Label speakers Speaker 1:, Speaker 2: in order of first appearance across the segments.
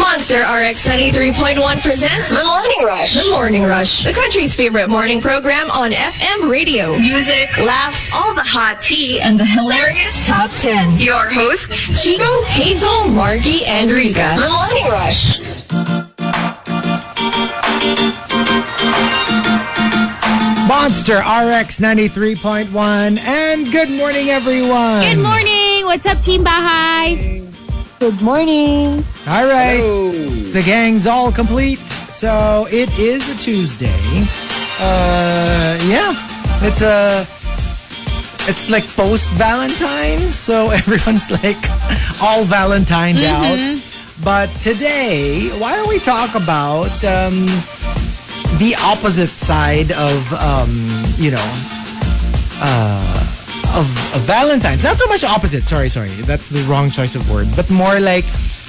Speaker 1: Monster RX 73.1 presents The Morning Rush. The Morning Rush. The country's favorite morning program on FM radio. Music, laughs, all the hot tea, and the hilarious top 10. Your hosts, Chico, Hazel, Marky, and Rika. The Morning Rush.
Speaker 2: Monster RX 93.1 and good morning everyone.
Speaker 3: Good morning! What's up, Team Bahay? Good morning!
Speaker 2: All right. The gang's all complete. So it is a Tuesday. Uh yeah. It's a it's like post Valentine's, so everyone's like all Valentined out. But today, why don't we talk about um the opposite side of um, you know uh, of, of Valentine's. Not so much opposite. Sorry, sorry. That's the wrong choice of word. But more like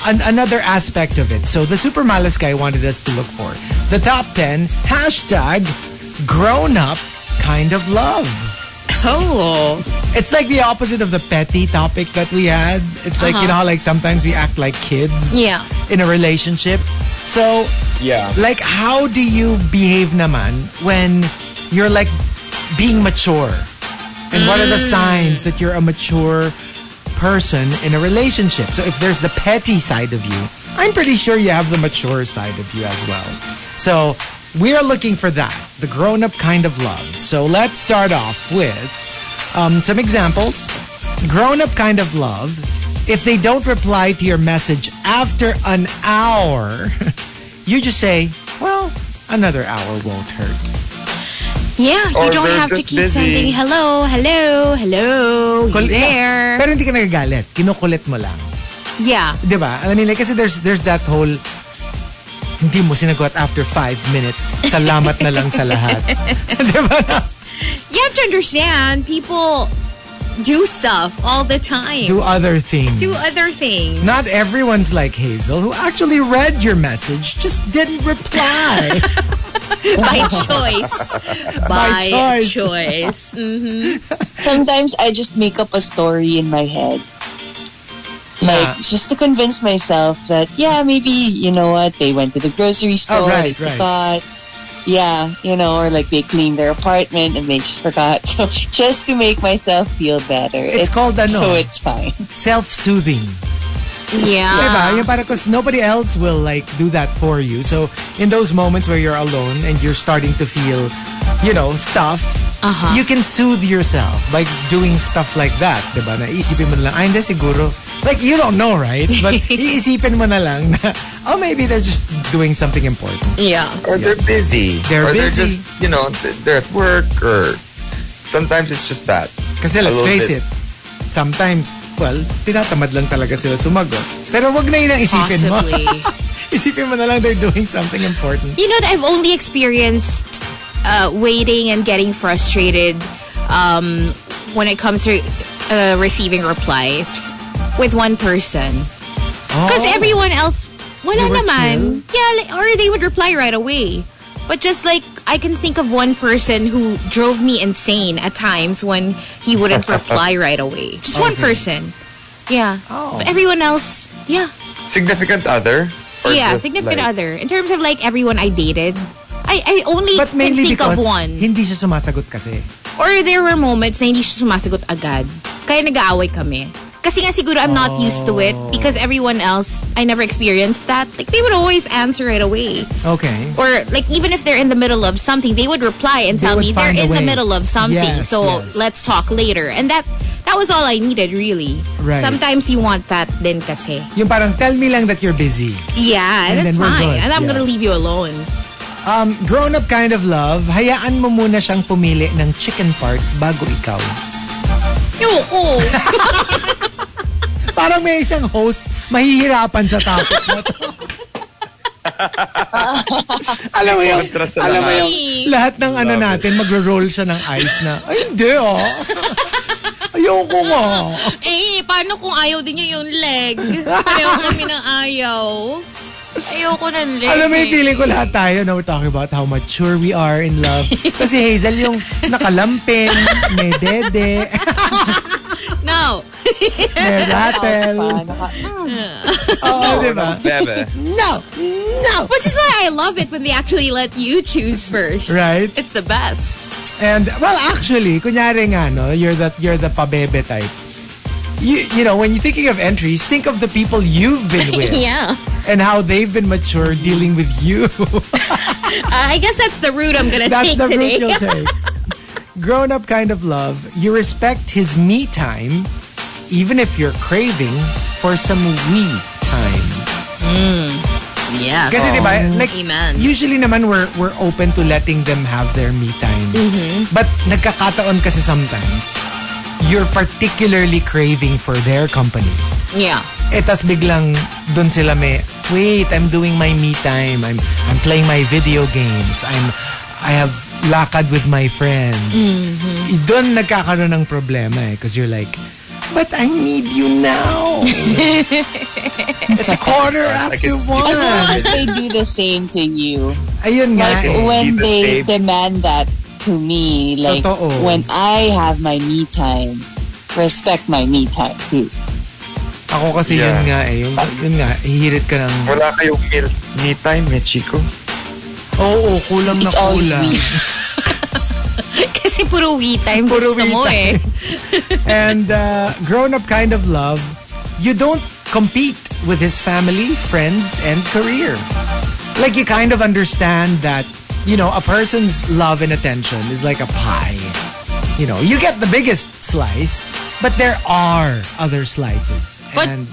Speaker 2: an, another aspect of it. So the super malice guy wanted us to look for the top ten hashtag grown up kind of love.
Speaker 3: Oh,
Speaker 2: It's like the opposite of the petty topic that we had. It's like you know how like sometimes we act like kids
Speaker 3: Yeah.
Speaker 2: in a relationship. So
Speaker 4: Yeah.
Speaker 2: like how do you behave naman when you're like being mature and what are the signs that you're a mature person in a relationship so if there's the petty side of you i'm pretty sure you have the mature side of you as well so we're looking for that the grown-up kind of love so let's start off with um, some examples grown-up kind of love if they don't reply to your message after an hour you just say, well, another hour won't hurt.
Speaker 3: yeah. You
Speaker 4: Or
Speaker 3: don't
Speaker 4: they're
Speaker 3: have to
Speaker 4: just
Speaker 3: keep
Speaker 4: busy.
Speaker 3: sending hello, hello, hello. You
Speaker 2: Kul-
Speaker 3: there?
Speaker 2: Pero hindi ka nagagalit. Kinukulit mo lang.
Speaker 3: Yeah.
Speaker 2: Di ba? I mean, like, kasi there's, there's that whole, hindi mo sinagot after five minutes. Salamat na lang sa lahat. Di ba?
Speaker 3: You have to understand, people do stuff all the time.
Speaker 2: Do other things.
Speaker 3: Do other things.
Speaker 2: Not everyone's like Hazel, who actually read your message, just didn't reply.
Speaker 3: By choice. By,
Speaker 2: choice.
Speaker 3: choice. Mm,
Speaker 5: sometimes I just make up a story in my head. Like,
Speaker 2: Ah.
Speaker 5: just to convince myself that, yeah, maybe, you know what, they went to the grocery store,
Speaker 2: Oh, right,
Speaker 5: they
Speaker 2: right.
Speaker 5: forgot. Yeah, you know, or like they cleaned their apartment and they just forgot. So, just to make myself feel better.
Speaker 2: It's called ano?
Speaker 5: So it's fine.
Speaker 2: Self-soothing. Diba?
Speaker 3: Yeah.
Speaker 2: Yung parang 'cause nobody else will like do that for you. So in those moments where you're alone and you're starting to feel, you know, stuff,
Speaker 3: Uh-huh.
Speaker 2: you can soothe yourself by doing stuff like that. Diba? Na isipin mo na lang, ay hindi siguro. Like you don't know, right? But iisipin mo na lang na, oh maybe they're just doing something important.
Speaker 3: Yeah.
Speaker 4: Or they're busy.
Speaker 2: They're
Speaker 4: or
Speaker 2: busy.
Speaker 4: they're just, you know, th- they're at work or sometimes it's just that.
Speaker 2: Kasi let's
Speaker 4: little
Speaker 2: face
Speaker 4: bit.
Speaker 2: it, sometimes, well, tinatamad lang talaga sila sumagot. Pero wag na yun ang isipin mo.
Speaker 3: Possibly.
Speaker 2: isipin mo na lang they're doing something important.
Speaker 3: You know, that I've only experienced uh, waiting and getting frustrated um, when it comes to uh, receiving replies with one person. Because
Speaker 2: Oh.
Speaker 3: everyone else, wala
Speaker 2: They were
Speaker 3: naman. Yeah, like, or they would reply right away. But just like, I can think of one person who drove me insane at times when he wouldn't reply right away. Just one person. Yeah.
Speaker 2: Mm-hmm. Oh.
Speaker 3: But everyone else, yeah.
Speaker 4: Significant other? or
Speaker 3: Yeah,
Speaker 4: just,
Speaker 3: significant
Speaker 4: like-
Speaker 3: other. In terms of like everyone I dated, I, I only
Speaker 2: But
Speaker 3: can
Speaker 2: mainly
Speaker 3: think
Speaker 2: because
Speaker 3: of one.
Speaker 2: hindi siya sumasagot kasi.
Speaker 3: Or there were moments na hindi siya sumasagot agad. Kaya nag-aaway kami. Kasi nga siguro I'm not used to
Speaker 2: Oh.
Speaker 3: it because everyone else, I never experienced that. Like they would always answer right away.
Speaker 2: Okay.
Speaker 3: Or like even if they're in the middle of something, they would reply and
Speaker 2: They
Speaker 3: tell
Speaker 2: would
Speaker 3: me
Speaker 2: find
Speaker 3: they're
Speaker 2: a
Speaker 3: in the
Speaker 2: way.
Speaker 3: middle of something.
Speaker 2: Yes,
Speaker 3: so
Speaker 2: yes.
Speaker 3: let's talk later. And that that was all I needed really.
Speaker 2: Right.
Speaker 3: Sometimes you want that din kasi.
Speaker 2: Yung parang tell me lang that you're busy.
Speaker 3: Yeah,
Speaker 2: And
Speaker 3: that's
Speaker 2: then we're
Speaker 3: fine.
Speaker 2: good.
Speaker 3: And I'm
Speaker 2: Yeah.
Speaker 3: gonna leave you alone.
Speaker 2: Um, grown up kind of love, hayaan mo muna siyang pumili ng chicken part bago ikaw.
Speaker 3: Oo. oo.
Speaker 2: Parang may isang host mahihirapan sa topic na to. alam mo yun,
Speaker 4: Kontra sa
Speaker 2: alam mo
Speaker 4: lahat.
Speaker 2: yun, lahat ng ano
Speaker 4: Love it.
Speaker 2: natin, magro-roll siya ng eyes na, ay hindi oh. Ayoko nga.
Speaker 3: Eh, paano kung ayaw din niya yung leg? Pareho kami ng ayaw. Ayoko ng leg.
Speaker 2: Alam mo,
Speaker 3: eh.
Speaker 2: yung feeling ko lahat tayo na we're talking about how mature we are in love. Kasi Hazel yung nakalampin, may dede.
Speaker 3: No.
Speaker 2: Red Latin.
Speaker 5: Pa, naka-
Speaker 2: Oo, Oh, di ba?
Speaker 3: Oh,
Speaker 4: Bebe.
Speaker 2: No! No!
Speaker 3: Which is why I love it when they actually let you choose first.
Speaker 2: Right?
Speaker 3: It's the best.
Speaker 2: And well, actually, kunyari nga, no, you're the you're the pabebe type. You you know, when you're thinking of entries, think of the people you've been with
Speaker 3: Yeah.
Speaker 2: and how they've been mature dealing with you.
Speaker 3: Uh, I guess that's the route I'm gonna
Speaker 2: That's
Speaker 3: take
Speaker 2: the route
Speaker 3: today.
Speaker 2: you'll take. Grown up kind of love. You respect his me time, even if you're craving for some we time.
Speaker 3: yeah.
Speaker 2: Kasi di ba, like,
Speaker 3: Mm. Oh. Amen.
Speaker 2: usually naman we're, we're open to letting them have their me time.
Speaker 3: Mm-hmm.
Speaker 2: But nagkakataon kasi sometimes, you're particularly craving for their company.
Speaker 3: Yeah.
Speaker 2: Eh, tas biglang dun sila may, wait, I'm doing my me time. I'm, I'm playing my video games. I'm, I have lakad with my friends.
Speaker 5: Mm-hmm.
Speaker 2: Doon nagkakaroon ng problema eh. Because you're like, but I need you now. it's a quarter
Speaker 4: Like
Speaker 2: after
Speaker 4: it's-
Speaker 2: one.
Speaker 5: As long as they do the same to you.
Speaker 2: Ayun nga
Speaker 5: Like
Speaker 2: eh.
Speaker 5: when
Speaker 4: Be the
Speaker 5: they
Speaker 4: same.
Speaker 5: demand that to me, like
Speaker 2: Totoo.
Speaker 5: when I have my me time, respect my me time too.
Speaker 2: Ako kasi yun
Speaker 4: Yeah.
Speaker 2: nga eh. Yung, yun nga, hihirit ka ng,
Speaker 4: Wala kayong meal. Me time, eh, Chico.
Speaker 2: oo, oh, kulang na
Speaker 5: It's always
Speaker 2: kulang.
Speaker 5: me.
Speaker 3: Kasi puro we time
Speaker 2: Puro
Speaker 3: gusto
Speaker 2: we
Speaker 3: mo
Speaker 2: time.
Speaker 3: eh.
Speaker 2: And uh, grown-up kind of love, you don't compete with his family, friends, and career. Like you kind of understand that, you know, a person's love and attention is like a pie. You know, you get the biggest slice, but there are other slices.
Speaker 3: But-
Speaker 2: and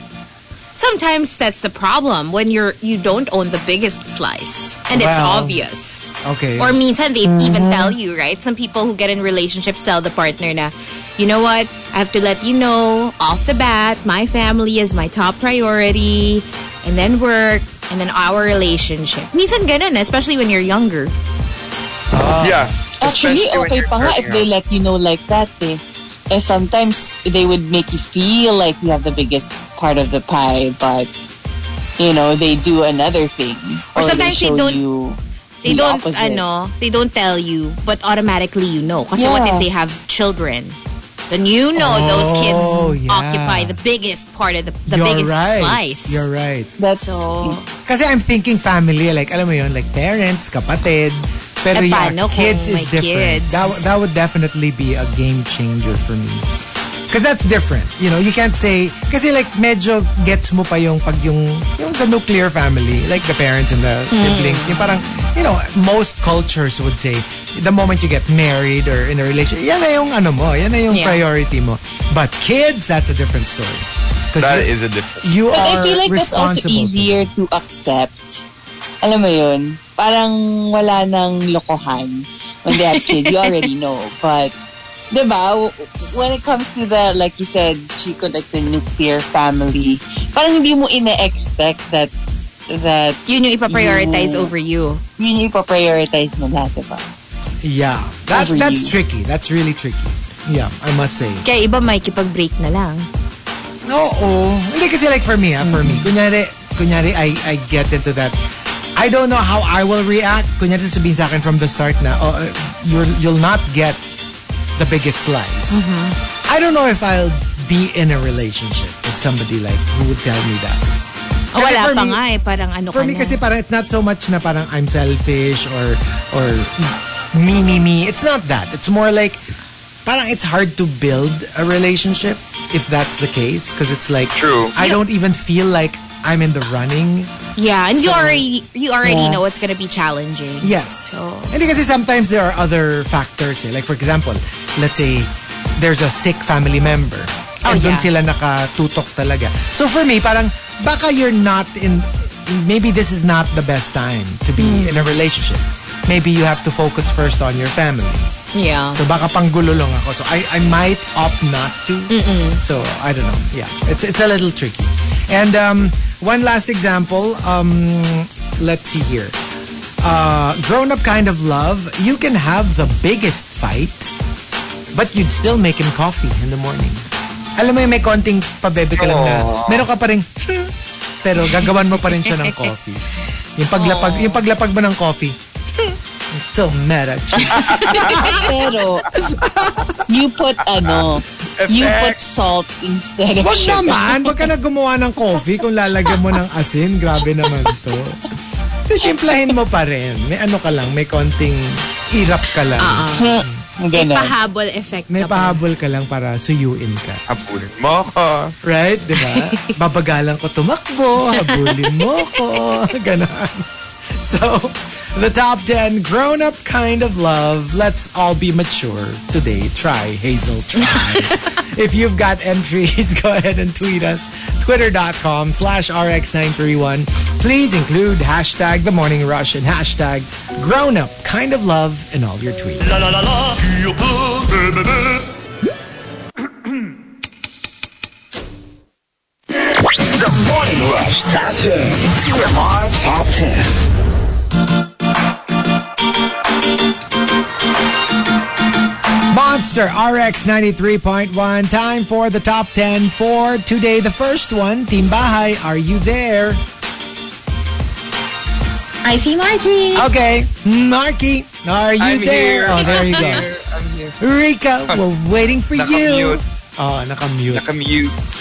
Speaker 3: Sometimes that's the problem when you're you don't own the biggest slice and it's
Speaker 2: Well,
Speaker 3: obvious.
Speaker 2: okay.
Speaker 3: Or minsan they even tell you, right? Some people who get in relationships tell the partner na, you know what? I have to let you know off the bat, my family is my top priority, and then work, and then our relationship. Minsan ganun, eh, especially when you're younger.
Speaker 2: Ah.
Speaker 4: yeah.
Speaker 5: Actually,
Speaker 4: Especially when
Speaker 5: okay
Speaker 4: you're
Speaker 5: pa nga if
Speaker 4: growing
Speaker 5: they let
Speaker 4: up.
Speaker 5: you know like that eh. Eh, sometimes they would make you feel like you have the biggest part of the pie, but you know, they do another thing.
Speaker 3: Or sometimes they
Speaker 5: show
Speaker 3: don't-
Speaker 5: you
Speaker 3: They
Speaker 5: the
Speaker 3: don't,
Speaker 5: opposite.
Speaker 3: ano, they don't tell you, but automatically you know. Kasi what
Speaker 5: Yeah.
Speaker 3: if they have children? Then you know those kids
Speaker 2: Oh, yeah.
Speaker 3: occupy the biggest part of the, the
Speaker 2: You're
Speaker 3: biggest
Speaker 2: right.
Speaker 3: slice.
Speaker 2: You're right.
Speaker 5: That's
Speaker 3: so,
Speaker 2: Kasi I'm thinking family, like, alam mo yun, like parents, kapatid. Pero
Speaker 3: Eh,
Speaker 2: yeah,
Speaker 3: paano kung
Speaker 2: kids is
Speaker 3: may
Speaker 2: different.
Speaker 3: kids?
Speaker 2: That, that would definitely be a game changer for me. Because that's different. You know, you can't say, kasi like medyo gets mo pa yung pag yung, yung the nuclear family, like the parents and the
Speaker 5: Hmm.
Speaker 2: siblings. Yung parang, you know, most cultures would say, the moment you get married or in a relationship, yan na yung ano mo, yan na yung
Speaker 3: Yeah.
Speaker 2: priority mo. But kids, that's a different story.
Speaker 4: That
Speaker 2: Because
Speaker 4: is a different.
Speaker 2: you, you
Speaker 5: But
Speaker 2: are
Speaker 5: I feel like that's also
Speaker 2: responsible. for
Speaker 5: easier to accept. Alam mo yun? Parang wala nang lokohan when they have kids. You already know. But, di ba, w- when it comes to the, like you said, Chico, like the nuclear family, parang hindi mo ina-expect that that
Speaker 3: yun yung ipaprioritize
Speaker 5: You-
Speaker 3: over you.
Speaker 5: yun yung ipaprioritize mo na, diba? di ba?
Speaker 2: Yeah. That,
Speaker 5: Over
Speaker 2: that's
Speaker 5: you.
Speaker 2: tricky. That's really tricky. Yeah, I must say.
Speaker 3: Kaya iba may kipag-break na lang.
Speaker 2: Oo. Hindi kasi like for me, ah, for me. Kunyari, kunyari, I, I get into that. I don't know how I will react. Kunyari sabihin sa akin from the start na, oh, uh, you're, you'll not get the biggest slice. I don't know if I'll be in a relationship with somebody like who would tell me that.
Speaker 3: Oh,
Speaker 2: Kasi
Speaker 3: wala
Speaker 2: for
Speaker 3: pa
Speaker 2: me-
Speaker 3: nga eh, parang ano
Speaker 2: For
Speaker 3: ka
Speaker 2: me
Speaker 3: na.
Speaker 2: kasi parang it's not so much na parang I'm selfish or or me me me. It's not that. It's more like parang it's hard to build a relationship if that's the case because it's like
Speaker 4: True.
Speaker 2: I
Speaker 3: You-
Speaker 2: don't even feel like I'm in the running.
Speaker 3: yeah, and you
Speaker 2: So-
Speaker 3: already you already
Speaker 5: Yeah.
Speaker 3: know it's gonna be challenging.
Speaker 2: Yes.
Speaker 3: So,
Speaker 2: And kasi sometimes there are other factors. Eh. Like for example, let's say there's a sick family member. and
Speaker 3: Oh,
Speaker 2: dun
Speaker 3: yeah.
Speaker 2: sila nakatutok talaga. So for me, parang baka you're not in, maybe this is not the best time to be
Speaker 3: Hmm.
Speaker 2: in a relationship. Maybe you have to focus first on your family.
Speaker 3: yeah.
Speaker 2: So baka panggulo lang ako. So I, I might opt not to. So I don't know. Yeah. It's, it's a little tricky. And um, one last example. Um, let's see here. Uh, grown up kind of love. You can have the biggest fight, but you'd still make him coffee in the morning. Alam mo yung may konting pabebe ka lang na meron ka pa rin "Hmm," pero gagawan mo pa rin siya ng coffee. Yung paglapag, yung paglapag mo ng coffee. I'm still mad at you.
Speaker 5: Pero, you put ano, you put
Speaker 4: Effects.
Speaker 5: salt instead of
Speaker 2: Wag
Speaker 5: sugar.
Speaker 2: naman! Wag ka na gumawa ng coffee kung lalagyan mo ng asin. Grabe naman to. Titimplahin mo pa rin. May ano ka lang, may konting irap ka lang.
Speaker 5: Ganun.
Speaker 3: Pahabol effect.
Speaker 2: May
Speaker 3: ka pa.
Speaker 2: pahabol ka lang para suyuin ka.
Speaker 4: Habulin mo ko.
Speaker 2: Right? Di ba? Babagalan ko tumakbo, habulin mo ko. Ganon. So, the top 10 grown-up kind of love. Let's all be mature today. Try, Hazel, try. if you've got entries, go ahead and tweet us. Twitter.com slash RX931. Please include hashtag The Morning Rush and hashtag grown-up kind of love in all your tweets.
Speaker 6: E,
Speaker 7: Morning Rush Top 10. TMR Top 10.
Speaker 2: Monster RX 93.1. Time for the top 10 for today. The first one, Team Bahay, are you there?
Speaker 3: I see Marjorie.
Speaker 2: Okay, Marky, are you
Speaker 4: I'm
Speaker 2: there?
Speaker 4: here.
Speaker 2: Oh, there you go.
Speaker 4: I'm here.
Speaker 2: Rika, we're waiting for you.
Speaker 4: Nakamute.
Speaker 2: Oh, nakamute.
Speaker 4: Nakamute.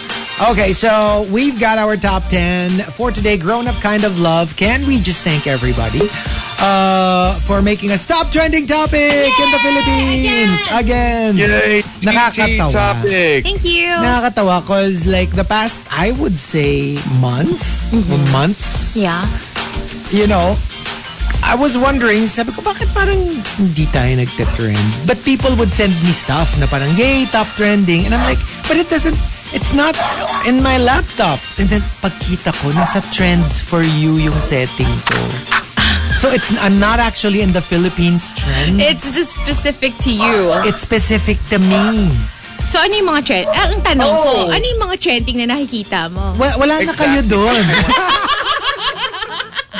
Speaker 2: Okay, so we've got our top 10 for today. Grown up kind of love. Can we just thank everybody uh, for making us top trending topic in the Philippines again?
Speaker 4: Yay!
Speaker 2: Nakakatawa.
Speaker 4: TT Topic.
Speaker 3: Thank you.
Speaker 2: Nakakatawa cause like the past, I would say months, months,
Speaker 3: Yeah.
Speaker 2: you know, I was wondering, sabi ko, bakit parang hindi tayo nagte-trend? But people would send me stuff na parang, yay, top trending. And I'm like, but it doesn't, it's not in my laptop. And then pagkita ko, nasa trends for you yung setting ko. So it's, I'm not actually in the Philippines trend.
Speaker 3: It's just specific to you.
Speaker 2: It's specific to me.
Speaker 3: So ano yung mga trend? Ah, ang tanong ko,
Speaker 5: Oh.
Speaker 3: ano yung mga trending na nakikita mo?
Speaker 2: Wa- wala na kayo doon.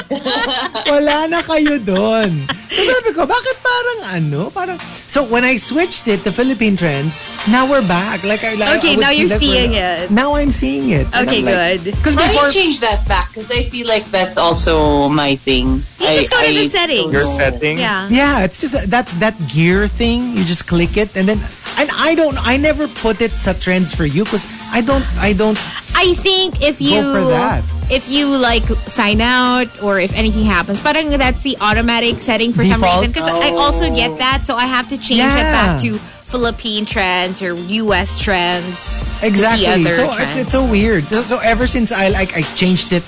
Speaker 2: wala na kayo doon. So sabi ko, bakit parang ano? Parang, so when I switched it to Philippine trends, now we're back. Like, I, like,
Speaker 3: Okay,
Speaker 2: I would
Speaker 3: now
Speaker 2: see
Speaker 3: you're
Speaker 2: that
Speaker 3: seeing
Speaker 2: we're-
Speaker 3: it.
Speaker 2: Now I'm seeing it.
Speaker 3: Okay, good.
Speaker 2: Because
Speaker 5: Why
Speaker 2: before,
Speaker 5: don't you change that back? Because I feel like that's also my thing.
Speaker 3: You just
Speaker 5: I-
Speaker 3: go to the
Speaker 5: I
Speaker 3: settings.
Speaker 5: don't
Speaker 4: Your
Speaker 5: know.
Speaker 4: setting.
Speaker 3: Yeah.
Speaker 2: yeah, it's just that that gear thing. You just click it, and then and I don't. I never put it sa trends for you because I don't. I don't.
Speaker 3: I think if you
Speaker 2: for that.
Speaker 3: if you like sign out or if anything happens, parang that's the automatic setting for some
Speaker 2: Default? Oh.
Speaker 3: reason. Because I also get that, so I have to change it back
Speaker 2: Yeah.
Speaker 3: to Philippine trends or U.S. trends.
Speaker 2: Exactly.
Speaker 3: To see other
Speaker 2: so
Speaker 3: trends.
Speaker 2: it's it's so weird. So, so ever since I like I changed it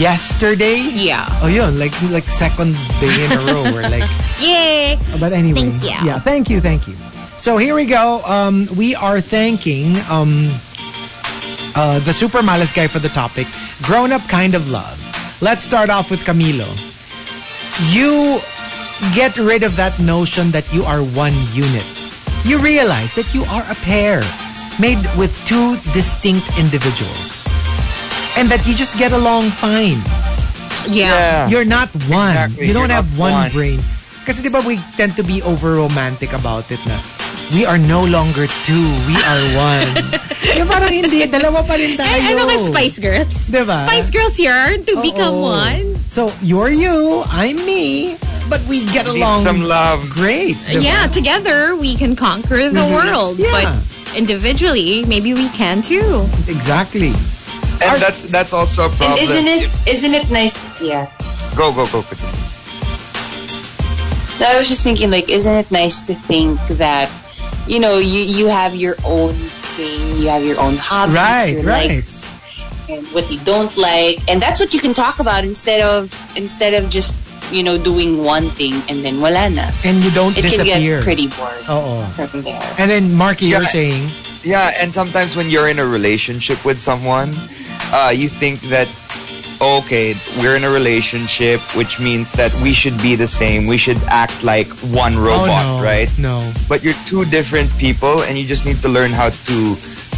Speaker 2: yesterday.
Speaker 3: Yeah.
Speaker 2: Oh yun, like like second day in a row or like
Speaker 3: Yay!
Speaker 2: but anyway.
Speaker 3: Thank you.
Speaker 2: Yeah, thank you, thank you. So here we go. Um we are thanking um uh the super malas guy for the topic. Grown up kind of love. Let's start off with Camilo. You get rid of that notion that you are one unit. You realize that you are a pair made with two distinct individuals and that you just get along fine.
Speaker 3: Yeah.
Speaker 2: You're not one.
Speaker 4: Ah. Exactly,
Speaker 2: You don't
Speaker 4: you're
Speaker 2: have
Speaker 4: not
Speaker 2: one,
Speaker 4: one.
Speaker 2: brain. Kasi di ba we tend to be over romantic about it na we are no longer two, we are one. Yung parang hindi, dalawa pa rin tayo.
Speaker 3: Ay, ano ka, Spice Girls?
Speaker 2: Diba?
Speaker 3: Spice Girls here to become
Speaker 2: Oo.
Speaker 3: one.
Speaker 2: So, you're you, I'm me, but we get
Speaker 4: Need
Speaker 2: along
Speaker 4: some love. Uh,
Speaker 2: great. diba?
Speaker 3: Yeah, together we can conquer the world.
Speaker 2: Mm-hmm. Yeah.
Speaker 3: But individually, maybe we can too.
Speaker 2: Exactly.
Speaker 4: And that's that's also a
Speaker 5: And
Speaker 4: problem.
Speaker 5: isn't it isn't it nice? Yeah.
Speaker 4: Go go go. Katie.
Speaker 5: So I was just thinking, like, isn't it nice to think that, you know, you you have your own thing, you have your own hobbies,
Speaker 2: Right,
Speaker 5: your
Speaker 2: right.
Speaker 5: likes, and what you don't like, and that's what you can talk about instead of instead of just you know doing one thing and then wala na.
Speaker 2: And you don't
Speaker 5: It can
Speaker 2: disappear. Oh.
Speaker 5: get pretty bored
Speaker 2: Oo.
Speaker 5: from there.
Speaker 2: And then, Marky, you're
Speaker 4: Yeah.
Speaker 2: saying,
Speaker 4: Yeah, and sometimes when you're in a relationship with someone, uh, you think that okay, we're in a relationship, which means that we should be the same. We should act like one robot,
Speaker 2: oh no,
Speaker 4: right?
Speaker 2: no.
Speaker 4: But you're two different people, and you just need to learn how to,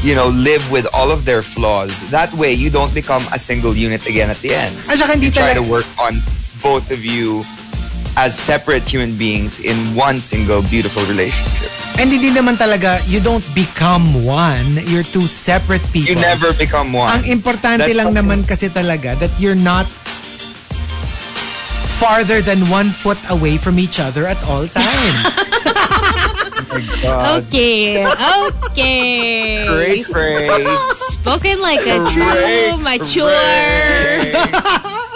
Speaker 4: you know, live with all of their flaws. That way, you don't become a single unit again at the end.
Speaker 2: At saka hindi
Speaker 4: You try to
Speaker 2: talaga,
Speaker 4: work on both of you as separate human beings in one single beautiful relationship.
Speaker 2: and hindi naman talaga, you don't become one. You're two separate
Speaker 4: You
Speaker 2: people.
Speaker 4: never
Speaker 2: Oh,
Speaker 4: become one.
Speaker 2: Ang importante
Speaker 4: That's
Speaker 2: lang
Speaker 4: what-
Speaker 2: naman kasi talaga that you're not farther than one foot away from each other at all times.
Speaker 4: Oh
Speaker 2: Uh,
Speaker 3: Oh, Okay, okay.
Speaker 4: Great phrase.
Speaker 3: Spoken like a true, mature,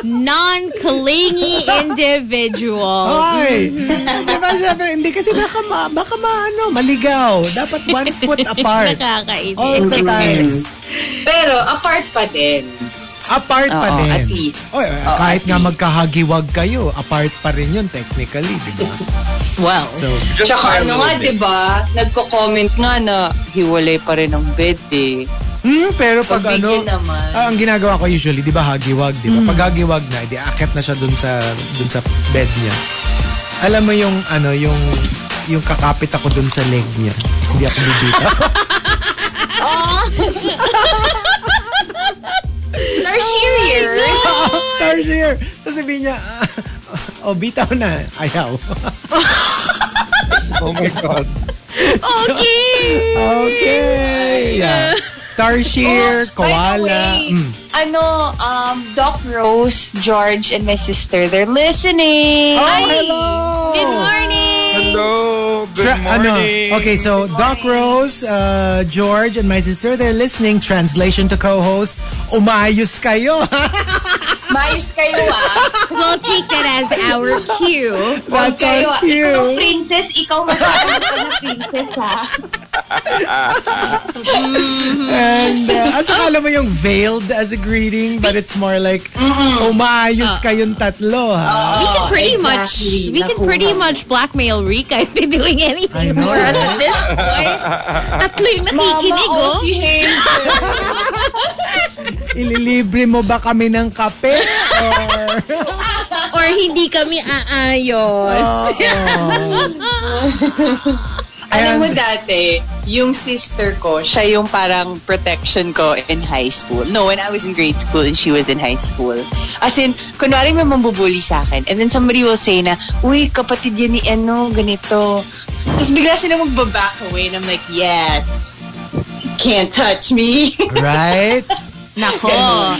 Speaker 3: non-clingy individual.
Speaker 2: Hoy! diba, syempre, hindi kasi baka, ma, baka maano, maligaw. Dapat one foot apart. All
Speaker 3: Nakakainis.
Speaker 2: the times.
Speaker 8: Pero apart pa din.
Speaker 2: Apart pa
Speaker 8: Oo,
Speaker 2: din.
Speaker 8: at least.
Speaker 2: Oy, kahit
Speaker 8: at
Speaker 2: nga
Speaker 8: least.
Speaker 2: magkahagiwag kayo, apart pa rin yun technically, di ba?
Speaker 3: Well,
Speaker 2: So,
Speaker 4: Just
Speaker 8: Tsaka ano nga,
Speaker 4: download
Speaker 8: di
Speaker 4: it.
Speaker 8: ba? Nagko-comment nga na hiwalay pa rin ang bed eh.
Speaker 2: hmm, pero pag ano,
Speaker 8: Pagbigyan naman.
Speaker 2: ah, ang ginagawa ko usually, di ba, hagiwag, di ba? Pag hagiwag na, di akit na siya dun sa, dun sa bed niya. Alam mo yung, ano, yung, yung kakapit ako dun sa leg niya. Kasi hindi ako bibitaw.
Speaker 1: Narshirier.
Speaker 2: Tarsier! Tapos sabihin niya, oh, bitaw na. Ayaw.
Speaker 4: Oh my God.
Speaker 3: okay.
Speaker 2: okay. Yeah. Tarsier, koala.
Speaker 8: By the way,
Speaker 2: Mm.
Speaker 8: ano, um, Doc Rose, George, and my sister, they're listening.
Speaker 2: Oh, hello!
Speaker 3: Good morning.
Speaker 4: Hello. Good
Speaker 2: Tra- ano,
Speaker 4: morning.
Speaker 2: okay, so Doc Rose, uh, George, and my sister, they're listening. Translation to co-host, umayos kayo.
Speaker 8: Mayos kayo ah.
Speaker 3: We'll take that as our cue.
Speaker 2: That's so
Speaker 8: Kayo, ah. Ikaw
Speaker 2: cute.
Speaker 8: princess, ikaw matawag ka na princess ah.
Speaker 2: And, uh, at saka alam mo yung veiled as a greeting, but it's more like,
Speaker 8: Mm-hmm. Ah.
Speaker 2: umayos kayong tatlo, ha?
Speaker 3: We can pretty much
Speaker 8: exactly.
Speaker 3: we can pretty much blackmail Rika into doing
Speaker 2: I
Speaker 3: anything
Speaker 2: know.
Speaker 3: for us at this point. Tatlo yung nakikinig,
Speaker 8: Mama,
Speaker 3: oh.
Speaker 8: oh, si Hazel.
Speaker 2: Ililibre mo ba kami ng kape? Or...
Speaker 3: Or hindi kami aayos.
Speaker 8: Alam mo dati, yung sister ko, siya yung parang protection ko in high school. No, when I was in grade school and she was in high school. As in, kunwari may mambubuli sa akin. And then somebody will say na, Uy, kapatid yan ni ano, ganito. Tapos bigla sila magbaback away and I'm like, yes, you can't touch me.
Speaker 2: Right?
Speaker 3: Nako,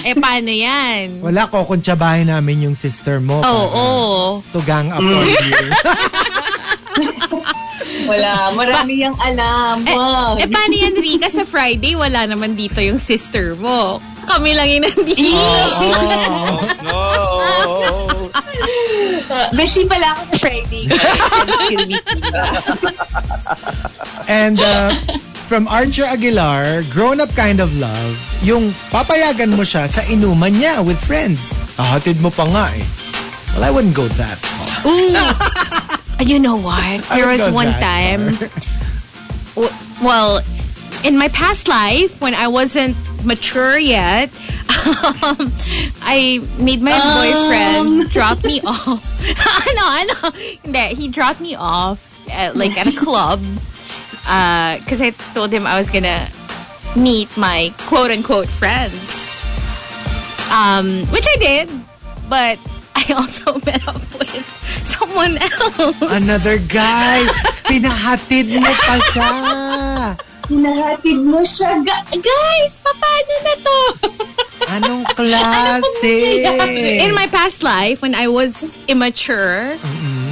Speaker 3: eh paano yan?
Speaker 2: Wala ko kung tsabahin namin yung sister mo.
Speaker 3: Oo,
Speaker 2: para
Speaker 3: oh,
Speaker 2: Tugang up on you.
Speaker 8: Mm. Wala, marami yung alam. Wag.
Speaker 3: Eh paano yan, Rika? Sa Friday, wala naman dito yung sister mo. Kami lang yung nandito.
Speaker 2: Oh.
Speaker 4: No.
Speaker 8: Busy pala ako sa Friday. guys. I'm still meeting.
Speaker 2: And uh, from Archer Aguilar, Grown Up Kind of Love, yung papayagan mo siya sa inuman niya with friends. Ahatid mo pa nga eh. Well, I wouldn't go that far.
Speaker 3: Ooh. Ah, you know what? There
Speaker 2: I'd
Speaker 3: was
Speaker 2: go
Speaker 3: one
Speaker 2: that
Speaker 3: time. W- well, in my past life, when I wasn't mature yet, um, I made my boyfriend drop me off. ano, ano? Hindi, he dropped me off at, like at a club because Uh, I told him I was gonna meet my quote unquote friends, um, which I did, but I also met up with someone else.
Speaker 2: Another guy, pinahatid mo pa siya.
Speaker 8: Hinahatid mo siya. Ga- guys, paano na to?
Speaker 2: Anong klase?
Speaker 3: In my past life, when I was immature,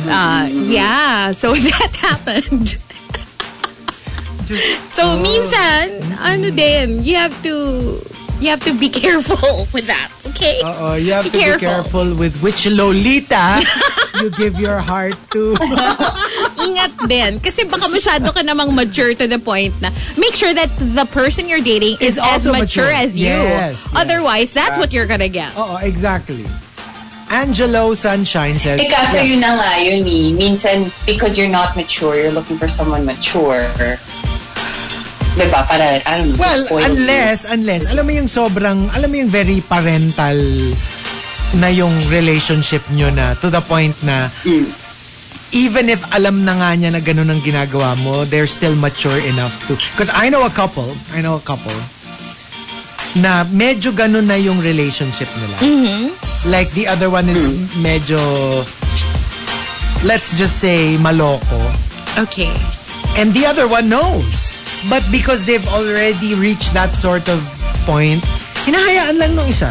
Speaker 3: uh, yeah, so that happened.
Speaker 2: Just-
Speaker 3: So minsan, ano din, you have to you have to be careful with that, okay?
Speaker 2: Oo, you have to
Speaker 3: Be
Speaker 2: be
Speaker 3: careful.
Speaker 2: careful with which Lolita you give your heart to.
Speaker 3: ingat din. Kasi baka masyado ka namang mature to the point na make sure that the person you're dating is
Speaker 2: Is
Speaker 3: as
Speaker 2: also
Speaker 3: mature,
Speaker 2: mature.
Speaker 3: as you.
Speaker 2: Yes, yes.
Speaker 3: Otherwise, that's what you're gonna get.
Speaker 2: Oo, exactly. Angelo Sunshine says,
Speaker 8: Eh, kaso yun na nga yun eh. Minsan, because you're not mature, you're looking for someone mature. Diba? Para, I don't know.
Speaker 2: Well,
Speaker 8: spoil you.
Speaker 2: unless, unless, alam mo yung sobrang, alam mo yung very parental na yung relationship nyo na to the point na even if alam na nga niya na ganun ang ginagawa mo, they're still mature enough to. Because I know a couple, I know a couple, na medyo ganun na yung relationship nila. Like the other one is medyo, let's just say, maloko.
Speaker 3: Okay.
Speaker 2: And the other one knows. But because they've already reached that sort of point, hinahayaan lang nung isa.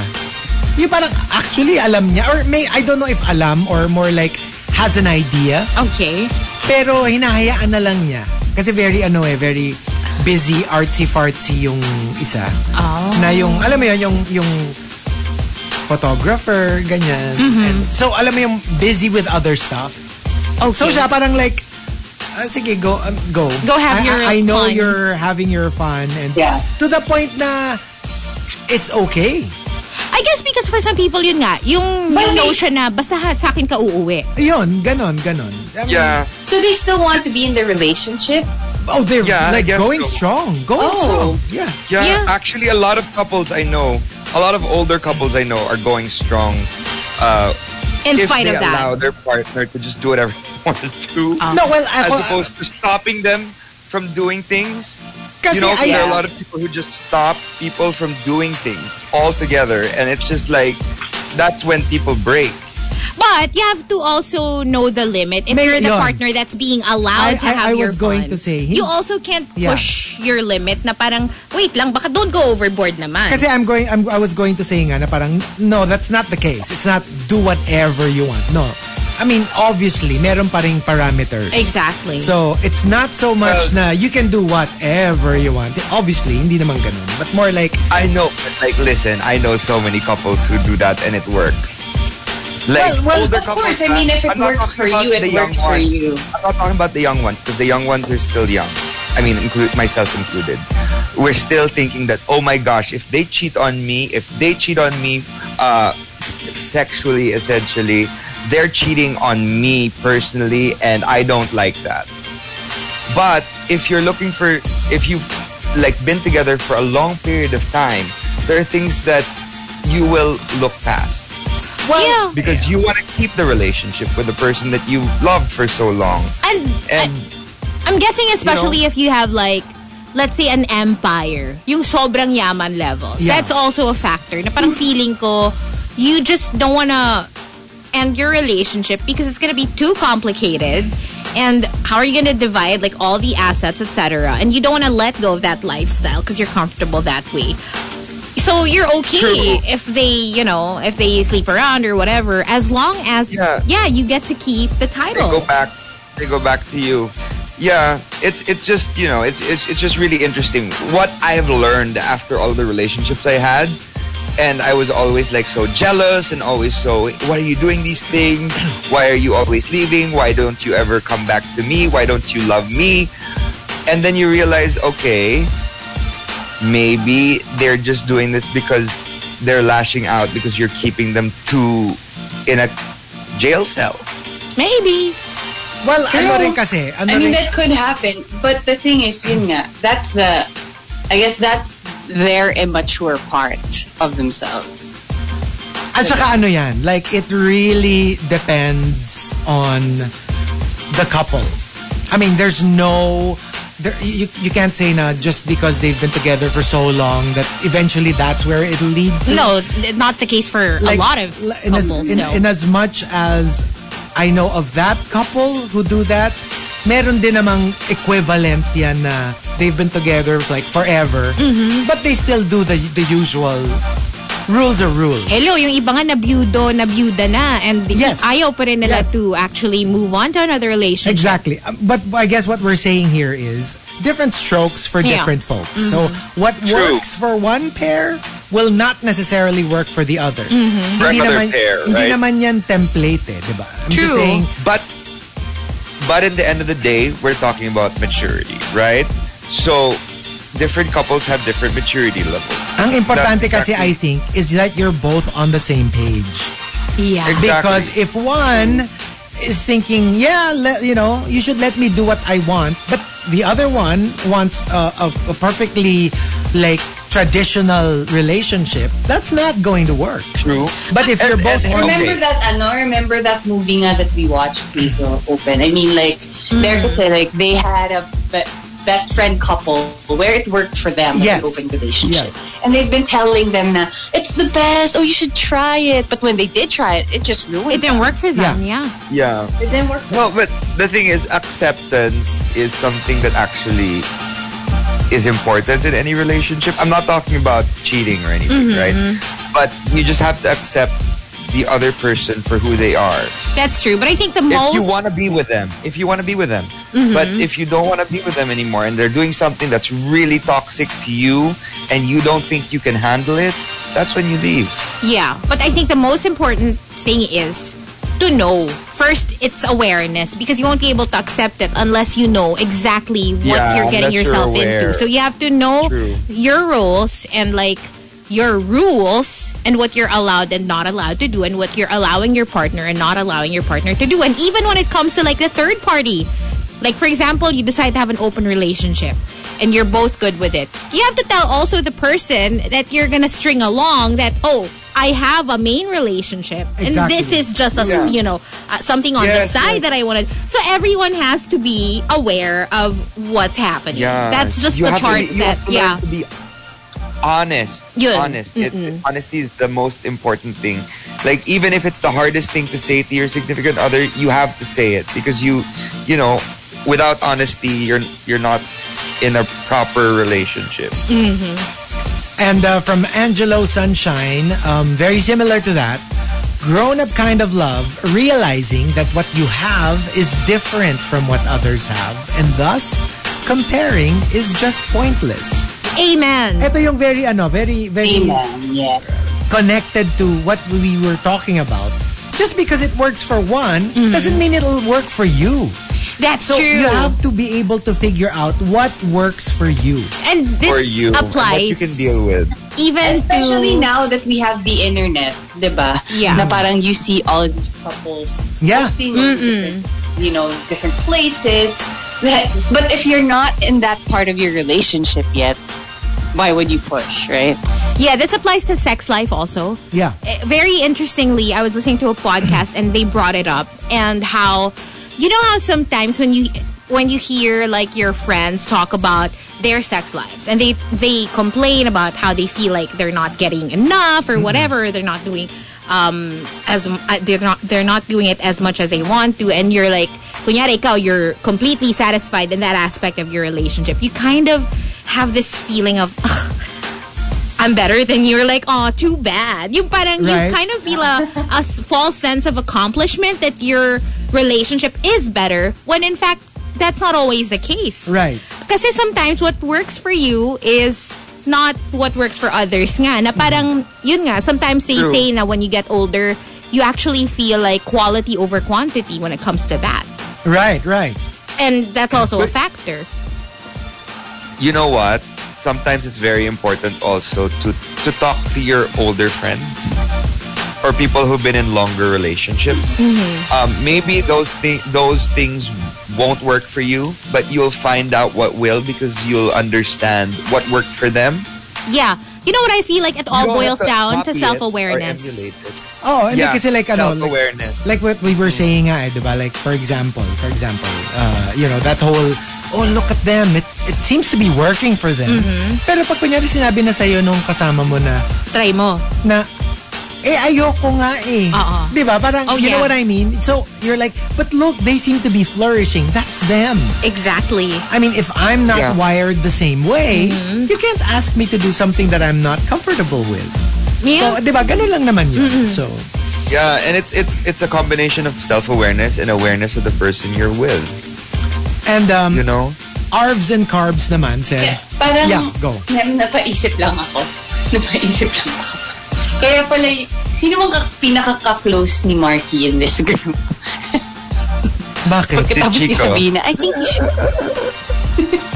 Speaker 2: Yung parang actually alam niya or may I don't know if alam or more like has an idea
Speaker 3: Okay.
Speaker 2: pero hinahayaan na lang niya. Kasi very ano eh, very busy, artsy-fartsy yung isa.
Speaker 3: Oh.
Speaker 2: Na yung, alam mo yun, yung, yung photographer, ganyan.
Speaker 3: Mm-hmm.
Speaker 2: And so, alam mo yung busy with other stuff.
Speaker 3: Okay.
Speaker 2: So siya parang like, ah, sige, go. um, go.
Speaker 3: Go have
Speaker 2: I-
Speaker 3: your
Speaker 2: I, I know
Speaker 3: fun.
Speaker 2: you're having your fun. And
Speaker 5: Yeah.
Speaker 2: to the point na it's okay.
Speaker 3: I guess because for some people, yun nga, yung,
Speaker 5: But
Speaker 3: yung
Speaker 5: they-
Speaker 3: notion na basta ha, sa akin ka uuwi.
Speaker 2: Yun, ganon, ganon. I mean,
Speaker 4: Yeah.
Speaker 5: So they still want to be in the relationship?
Speaker 2: Oh, they're
Speaker 4: Yeah, I
Speaker 2: like
Speaker 4: guess
Speaker 2: going
Speaker 4: so.
Speaker 2: strong. Going
Speaker 5: Oh.
Speaker 2: strong. Yeah.
Speaker 4: Yeah,
Speaker 3: Yeah.
Speaker 4: actually, a lot of couples I know, a lot of older couples I know are going strong. Uh,
Speaker 3: In
Speaker 4: if
Speaker 3: spite
Speaker 4: they
Speaker 3: of that.
Speaker 4: allow their partner to just do whatever they want to do,
Speaker 3: Ah.
Speaker 2: No, well,
Speaker 4: as
Speaker 2: ako,
Speaker 4: opposed to stopping them from doing things.
Speaker 2: kasi
Speaker 4: you know, 'cause
Speaker 2: I,
Speaker 4: there are a lot of people who just stop people from doing things altogether, and it's just like that's when people break.
Speaker 3: But you have to also know the limit. If
Speaker 2: May-
Speaker 3: you're the
Speaker 2: yun.
Speaker 3: partner that's being allowed
Speaker 2: I-
Speaker 3: to
Speaker 2: I-
Speaker 3: have
Speaker 2: I was
Speaker 3: your
Speaker 2: going
Speaker 3: fun,
Speaker 2: to say,
Speaker 3: you
Speaker 2: hin-
Speaker 3: also can't
Speaker 2: Yeah.
Speaker 3: push your limit na parang, wait lang, baka don't go overboard naman.
Speaker 2: Kasi I'm going, I'm, I was going to say nga na parang, no, that's not the case. It's not do whatever you want. No. I mean, obviously, meron pa ring parameters.
Speaker 3: exactly.
Speaker 2: So, it's not so much na you can do whatever you want. Obviously, hindi naman ganun. But more like,
Speaker 4: I know, but like, listen, I know so many couples who do that, and it works. Like,
Speaker 5: Well, well,
Speaker 4: older
Speaker 5: of course.
Speaker 4: couples,
Speaker 5: I mean, if it
Speaker 4: I'm not
Speaker 5: works
Speaker 4: talking
Speaker 5: for
Speaker 4: about
Speaker 5: you,
Speaker 4: the
Speaker 5: it
Speaker 4: young
Speaker 5: works for
Speaker 4: ones.
Speaker 5: you.
Speaker 4: I'm not talking about the young ones because the young ones are still young. I mean, include myself included. We're still thinking that oh my gosh, if they cheat on me, if they cheat on me, uh, sexually essentially, they're cheating on me personally, and I don't like that. But if you're looking for, if you've like been together for a long period of time, there are things that you will look past
Speaker 2: well,
Speaker 3: yeah.
Speaker 4: because you want to keep the relationship with the person that you loved for so long.
Speaker 3: And,
Speaker 4: And
Speaker 3: I'm guessing especially if you have like, let's say an empire, yung sobrang yaman levels.
Speaker 2: Yeah.
Speaker 3: That's also a factor. Na parang feeling ko, you just don't wanna end your relationship because it's gonna be too complicated. And how are you gonna divide like all the assets, etc. And you don't wanna let go of that lifestyle because you're comfortable that way. So you're okay
Speaker 4: True.
Speaker 3: if they, you know, if they sleep around or whatever, as long as
Speaker 4: Yeah.
Speaker 3: you get to keep the
Speaker 4: they
Speaker 3: title.
Speaker 4: go back, they go back to you. Yeah, it's it's just you know it's it's it's just really interesting what I've learned after all the relationships I had, and I was always like so jealous and always so why are you doing these things? Why are you always leaving? Why don't you ever come back to me? Why don't you love me? And then you realize, okay, maybe they're just doing this because they're lashing out because you're keeping them too in a jail cell.
Speaker 3: Maybe.
Speaker 2: well, ano
Speaker 5: True.
Speaker 2: rin kasi, ano
Speaker 5: I mean,
Speaker 2: rin,
Speaker 5: that could happen. But the thing is, yun nga, that's the, I guess that's their immature part of themselves.
Speaker 2: At saka ano yan, like it really depends on the couple. I mean, there's no, there, you, you can't say na just because they've been together for so long that eventually that's where it'll lead to.
Speaker 3: No, th- not the case for
Speaker 2: Mm. Like,
Speaker 3: a lot of
Speaker 2: li- in as,
Speaker 3: couples.
Speaker 2: in,
Speaker 3: no.
Speaker 2: in as much as I know of that couple who do that, meron din namang equivalent yan na they've been together like forever,
Speaker 3: Mm-hmm.
Speaker 2: but they still do the, the usual rules are rules.
Speaker 3: Hello, yung iba nga nabiyudo, nabiyuda na. And
Speaker 2: Yes.
Speaker 3: ayaw pa rin nila
Speaker 2: Yes.
Speaker 3: to actually move on to another relationship.
Speaker 2: Exactly. Um, But I guess what we're saying here is different strokes for
Speaker 3: Yeah. Mm-hmm.
Speaker 2: different folks. So what works for one pair will not necessarily work for the other.
Speaker 3: Mm-hmm.
Speaker 4: For
Speaker 2: Hindi
Speaker 4: another
Speaker 2: naman,
Speaker 4: pair,
Speaker 2: hindi
Speaker 4: right?
Speaker 2: naman yan template eh, di ba? I'm just
Speaker 3: True.
Speaker 2: saying,
Speaker 4: But but at the end of the day, we're talking about maturity, right? So different couples have different maturity levels.
Speaker 2: ang importante
Speaker 4: That's
Speaker 2: kasi I think
Speaker 4: exactly-
Speaker 2: is that you're both on the same page.
Speaker 3: Yeah.
Speaker 4: Exactly.
Speaker 2: Because if one is thinking, yeah, le- you know, you should let me do what I want, but the other one wants a, a, a perfectly like traditional relationship, that's not going to work.
Speaker 4: True.
Speaker 2: But if you're
Speaker 4: And-
Speaker 2: both
Speaker 4: and-
Speaker 2: on,
Speaker 4: and-
Speaker 5: Remember
Speaker 4: Okay.
Speaker 5: that, ano, remember that movie nga that we watched, Please Open? I mean, like, there
Speaker 3: Mm.
Speaker 5: kasi, like, they had a be- best friend couple where it worked for them, like,
Speaker 2: Yes.
Speaker 5: an open relationship. And they've been telling them na, it's the best, oh, you should try it. But when they did try it, it just
Speaker 3: It
Speaker 5: ruined
Speaker 3: didn't work for them, yeah.
Speaker 4: Yeah.
Speaker 5: It didn't work.
Speaker 4: Well, but the thing is, acceptance is something that actually is important in any relationship. I'm not talking about cheating or anything, right? but you just have to accept the other person for who they are.
Speaker 3: That's true. But I think the
Speaker 4: If you
Speaker 3: most
Speaker 4: want to be with them, if you want to be with them, but if you don't want to be with them anymore and they're doing something that's really toxic to you and you don't think you can handle it, that's when you leave.
Speaker 3: Yeah, but I think the most important thing is to know. First, it's awareness because you won't be able to accept it unless you know exactly what
Speaker 4: Yeah,
Speaker 3: you're getting
Speaker 4: unless you're
Speaker 3: yourself
Speaker 4: aware.
Speaker 3: into. So you have to know
Speaker 4: True.
Speaker 3: your roles and like your rules and what you're allowed and not allowed to do and what you're allowing your partner and not allowing your partner to do. And even when it comes to like the third party, like for example, you decide to have an open relationship and you're both good with it. You have to tell also the person that you're gonna string along that oh, I have a main relationship and
Speaker 2: Exactly.
Speaker 3: this is just a you know uh, something on
Speaker 4: Yes,
Speaker 3: the side
Speaker 4: yes.
Speaker 3: that I wanted. So everyone has to be aware of what's happening.
Speaker 4: Yeah,
Speaker 3: That's just
Speaker 4: You
Speaker 3: the
Speaker 4: have to
Speaker 3: part
Speaker 4: be- you
Speaker 3: that
Speaker 4: have to learn
Speaker 3: yeah.
Speaker 4: to be honest.
Speaker 3: Yun.
Speaker 4: Honest. It's, honesty is the most important thing. Like even if it's the hardest thing to say to your significant other, you have to say it because you, you know, without honesty, you're you're not in a proper relationship.
Speaker 2: And uh, from Angelo Sunshine, um, very similar to that, grown up kind of love, realizing that what you have is different from what others have, and thus comparing is just pointless.
Speaker 3: Amen.
Speaker 2: Ito yung very, ano, very, very
Speaker 5: Amen. Yes.
Speaker 2: connected to what we were talking about. Just because it works for one doesn't mean it'll work for you.
Speaker 3: That's
Speaker 2: So
Speaker 3: true.
Speaker 2: you have to be able to figure out what works for you.
Speaker 3: and this
Speaker 4: for you, and what you
Speaker 3: applies
Speaker 4: can deal with.
Speaker 3: even
Speaker 5: Especially
Speaker 3: to
Speaker 5: now that we have the internet, di ba?
Speaker 3: Yeah.
Speaker 5: Na parang you see all the couples
Speaker 2: Yeah.
Speaker 5: posting on different, you know, different places. That- But if you're not in that part of your relationship yet, why would you push, right?
Speaker 3: yeah, this applies to sex life also.
Speaker 2: Yeah.
Speaker 3: Uh, very interestingly, I was listening to a podcast and they brought it up and how you know how sometimes when you when you hear like your friends talk about their sex lives and they they complain about how they feel like they're not getting enough or
Speaker 4: Mm-hmm.
Speaker 3: whatever they're not doing um as uh, they're not they're not doing it as much as they want to and you're like kunyari ikaw you're completely satisfied in that aspect of your relationship you kind of have this feeling of "Ugh, I'm better than you're like, oh, too bad. You parang
Speaker 2: Right.
Speaker 3: you kind of feel a, a s- false sense of accomplishment that your relationship is better when in fact that's not always the case.
Speaker 2: Right.
Speaker 3: Kasi sometimes what works for you is not what works for others nga. Na parang, yun nga, sometimes they
Speaker 4: Mm-hmm. True.
Speaker 3: say na when you get older, you actually feel like quality over quantity when it comes to that.
Speaker 2: Right, right.
Speaker 3: And that's also a
Speaker 4: But-
Speaker 3: factor.
Speaker 4: You know what? Sometimes it's very important also to to talk to your older friends or people who've been in longer relationships.
Speaker 3: Mm-hmm.
Speaker 4: Um, maybe those thi- those things won't work for you, but you'll find out what will because you'll understand what worked for them.
Speaker 3: Yeah. You know what I feel like? It all
Speaker 4: You don't
Speaker 3: boils
Speaker 4: have to
Speaker 3: down to
Speaker 4: copy it or
Speaker 3: self-awareness.
Speaker 4: emulate it.
Speaker 2: Oh, and
Speaker 4: Yeah,
Speaker 2: kasi like, ano, like,
Speaker 4: self-awareness.
Speaker 2: like what we were saying nga, eh, di ba? Like, for example, for example, uh, you know, that whole, oh, look at them. It, it seems to be working for them. Pero pag kunyari sinabi na sa'yo nung kasama mo na,
Speaker 3: Try mo.
Speaker 2: na, eh, ayoko nga eh.
Speaker 3: Oo.
Speaker 2: Di ba? Parang,
Speaker 3: Oh,
Speaker 2: you know
Speaker 3: yeah.
Speaker 2: what I mean? So, you're like, but look, they seem to be flourishing. That's them.
Speaker 3: Exactly.
Speaker 2: I mean, if I'm not
Speaker 4: Yeah.
Speaker 2: wired the same way,
Speaker 3: Mm-hmm.
Speaker 2: you can't ask me to do something that I'm not comfortable with.
Speaker 3: Yeah.
Speaker 2: So, di ba? Ganun lang naman yun. So,
Speaker 4: Yeah, and it's it's it's a combination of self-awareness and awareness of the person you're with.
Speaker 2: and um,
Speaker 4: You know.
Speaker 2: Arvs and Carbs naman says,
Speaker 5: Parang,
Speaker 2: Yeah, go.
Speaker 5: Nap- napaisip lang ako. Napaisip lang ako. Kaya pala, y- sino bang ka- pinaka-close ni Marky in this group?
Speaker 2: bakit?
Speaker 5: Tapos
Speaker 4: Chico.
Speaker 5: ni Sabina, I think you should,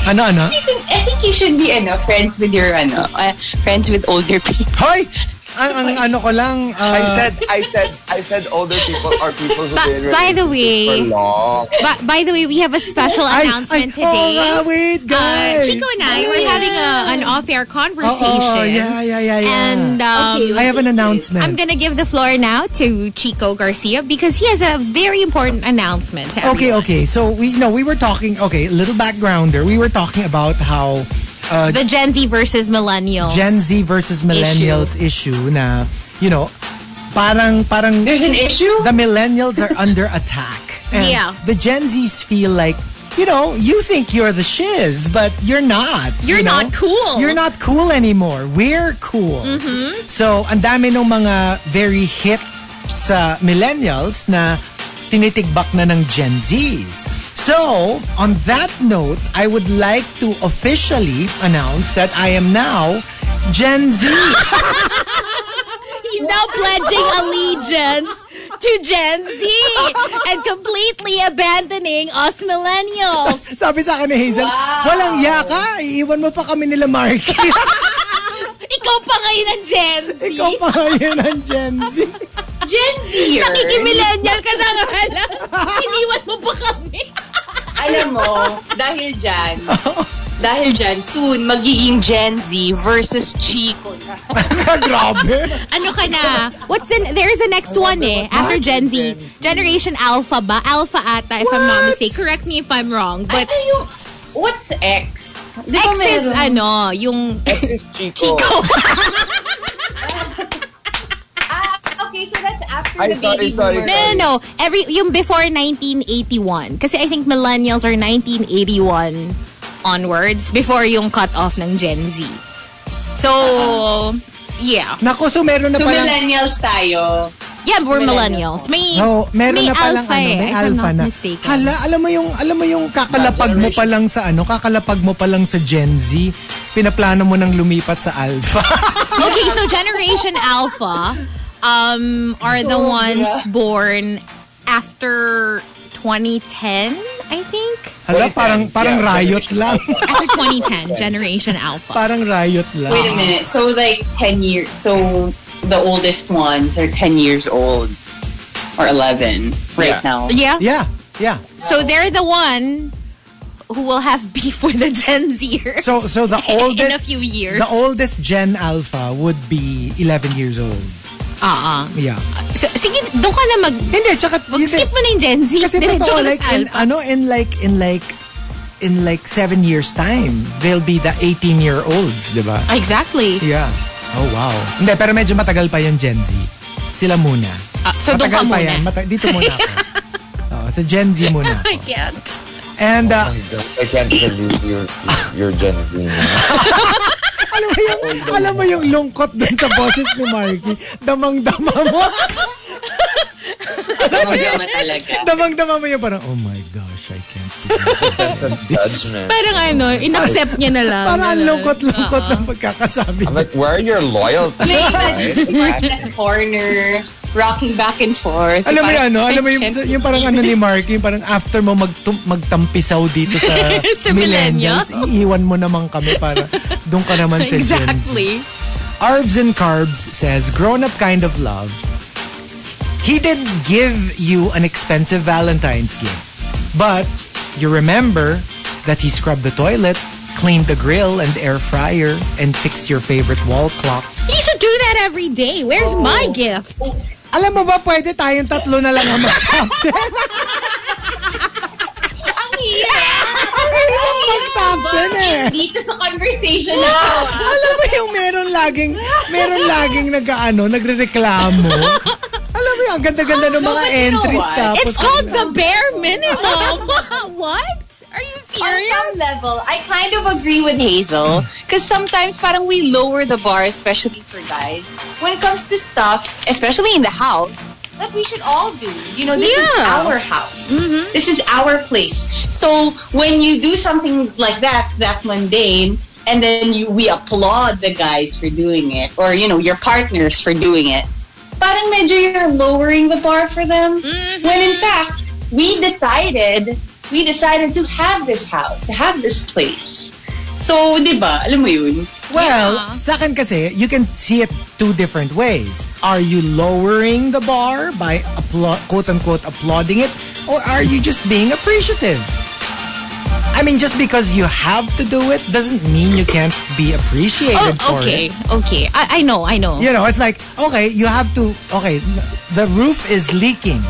Speaker 2: Ano, ano?
Speaker 5: I think you should be, ano, friends with your, ano, uh, friends with older people.
Speaker 2: Hoy! Ang, ang ano ko lang, uh,
Speaker 4: I said, I said, I said older people are people who've been in
Speaker 3: But- by the
Speaker 4: relationships
Speaker 3: way-
Speaker 4: for long.
Speaker 3: But by the way, we have a special
Speaker 2: ay,
Speaker 3: announcement
Speaker 2: ay, Oh, nga,
Speaker 3: today.
Speaker 2: wait,
Speaker 3: Uh,
Speaker 2: guys.
Speaker 3: Chico and I were having a, an off-air conversation,
Speaker 2: Oh, yeah, yeah, yeah, yeah.
Speaker 3: and um,
Speaker 2: I have an announcement.
Speaker 3: I'm gonna give the floor now to Chico Garcia because he has a very important announcement. to
Speaker 2: Okay,
Speaker 3: everyone.
Speaker 2: okay. So we no, we were talking. Okay, little backgrounder. We were talking about how uh,
Speaker 3: The Gen Z versus millennials.
Speaker 2: Gen Z versus millennials issue. na you know, parang parang
Speaker 5: There's an issue?
Speaker 2: the millennials are under attack. And
Speaker 3: Yeah.
Speaker 2: The Gen Zs feel like you know, you think you're the shiz, but you're not. you
Speaker 3: You're
Speaker 2: know?
Speaker 3: not cool. Mm-hmm.
Speaker 2: You're not cool anymore. We're cool. So, ang dami ng mga very hit sa millennials na tinitigbak na ng Gen Zs. So, on that note, I would like to officially announce that I am now Gen Z.
Speaker 3: He's now pledging allegiance to Gen Z and completely abandoning us millennials.
Speaker 2: Sabi sa akin ni Hazel, walang yaka, iiwan mo pa kami nila Marky.
Speaker 3: Ikaw pa ngayon ang Gen Z.
Speaker 2: Ikaw pa ngayon ang Gen Z.
Speaker 8: Gen Z.
Speaker 3: Nakikimillennial ka na nga lang. Iniwan mo pa kami.
Speaker 8: Alam mo, dahil dyan, dahil dyan, soon, magiging Gen Z versus Chico na.
Speaker 3: Ah,
Speaker 2: Grabe.
Speaker 3: Ano ka na? What's the, there's the next one eh. After Gen Z. Generation Alpha ba? Alpha ata, if I'm not mistaken. Correct me if I'm wrong. But
Speaker 8: Ano yung, what's X? Di ba
Speaker 3: X is
Speaker 8: meron?
Speaker 3: ano, yung...
Speaker 5: This is Chico.
Speaker 3: Chico.
Speaker 8: Ah, okay, so that's after
Speaker 4: Ay,
Speaker 8: the
Speaker 4: sorry,
Speaker 8: baby
Speaker 4: sorry,
Speaker 8: boomer.
Speaker 3: No, no, no. Every yung before 1981 kasi I think millennials are 1981 onwards before yung cut off ng Gen Z. So, yeah.
Speaker 2: Naku, so meron na
Speaker 8: So,
Speaker 2: palang...
Speaker 8: millennials tayo.
Speaker 3: Yeah, we're
Speaker 8: Millennials.
Speaker 3: millennials. May
Speaker 2: No, Oh, meron
Speaker 3: may
Speaker 2: na palang
Speaker 3: alpha,
Speaker 2: ano,
Speaker 3: eh,
Speaker 2: may
Speaker 3: if
Speaker 2: alpha
Speaker 3: I'm
Speaker 2: na.
Speaker 3: not mistaken.
Speaker 2: Hala, alam mo yung alam mo yung kakalapag mo pa lang sa ano, kakalapag mo pa lang sa Gen Z, pinaplano mo nang lumipat sa alpha.
Speaker 3: Okay, so Generation Alpha um are
Speaker 2: Oh,
Speaker 3: the ones born after 2010, I think.
Speaker 2: Hala, parang parang
Speaker 4: Yeah,
Speaker 2: riot lang.
Speaker 3: After 2010, Generation Alpha.
Speaker 2: parang riot lang.
Speaker 8: Wait a minute. So, like, 10 years. So, the oldest ones are 10 years old or 11
Speaker 4: Yeah.
Speaker 8: right
Speaker 2: Uh,
Speaker 8: now.
Speaker 3: Yeah.
Speaker 2: Yeah, yeah.
Speaker 3: So they're the one who will have beef with the Gen Zers.
Speaker 2: So so the
Speaker 3: in a
Speaker 2: oldest
Speaker 3: few years.
Speaker 2: the oldest Gen Alpha would be 11 years old.
Speaker 3: Ah, ah.
Speaker 2: Yeah.
Speaker 3: So, sige, doon ka na mag...
Speaker 2: Hindi, tsaka hindi.
Speaker 3: Skip mo na yung Gen Z.
Speaker 2: Kasi
Speaker 3: Diretso
Speaker 2: totoo,
Speaker 3: ka na
Speaker 2: like,
Speaker 3: sa
Speaker 2: in,
Speaker 3: alpha.
Speaker 2: ano, in like, in like, in like seven years time, they'll be the 18-year-olds, di ba?
Speaker 3: Exactly.
Speaker 2: Yeah. Oh, wow. Hindi, pero medyo matagal pa yung Gen Z. Sila muna.
Speaker 3: Ah, so doon
Speaker 2: matagal
Speaker 3: ka
Speaker 2: pa
Speaker 3: muna.
Speaker 2: yan. Mata- dito muna ako. Oo, sa Gen Z muna ako.
Speaker 3: I can't.
Speaker 2: And, uh,
Speaker 4: Oh I can't believe you're, you're Gen Z.
Speaker 2: alam mo yung, alam mo yung lungkot dun sa boses ni Marky. Damang-dama mo.
Speaker 8: Magama talaga.
Speaker 2: Damang-dama mo yung parang, oh my gosh, I can't believe
Speaker 4: Sense of judgment.
Speaker 3: Parang ano, inaccept niya na lang.
Speaker 2: Parang ang
Speaker 3: Ganun.
Speaker 2: lungkot-lungkot ng pagkakasabi.
Speaker 4: I'm like, where are your loyalties?
Speaker 8: Play that just
Speaker 4: Right?
Speaker 8: in the corner, rocking back and forth.
Speaker 2: Alam mo
Speaker 8: Parang,
Speaker 2: yung ano, alam mo yung,
Speaker 8: I can't
Speaker 2: yung parang ano ni Mark, yung parang after mo magtum- magtampisaw dito sa,
Speaker 3: Sa millennials.
Speaker 2: iiwan mo naman kami para doon ka naman sa Gen Z.
Speaker 3: Exactly.
Speaker 2: Arbs and Carbs says, Grown Up Kind of Love. He did give you an expensive Valentine's gift. But you remember that he scrubbed the toilet, cleaned the grill and air fryer, and fixed your favorite wall clock.
Speaker 3: He should do that every day. Where's my gift?
Speaker 2: Alam mo ba, pwede tayong tatlo na lang ang mag-top 10? Ang hirap mag-top 10 eh.
Speaker 8: Dito sa conversation na.
Speaker 2: Alam mo yung meron laging, meron laging nag-ano, nagre-reklamo. Alam mo yung ang ganda-ganda ng mga
Speaker 8: but you know
Speaker 2: entries
Speaker 8: what?
Speaker 2: tapos.
Speaker 3: It's called the bare minimum. what? Are you
Speaker 8: on
Speaker 3: serious?
Speaker 8: some level, I kind of agree with Hazel because sometimes parang we lower the bar, especially for guys, when it comes to stuff, especially in the house, that we should all do. You know, this is
Speaker 3: Yeah. Mm-hmm.
Speaker 8: our house. This is our place. So when you do something like that, that mundane, and then you, we applaud the guys for doing it, or you know, your partners for doing it. Parang medyo you're lowering the bar for them. When in fact, we decided we decided to have this house, to have this place. So, di ba? Alam mo yun?
Speaker 2: Well, sa akin kasi, you can see it two different ways. Are you lowering the bar by appla- quote-unquote applauding it? Or are you just being appreciative? I mean, just because you have to do it doesn't mean you can't be appreciated
Speaker 3: Oh,
Speaker 2: for it.
Speaker 3: okay. Okay. I, I know. I know.
Speaker 2: You know, it's like, okay, you have to, okay, the roof is leaking.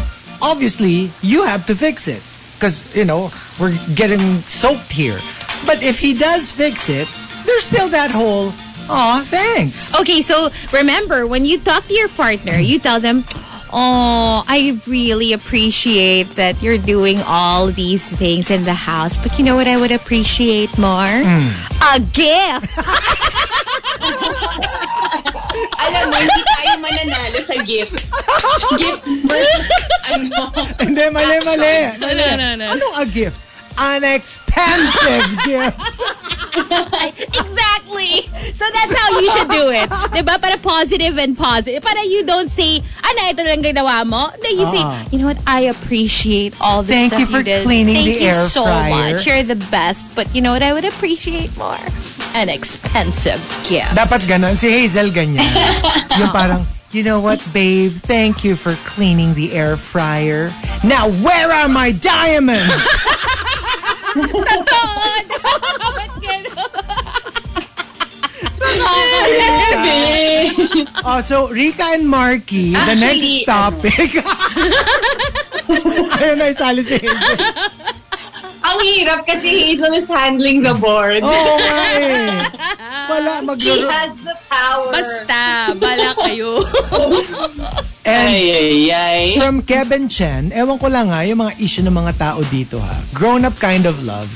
Speaker 2: Obviously, you have to fix it. Because, you know, we're getting soaked here. But if he does fix it, there's still that whole, aw, thanks.
Speaker 3: Okay, so remember when you talk to your partner, you tell them, Oh, I really appreciate that you're doing all these things in the house. But you know what I would appreciate more? A gift.
Speaker 8: Alam mo, hindi tayo mananalo sa gift. gift versus, ano,
Speaker 2: Hindi, mali, mali. mali.
Speaker 3: no, no.
Speaker 2: Anong a gift? An expensive gift.
Speaker 3: exactly. So that's how you should do it. 'Di ba? Para positive and positive. Para you don't say, ano, ito lang ginawa mo. Then you say,
Speaker 2: Ah.
Speaker 3: you know what? I appreciate all the
Speaker 2: Thank
Speaker 3: stuff
Speaker 2: you for
Speaker 3: did.
Speaker 2: cleaning
Speaker 3: Thank
Speaker 2: the
Speaker 3: you
Speaker 2: air
Speaker 3: so
Speaker 2: fryer."
Speaker 3: much. You're the best. But you know what I would appreciate more? An expensive gift.
Speaker 2: Dapat ganun. Si Hazel ganyan. Yung parang, you know what, babe? Thank you for cleaning the air fryer. Now, where are my diamonds?
Speaker 3: Doon! Dapat ganun.
Speaker 2: Oh, so Rika and Marky, the next
Speaker 8: Actually,
Speaker 2: topic. Ayun na, isali si Hazel.
Speaker 8: ang hirap kasi Hazel is handling the board.
Speaker 2: Oo oh, nga eh. Wala,
Speaker 8: She
Speaker 2: maglaro.
Speaker 8: has the power.
Speaker 3: Basta, bala kayo.
Speaker 2: And
Speaker 5: Ay, ay, ay.
Speaker 2: from Kevin Chen, ewan ko lang ha, yung mga issue ng mga tao dito ha, grown-up kind of love,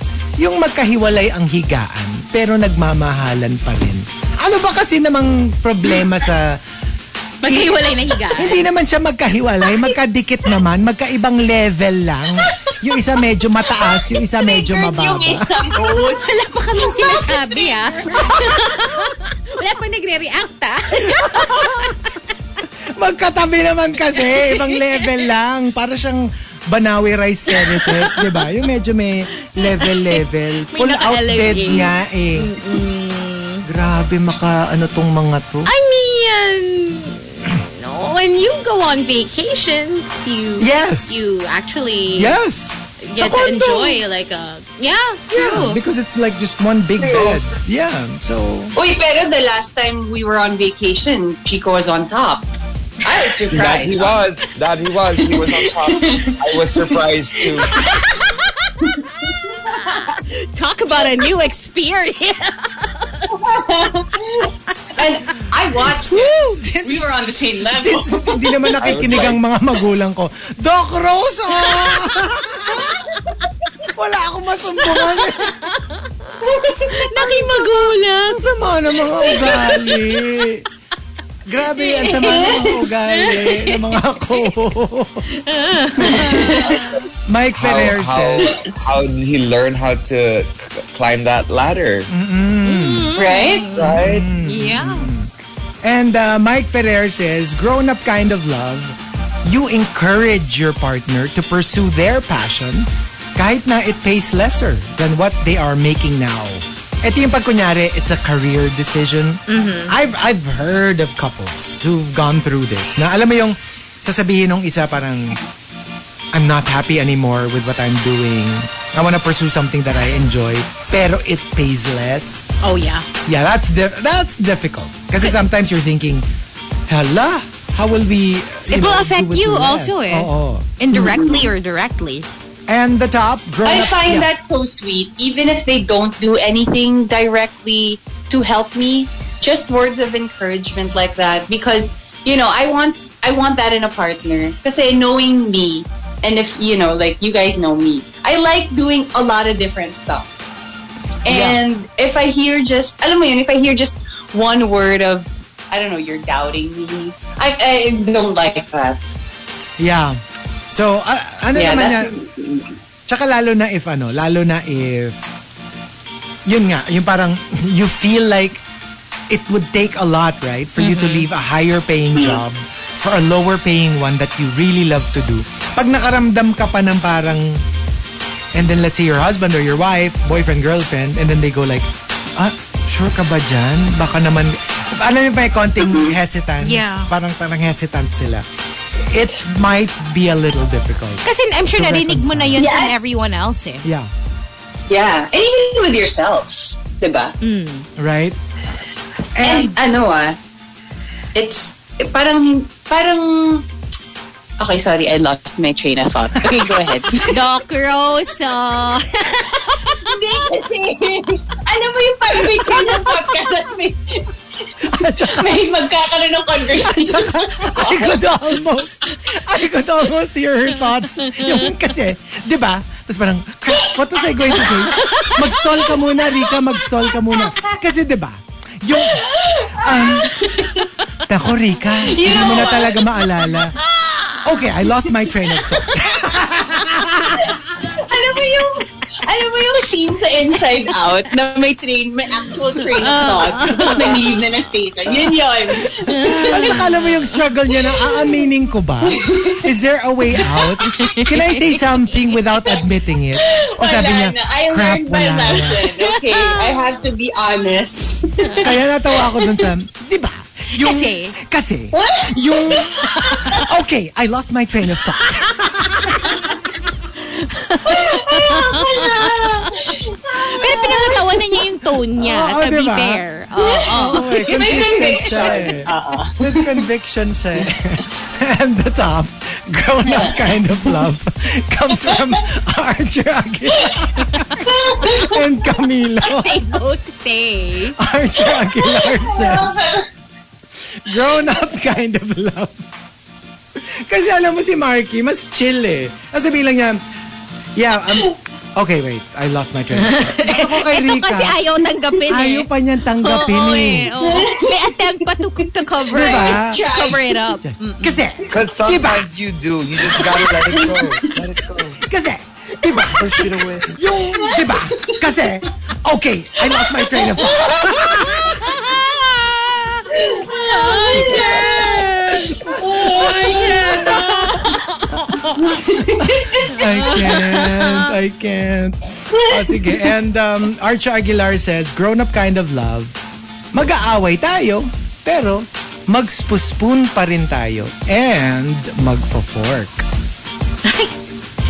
Speaker 2: yung magkahiwalay ang higaan, pero nagmamahalan pa rin. Ano ba kasi namang problema sa...
Speaker 3: Maghiwalay na higa.
Speaker 2: Hindi naman siya magkahiwalay, magkadikit naman, magkaibang level lang. Yung isa medyo mataas, yung isa medyo
Speaker 8: Triggered
Speaker 2: mababa.
Speaker 8: yung isang
Speaker 3: Wala pa kaming sinasabi, ah. Wala pa nagre-react, ah.
Speaker 2: Magkatabi naman kasi, ibang level lang. Para siyang Banawi Rice Terraces, di ba? Yung medyo may level-level. Full out bed
Speaker 3: naka-elevate.
Speaker 2: nga eh. Grabe maka ano tong mga to.
Speaker 3: I mean, no, when you go on vacations, you
Speaker 2: Yes.
Speaker 3: you actually
Speaker 2: Yes! Sa
Speaker 3: get to
Speaker 2: condo.
Speaker 3: enjoy like a yeah,
Speaker 2: Yeah,
Speaker 3: true.
Speaker 2: because it's like just one big bed. Yeah, so...
Speaker 8: Uy, pero the last time we were on vacation, Chico was on top. I was
Speaker 4: That he
Speaker 8: surprised.
Speaker 4: was. That he was. He was on top. I was surprised too.
Speaker 3: Talk about a new experience.
Speaker 8: And I watched
Speaker 2: Woo! Since,
Speaker 8: We were on the same level.
Speaker 2: since hindi naman nakikinig ang mga magulang ko. Doc Rose! oh! Wala akong masumbungan.
Speaker 3: Nakimagulang.
Speaker 2: Ang sama ng mga ugali. Grabe, ang sama ng mga ugali ng mga ako. Mike Ferrer
Speaker 4: How,
Speaker 2: says,
Speaker 4: how, how did he learn how to c- climb that ladder?
Speaker 3: Mm-hmm.
Speaker 8: Right?
Speaker 4: Right?
Speaker 3: Yeah.
Speaker 2: and uh, Mike Ferrer says, grown-up kind of love, you encourage your partner to pursue their passion kahit na it pays lesser than what they are making now. Ito yung pagkunyari, it's a career decision. I've I've heard of couples who've gone through this. Na alam mo yung sasabihin ng isa parang I'm not happy anymore with what I'm doing. I want to pursue something that I enjoy, pero it pays less.
Speaker 3: Oh yeah.
Speaker 2: Yeah, that's dif- that's difficult. Kasi sometimes you're thinking, hala, how will we... you
Speaker 3: It will
Speaker 2: know,
Speaker 3: affect
Speaker 2: do it
Speaker 3: you
Speaker 2: less?"
Speaker 3: also eh.
Speaker 2: Oo.
Speaker 3: Indirectly or directly.
Speaker 2: Oh, And the top, grown
Speaker 8: I
Speaker 2: up-
Speaker 8: find
Speaker 2: yeah.
Speaker 8: that so sweet. Even if they don't do anything directly to help me, just words of encouragement like that. Because you know, I want I want that in a partner. Because knowing me, and if you know, like you guys know me, I like doing a lot of different stuff. And if I hear just, alam mo yun, if I hear just one word of, I don't know, you're doubting me, I, I don't like that.
Speaker 2: Yeah. So, uh, ano
Speaker 8: yeah,
Speaker 2: naman yan?
Speaker 8: that's,
Speaker 2: Tsaka lalo na if ano, lalo na if yun nga, yung parang you feel like it would take a lot, right? For you to
Speaker 8: Mm-hmm.
Speaker 2: leave a higher paying job for a lower paying one that you really love to do. Pag nakaramdam ka pa ng parang and then let's say your husband or your wife, boyfriend, girlfriend, and then they go like, ah, sure ka ba dyan? Baka naman, alam niyo pa yung konting
Speaker 8: Mm-hmm.
Speaker 2: hesitant.
Speaker 3: Yeah.
Speaker 2: Parang, parang hesitant sila. It might be a little difficult.
Speaker 3: Kasi I'm sure
Speaker 2: To
Speaker 3: narinig mo na yun
Speaker 8: reconcile.
Speaker 3: from everyone else eh.
Speaker 2: Yeah.
Speaker 8: yeah. And even with yourself, diba?
Speaker 2: Right?
Speaker 8: And ano ah, it's parang parang Okay, sorry, I lost my train of thought. Okay, go ahead.
Speaker 3: Doc Rose. oh.
Speaker 8: Hindi kasi, alam mo yung parang may train of thought ka, tapos may- May magkakaroon ng conversation.
Speaker 2: I could almost, I could almost hear her thoughts. Yung kasi, di ba? Tapos parang, crap, what was I going to say? Mag-stall ka muna, Rika, mag-stall ka muna. Kasi di ba? Yung, um, Nako, Rika, hindi mo na talaga maalala. Okay, I lost my train of thought.
Speaker 8: alam mo yung, alam mo yung scene sa Inside Out na may train, may actual train thought. Tapos nag-leave na ng station. Yun yun.
Speaker 2: At saka alam mo yung struggle niya na aaminin ko ba? Is there a way out? Can I say something without admitting it? Tapos
Speaker 8: Wala
Speaker 2: sabi niya,
Speaker 8: na. I
Speaker 2: crap,
Speaker 8: learned my
Speaker 2: wala na.
Speaker 8: lesson. Okay, I have to be honest.
Speaker 2: Kaya natawa ako dun sa, di ba? Yung,
Speaker 3: Kasi?
Speaker 2: Kasi. Yung, okay, I lost my train of thought.
Speaker 3: Pero pinagtatawanan niya yung tone niya,
Speaker 2: Oo,
Speaker 3: to be
Speaker 2: diba?
Speaker 3: fair. Oo.
Speaker 2: Oh, eh, consistent siya eh. With conviction siya eh. And the top, grown-up kind of love comes from Archer Aguilar and Camilo.
Speaker 3: They both say.
Speaker 2: Archer Aguilar says, grown-up kind of love. Kasi alam mo si Marky, mas chill eh. Tapos sabihin lang niya, yeah, um, okay, wait, I lost my train of thought. Gusto ko kay
Speaker 3: Ito
Speaker 2: Rika.
Speaker 3: kasi ayaw tanggapin eh.
Speaker 2: Ayaw pa niyang tanggapin
Speaker 3: Oo,
Speaker 2: eh.
Speaker 3: eh. oo. May attempt pa to, to cover
Speaker 2: Diba?
Speaker 3: it. Cover it up.
Speaker 2: Kasi,
Speaker 4: Because sometimes you do. You just gotta let it go. Let it go.
Speaker 2: kasi, diba?
Speaker 4: Push it away.
Speaker 2: Yung, diba? Kasi, okay, I lost my train of thought. I can't. I can't. O, sige. And um, Archer Aguilar says, grown-up kind of love. Mag-aaway tayo, pero magspoon pa rin tayo. And magfo-fork.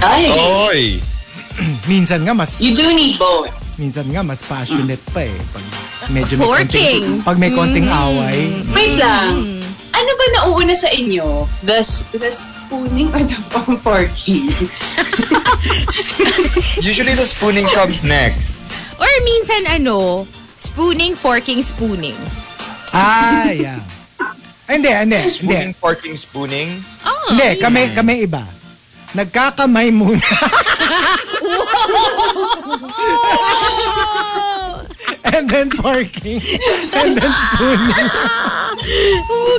Speaker 8: Ay,
Speaker 9: Oy!
Speaker 2: Minsan nga mas,
Speaker 8: you do need both.
Speaker 2: minsan nga mas passionate pa eh. Pag medyo may
Speaker 3: Forking.
Speaker 2: konting,
Speaker 3: Mm-hmm.
Speaker 2: pag may konting away.
Speaker 8: Wait lang. Ano ba nauuna sa inyo? The, s- the spooning or the forking?
Speaker 4: Usually the spooning comes next.
Speaker 3: Or minsan ano, spooning, forking, spooning.
Speaker 2: Ah, yeah. Hindi, hindi, hindi.
Speaker 4: Spooning, forking, spooning.
Speaker 8: Ah.
Speaker 3: Oh,
Speaker 2: Hindi, kami, kami iba. Nagkakamay muna.
Speaker 3: Oh.
Speaker 2: And then parking. And then spooning.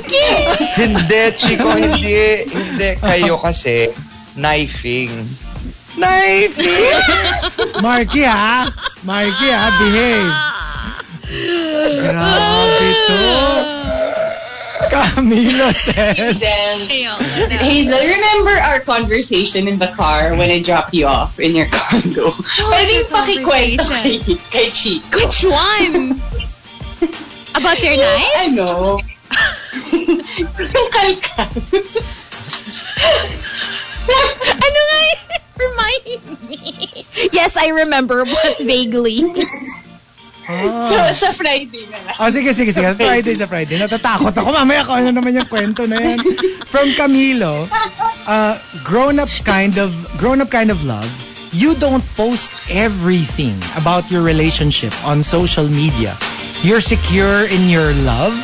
Speaker 3: Okay.
Speaker 4: Hindi, Chico, hindi. Hindi. Kayo kasi, knifing.
Speaker 2: Knife! Marky ha? Marky ha? Behave. Grabe to. Camilo said.
Speaker 8: Then,
Speaker 3: Ayun.
Speaker 8: Hazel, remember our conversation in the car when I dropped you off in your condo? Pwedeng pakikwento kay, kay Chico.
Speaker 3: Which one? About your knife?
Speaker 8: Ano? Yung kalkal.
Speaker 3: Ano nga yun? Remind me. Yes, I remember, but vaguely.
Speaker 8: So, sa Friday na lang.
Speaker 2: Oh, sige, sige, sige. Friday sa Friday. Natatakot ako. Mamaya ko ano naman yung kwento na yan. From Camilo, uh, grown-up kind of, grown-up kind of love, you don't post everything about your relationship on social media. You're secure in your love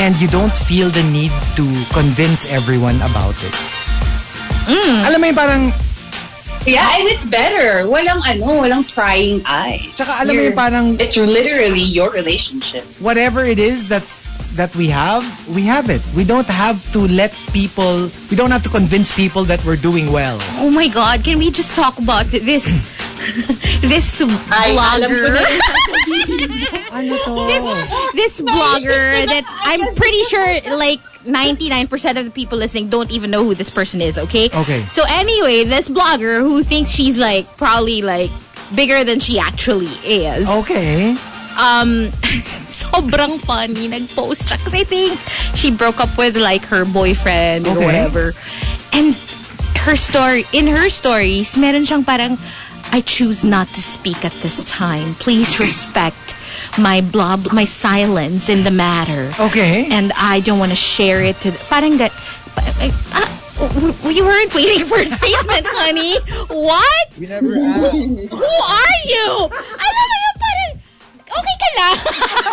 Speaker 2: and you don't feel the need to convince everyone about it. Alam mo yung parang,
Speaker 8: Yeah, and it's better. Walang ano, walang trying eye.
Speaker 2: tsaka alam mo
Speaker 8: You're-
Speaker 2: yung parang
Speaker 8: It's literally your relationship.
Speaker 2: whatever it is that's that we have, we have it. We don't have to let people we don't have to convince people that we're doing well.
Speaker 3: Oh my God, can we just talk about this this
Speaker 8: Ay, alam ko na.
Speaker 3: blogger?
Speaker 2: Ano to?
Speaker 3: This blogger that I'm pretty sure like 99% of the people listening don't even know who this person is, okay?
Speaker 2: Okay.
Speaker 3: So anyway, this blogger who thinks she's like probably like bigger than she actually is.
Speaker 2: Oh. Okay.
Speaker 3: um, sobrang funny. Nag-post siya. Kasi I think she broke up with like her boyfriend or
Speaker 2: Okay.
Speaker 3: whatever. And her story, in her stories, meron siyang parang, I choose not to speak at this time. Please respect my blob, my silence in the matter.
Speaker 2: Okay.
Speaker 3: And I don't want to share it to, parang that, ah, we weren't waiting for a statement, honey. What?
Speaker 4: We never asked.
Speaker 3: Who are you? Alam mo yung parang, okay ka lang.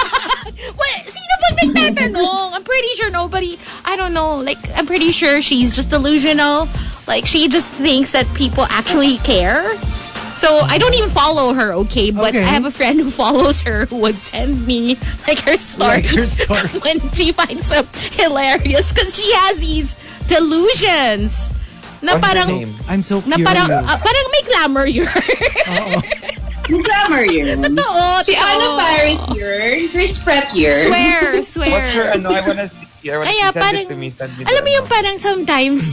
Speaker 3: well, sino bang nagtatanong? I'm pretty sure nobody, I don't know, like, I'm pretty sure she's just delusional. Like, she just thinks that people actually care. So, I don't even follow her, okay? But
Speaker 2: Okay.
Speaker 3: I have a friend who follows her who would send me, like, her stories
Speaker 2: her stories.
Speaker 3: when she finds them hilarious because she has these delusions na
Speaker 4: What's the
Speaker 3: parang
Speaker 4: name?
Speaker 2: I'm so
Speaker 3: na
Speaker 2: curious.
Speaker 3: parang ah, parang may glamour yun.
Speaker 8: Glamour year.
Speaker 3: Oo,
Speaker 8: Si Anna Paris year. Chris Prep year.
Speaker 3: Swear,
Speaker 4: What's her,
Speaker 3: swear.
Speaker 4: ano, I wanna see. I wanna
Speaker 3: Kaya
Speaker 4: see. Send
Speaker 3: parang-
Speaker 4: it to me. Send me
Speaker 3: Alam mo
Speaker 4: the-
Speaker 3: yung parang sometimes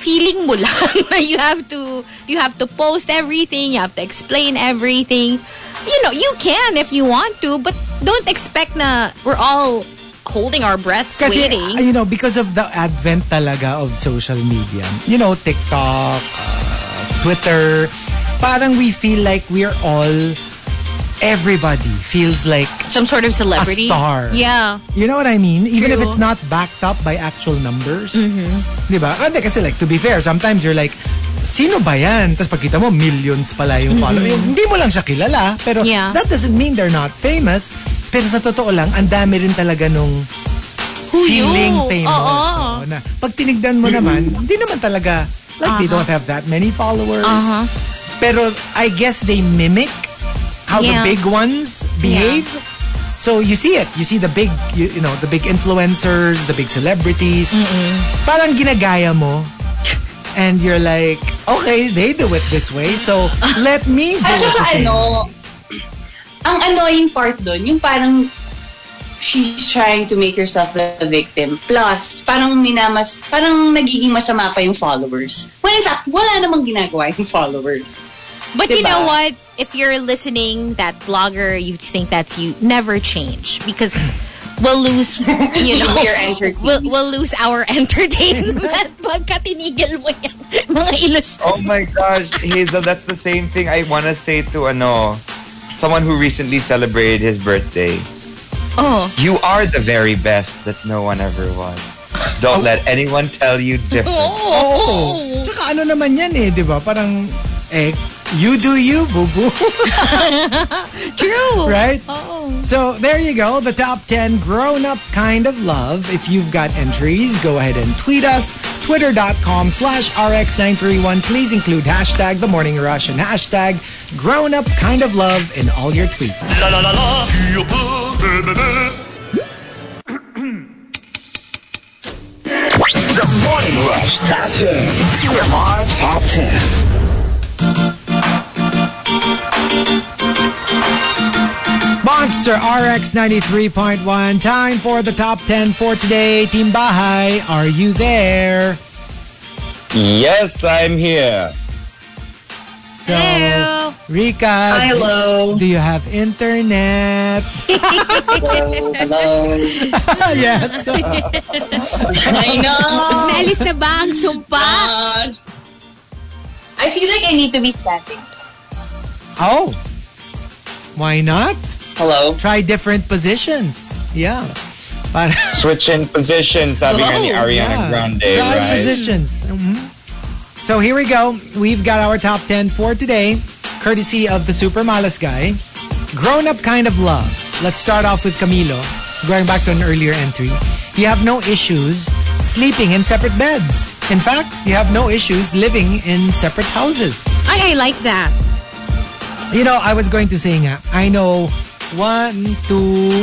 Speaker 3: feeling mo lang na you have to you have to post everything, you have to explain everything. You know, you can if you want to, but don't expect na we're all holding our breaths
Speaker 2: Kasi,
Speaker 3: waiting.
Speaker 2: Uh, you know, because of the advent talaga of social media, you know, TikTok, uh, Twitter, parang we feel like we're all, everybody feels like,
Speaker 3: Some sort of celebrity.
Speaker 2: star.
Speaker 3: Yeah.
Speaker 2: you know what I mean? Even if
Speaker 3: True. Mm-hmm.
Speaker 2: it's not backed up by actual numbers. Di ba? Kasi, kasi like, to be fair, sometimes you're like, sino ba yan? Tapos pagkita mo, millions pala yung follow. Yung, hindi mo lang siya kilala. Pero
Speaker 3: Mm-hmm. Yeah.
Speaker 2: that doesn't mean they're not famous. Pero sa totoo lang, ang dami rin talaga nung feeling
Speaker 3: you?
Speaker 2: famous.
Speaker 3: Oo.
Speaker 2: Oo, na, pag tinignan mo naman, hindi naman talaga, like they don't have that many followers.
Speaker 3: Uh-huh.
Speaker 2: Pero I guess they mimic how
Speaker 3: Yeah.
Speaker 2: the big ones behave. So you see it. You see the big, you, you know, the big influencers, the big celebrities. Parang ginagaya mo. And you're like, okay, they do it this way. So let me do it
Speaker 8: At saka
Speaker 2: the same.
Speaker 8: ano, ang annoying part doon, yung parang she's trying to make herself a victim. Plus, parang minamas, parang nagiging masama pa yung followers. When in fact, wala namang ginagawa yung followers.
Speaker 3: But you
Speaker 8: Diba?
Speaker 3: know what? If you're listening, that blogger, you think that's you. Never change because we'll lose, you know,
Speaker 8: Your entertainment.
Speaker 3: We'll, we'll lose our entertainment pagka tinigil mo yan. Mga illus.
Speaker 4: Oh my gosh, Hazel, that's the same thing I wanna say to ano, someone who recently celebrated his birthday.
Speaker 3: Oh.
Speaker 4: You are the very best that no one ever was. Don't let anyone tell you different.
Speaker 2: Oh. Tsaka ano naman yan eh, di ba? Parang, eh, you do you, boo-boo.
Speaker 3: True.
Speaker 2: right?
Speaker 3: Oh.
Speaker 2: So there you go, the top 10 grown up kind of love. If you've got entries, go ahead and tweet us, twitter.com slash rx931. Please include hashtag the morning rush and hashtag grown up kind of love in all your tweets.
Speaker 6: E,
Speaker 7: The Morning Rush Top 10. TMR Top 10.
Speaker 2: Monster RX 93.1, time for the top 10 for today. Team Bahay, are you there?
Speaker 4: Yes, I'm here.
Speaker 2: So, Rika,
Speaker 8: Hello.
Speaker 2: do you have internet?
Speaker 5: Hello, hello.
Speaker 2: yes.
Speaker 8: I know.
Speaker 3: Naalis na ba ang sumpa?
Speaker 8: I feel like I need to be static.
Speaker 2: Oh. Why not?
Speaker 5: Hello.
Speaker 2: Try different positions. Yeah. Para,
Speaker 4: Switch in position, sabi nga ni
Speaker 3: Oh,
Speaker 2: yeah.
Speaker 4: Ariana Grande,
Speaker 2: Try
Speaker 4: right?
Speaker 2: positions. Mhm. So here we go. We've got our top 10 for today, courtesy of the Super Malas guy. Grown up kind of love. Let's start off with Camilo, going back to an earlier entry. You have no issues sleeping in separate beds. In fact, you have no issues living in separate houses.
Speaker 8: Uh-huh.
Speaker 3: Ay, I like that.
Speaker 2: You know, I was going to say nga, I know one, two,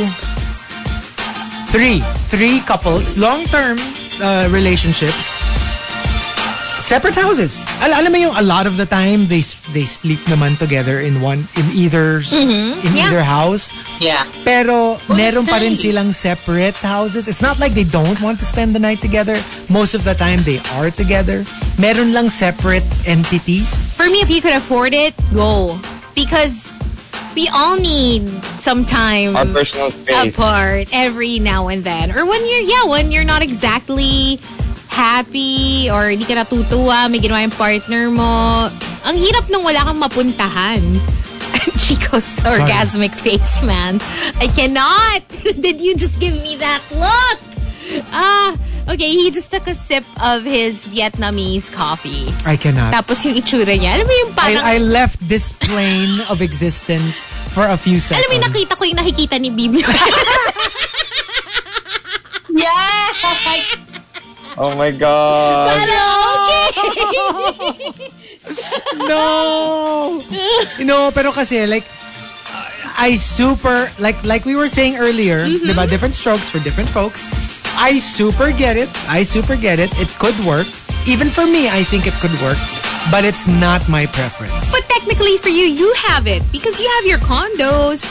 Speaker 2: three, three couples, long-term uh, relationships, separate houses. Al alam mo yung a lot of the time, they s- they sleep naman together in one, in either, s- in
Speaker 3: yeah.
Speaker 2: either house.
Speaker 8: Yeah.
Speaker 2: Pero meron pa rin
Speaker 8: nice.
Speaker 2: silang separate houses. It's not like they don't want to spend the night together. Most of the time, they are together. Meron lang separate entities.
Speaker 3: For me, if you could afford it, go. Because we all need some time.
Speaker 4: Our personal space.
Speaker 3: apart every now and then. Or when you're, yeah, when you're not exactly happy or hindi ka natutuwa, may ginawa yung partner mo. Ang hirap nung wala kang mapuntahan. Chico's orgasmic face, man. I cannot. Did you just give me that look? Ah, Okay, he just took a sip of his Vietnamese coffee.
Speaker 2: I cannot.
Speaker 3: Tapos yung itsura niya, alam mo yung parang...
Speaker 2: I, I left this plane of existence for a few seconds.
Speaker 3: alam mo yung nakita ko yung nakikita ni Bimyo.
Speaker 8: Yeah!
Speaker 4: Oh my god.
Speaker 2: No! no, pero kasi like I super like like we were saying earlier,
Speaker 3: Mm-hmm.
Speaker 2: di ba? Different strokes for different folks. I super get it. I super get it. It could work. Even for me, I think it could work. But it's not my preference.
Speaker 3: But technically for you, you have it because you have your condos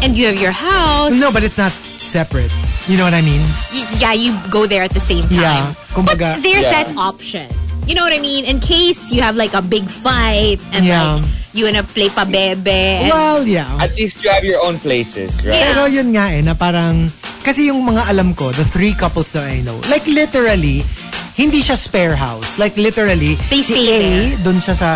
Speaker 3: and you have your house.
Speaker 2: No, but it's not separate. You know what I mean?
Speaker 3: Y- yeah, you go there at the same time.
Speaker 2: Yeah. Oh Kumbaga,
Speaker 3: But there's
Speaker 4: Yeah.
Speaker 3: that option. You know what I mean? In case you have like a big fight and
Speaker 2: Yeah.
Speaker 3: like you wanna play pa bebe. and-
Speaker 2: well, yeah.
Speaker 4: At least you have your own places, right?
Speaker 2: Pero yun nga eh, na parang, kasi yung mga alam ko, the three couples that I know, like literally, hindi siya spare house. Like literally,
Speaker 3: They
Speaker 2: si
Speaker 3: stay
Speaker 2: A,
Speaker 3: there.
Speaker 2: dun siya sa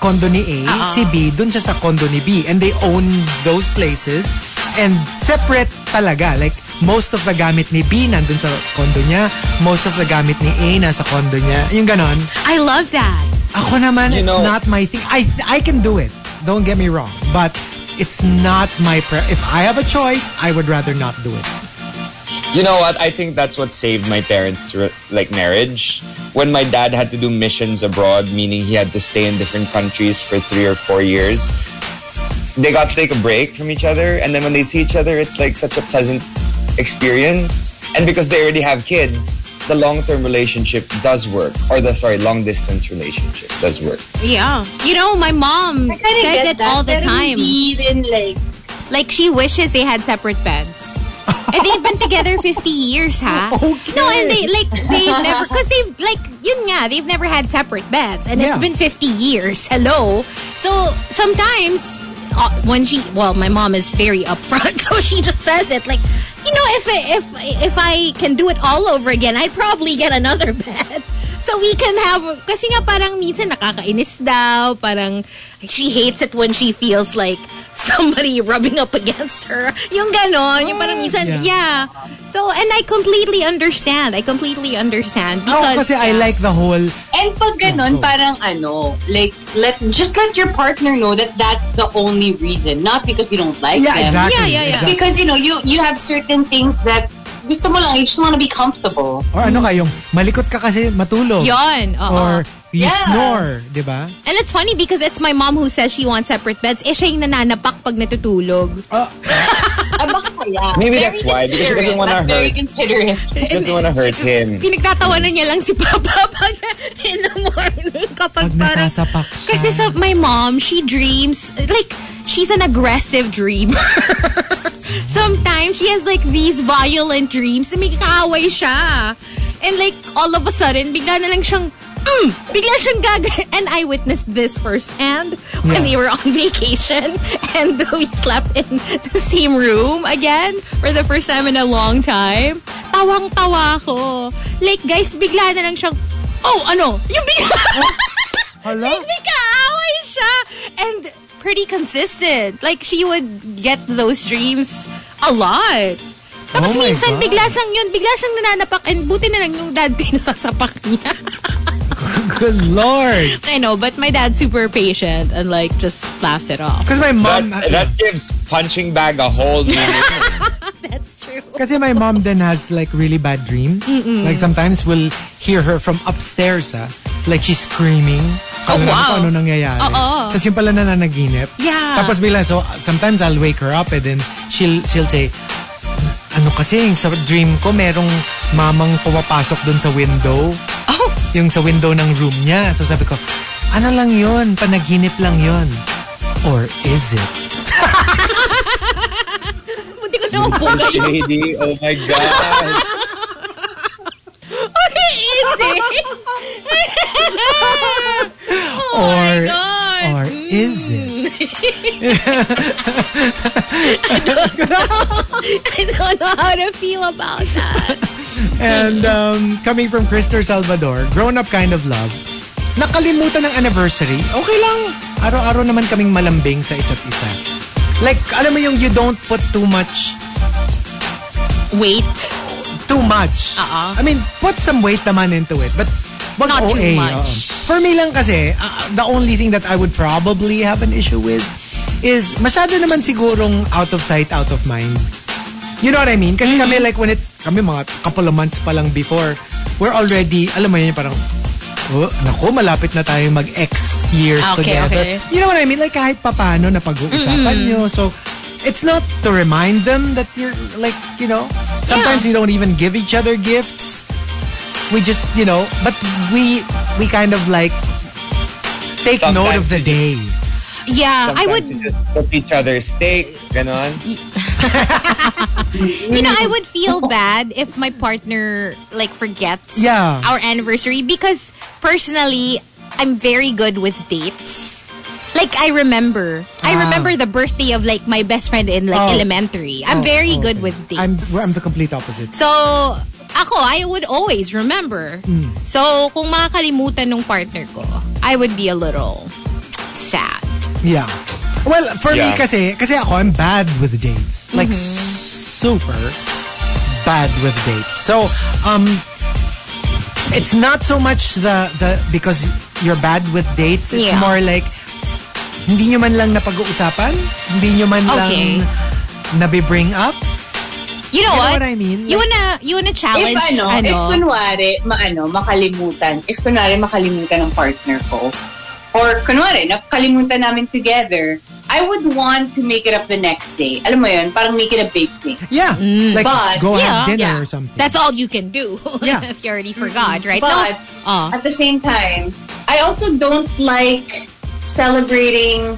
Speaker 2: condo ni A, si B, dun siya sa condo ni B. And they own those places. And separate talaga. Like, most of the gamit ni B nandun sa condo niya. Most of the gamit ni A nasa condo niya. Yung ganon.
Speaker 3: I love that.
Speaker 2: Ako naman, it's
Speaker 4: You know-
Speaker 2: not my thing. I I can do it. Don't get me wrong. But it's not my pre- If I have a choice, I would rather not do it.
Speaker 4: You know what? I think that's what saved my parents' re- like marriage. When my dad had to do missions abroad, meaning he had to stay in different countries for three or four years, they got to take a break from each other, and then when they see each other, it's like such a pleasant experience. And because they already have kids, the long-term relationship does work, or the sorry, long-distance relationship does work.
Speaker 3: Yeah. You know, my mom
Speaker 8: I kinda
Speaker 3: says
Speaker 8: get
Speaker 3: it
Speaker 8: that.
Speaker 3: all the
Speaker 8: Pero
Speaker 3: time.
Speaker 8: Hindi rin like,
Speaker 3: Like she wishes they had separate beds. and they've been together 50 years, ha?
Speaker 2: Okay.
Speaker 3: No, and they like they've never cuz they've like yun nga, they've never had separate beds and it's
Speaker 2: Yeah.
Speaker 3: been 50 years. Hello. So sometimes uh, when she well, my mom is very upfront, so she just says it like you know, if I- if if I can do it all over again, I'd probably get another bed. So we can have kasi nga parang minsan nakakainis daw, parang she hates it when she feels like somebody rubbing up against her. Yung ganon, yung parang minsan,
Speaker 2: Oh, Yeah.
Speaker 3: yeah. So, and I completely understand. I completely understand
Speaker 2: Ako
Speaker 3: because
Speaker 2: kasi I
Speaker 3: yeah.
Speaker 2: like the whole,
Speaker 8: and pag
Speaker 2: Oh, go.
Speaker 8: ganun, parang ano, like, let, just let your partner know that that's the only reason. Not because you don't like
Speaker 2: yeah,
Speaker 8: them.
Speaker 2: exactly.
Speaker 3: Yeah, yeah, yeah.
Speaker 2: exactly.
Speaker 8: Because, you know, you, you have certain things that gusto mo lang, you just want to be comfortable.
Speaker 2: Or ano kayong, malikot ka kasi matulog.
Speaker 3: Yon, oo.
Speaker 2: Or you
Speaker 8: Yeah.
Speaker 2: snore, di ba?
Speaker 3: and it's funny because it's my mom who says she wants separate beds. Eh, siya yung nananapak pag natutulog.
Speaker 8: Ah, baka kaya.
Speaker 4: Maybe
Speaker 8: Very
Speaker 4: that's why, because he
Speaker 8: considerate.
Speaker 4: doesn't wanna
Speaker 8: That's very
Speaker 4: hurt.
Speaker 8: considerate.
Speaker 4: Doesn't want to hurt him.
Speaker 3: Pinagtatawanan niya lang si Papa pag in the morning kapag
Speaker 2: Pag
Speaker 3: parang...
Speaker 2: nasasapak siya.
Speaker 3: Kasi sa my mom, she dreams, like, she's an aggressive dreamer. Sometimes she has like these violent dreams na may kaaway siya. And like, all of a sudden, bigla na lang siyang, mm, bigla siyang gag. And I witnessed this firsthand when
Speaker 2: Yeah.
Speaker 3: we were on vacation and we slept in the same room again for the first time in a long time. Tawang-tawa ko. Like, guys, bigla na lang siyang, oh, ano? Yung bigla.
Speaker 2: Hala?
Speaker 3: Like, may kaaway siya. And pretty consistent. Like, she would get those dreams a lot. Tapos
Speaker 2: Oh my
Speaker 3: minsan,
Speaker 2: God.
Speaker 3: bigla siyang yun, bigla siyang nananapak. And buti na lang yung dad ko yung nasasapak niya.
Speaker 2: Good lord.
Speaker 3: I know, but my dad's super patient and like just laughs it off.
Speaker 2: Because my mom,
Speaker 4: That, that gives punching bag a whole new
Speaker 3: That's true.
Speaker 2: Kasi my mom then has like really bad dreams. Like sometimes we'll hear her from upstairs ah. Like she's screaming.
Speaker 3: Oh,
Speaker 2: Alam
Speaker 3: wow.
Speaker 2: ko ano nangyayari.
Speaker 3: Oo.
Speaker 2: Tapos yung pala nananaginip.
Speaker 3: Yeah.
Speaker 2: Tapos bigla, so sometimes I'll wake her up and then she'll, she'll say, ano kasi, sa dream ko merong mamang pumapasok dun sa window.
Speaker 3: Oh,
Speaker 2: Yung sa window ng room niya. So sabi ko, ano lang yun? Panaginip lang yun. Or is it?
Speaker 3: buti ko naman po
Speaker 4: This lady. Oh my god.
Speaker 2: Oh or,
Speaker 3: my God.
Speaker 2: Or is it?
Speaker 3: I don't know how to feel about that.
Speaker 2: And um, coming from Christopher Salvador, grown-up kind of love. Nakalimutan ng anniversary, okay lang. Araw-araw naman kaming malambing sa isa't isa. Like, alam mo yung you don't put too much
Speaker 3: Wait.
Speaker 2: too much.
Speaker 3: Oo.
Speaker 2: I mean, put some weight naman into it. But wag
Speaker 3: Uh-uh. Not too
Speaker 2: OA.
Speaker 3: much.
Speaker 2: oo. For me lang kasi, uh, the only thing that I would probably have an issue with is masyado naman sigurong out of sight, out of mind. You know what I mean?
Speaker 3: Mm-hmm.
Speaker 2: Kasi kami like when it's, kami mga couple of months pa lang before, we're already, alam mo yun, parang, oh, naku, malapit na tayo mag-X years
Speaker 3: Ah, Okay,
Speaker 2: together.
Speaker 3: okay.
Speaker 2: You know what I mean? Like kahit papano na pag-uusapan nyo. So, it's not to remind them that you're like, you know, sometimes we don't even give each other gifts. We just, you know, but we we kind of like take note of the day.
Speaker 3: Yeah, Uh, I would
Speaker 9: Sometimes you just cook each other's steak, ganon.
Speaker 3: you know,
Speaker 2: Mm.
Speaker 3: I would feel bad if my partner like forgets
Speaker 2: Yeah.
Speaker 3: our anniversary because personally, I'm very good with dates. Like I remember, I
Speaker 2: Ah.
Speaker 3: remember the birthday of like my best friend in like
Speaker 2: Oh.
Speaker 3: elementary. I'm very
Speaker 2: Oh,
Speaker 3: good
Speaker 2: okay.
Speaker 3: with dates.
Speaker 2: I'm I'm the complete opposite.
Speaker 3: so ako, I would always remember.
Speaker 2: Hmm.
Speaker 3: So kung makakalimutan ng partner ko, I would be a little sad.
Speaker 2: Yeah. Well, for me
Speaker 9: Yeah.
Speaker 2: kasi, kasi ako, I'm bad with dates. Like,
Speaker 3: Mm-hmm.
Speaker 2: super bad with dates. So, um, it's not so much the, the, because you're bad with dates. It's
Speaker 3: Yeah.
Speaker 2: more like, hindi nyo man lang napag-uusapan. Hindi nyo man
Speaker 3: Okay.
Speaker 2: lang nabibring up.
Speaker 3: You know,
Speaker 2: You know
Speaker 3: what?
Speaker 2: what I mean?
Speaker 3: You wanna you wanna challenge
Speaker 8: if ano, if
Speaker 3: ano?
Speaker 8: kunwari, ma, ano, makalimutan, if kunwari makalimutan ng partner ko, or kunwari, nakalimutan namin together, I would want to make it up the next day. Alam mo yun, parang make it a big thing.
Speaker 2: Yeah. like,
Speaker 8: but-
Speaker 2: go
Speaker 3: Mm, yeah,
Speaker 2: have dinner
Speaker 8: yeah.
Speaker 2: or something.
Speaker 3: That's all you can do.
Speaker 2: Yeah.
Speaker 3: if you already forgot, right? no.
Speaker 8: But,
Speaker 3: Uh,
Speaker 8: At the same time, I also don't like celebrating,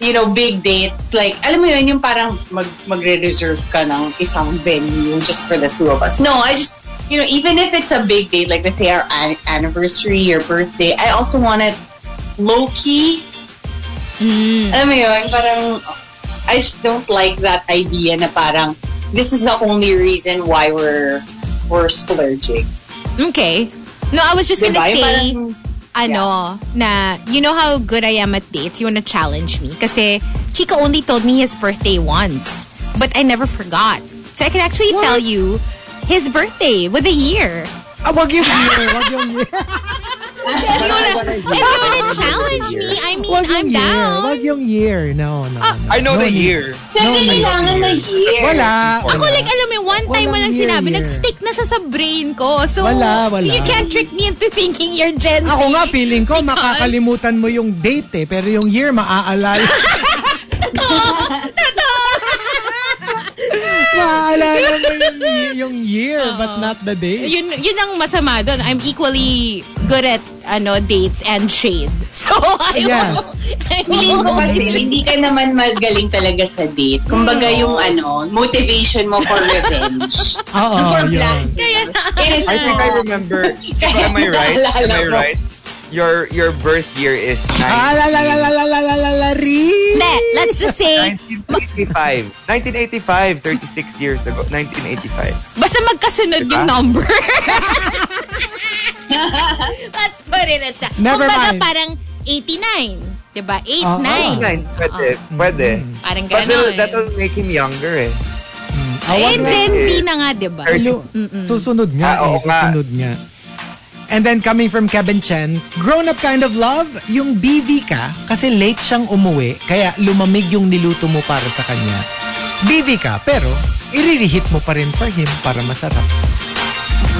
Speaker 8: you know, big dates. Like, alam mo yun, yung parang mag, magre-reserve ka ng isang venue just for the two of us. No, I just, you know, even if it's a big date, like let's say our an- anniversary, your birthday, I also want it low-key. Alam mo yun, parang, I just don't like that idea na parang, this is the only reason why we're we're splurging.
Speaker 3: okay. No, I was just gonna
Speaker 8: Diba? Yung
Speaker 3: say,
Speaker 8: parang-
Speaker 3: ano, na, you know how good I am at dates? You wanna challenge me? Kasi Chica only told me his birthday once, but I never forgot. So I can actually tell you his birthday with a year.
Speaker 2: Ah, wag yung year. Wag yung year.
Speaker 3: If you wanna, if you wanna challenge me, I mean,
Speaker 2: Wag yung
Speaker 3: I'm
Speaker 2: year.
Speaker 3: down. Ah,
Speaker 2: Wag yung year. No, no, no.
Speaker 4: I know
Speaker 2: No
Speaker 4: the
Speaker 2: need.
Speaker 4: year.
Speaker 8: Siyempre,
Speaker 2: No,
Speaker 8: kailangan na year.
Speaker 2: Wala.
Speaker 3: Ako like, alam mo, one time mo
Speaker 2: Walang
Speaker 3: lang
Speaker 2: year,
Speaker 3: sinabi,
Speaker 2: year.
Speaker 3: nag-stick na siya sa brain ko. So,
Speaker 2: Wala, wala.
Speaker 3: you can't trick me into thinking you're Gen Z.
Speaker 2: Ako nga, feeling ko,
Speaker 3: Because-
Speaker 2: makakalimutan mo yung date eh, pero yung year, maaalala. maaalala mo yung, yung year, but not the date.
Speaker 3: yun, yun ang masama doon. I'm equally good at ano dates and shade. So, I
Speaker 2: Yes.
Speaker 3: will. I mean,
Speaker 8: Feeling ko kasi hindi ka naman magaling talaga sa date. Kumbaga yung ano, motivation mo for revenge.
Speaker 2: Oo,
Speaker 8: for
Speaker 2: yun.
Speaker 8: black. Kaya
Speaker 4: I think I remember. Am I right? Am I right? Your your birth year is
Speaker 2: Ah,
Speaker 3: Ah,
Speaker 4: nine-
Speaker 2: Aalalalalalalalari.
Speaker 3: Hindi, let's just say,
Speaker 4: 1985. 1985, 36 years ago. 1985.
Speaker 3: basta magkasunod
Speaker 2: Diba?
Speaker 3: yung number. let's put it at that.
Speaker 2: Never
Speaker 3: Kumbaga,
Speaker 2: mind. Oh,
Speaker 3: parang 89. Diba? 8,
Speaker 2: Oo.
Speaker 3: 9.
Speaker 4: 9, pwede. Pwede.
Speaker 3: Parang
Speaker 4: Kasi
Speaker 3: Ah. Mm-hmm. gano'n.
Speaker 4: that'll make him younger eh.
Speaker 3: Eh,
Speaker 2: Awag na.
Speaker 3: Gen Z na nga, diba?
Speaker 2: Hello. Susunod nga.
Speaker 4: Ah, oo
Speaker 2: eh, susunod nga. And then coming from Kevin Chen, grown up kind of love, yung BV ka, kasi late siyang umuwi, kaya lumamig yung niluto mo para sa kanya. BV ka, pero iririhit mo pa rin for him para masarap.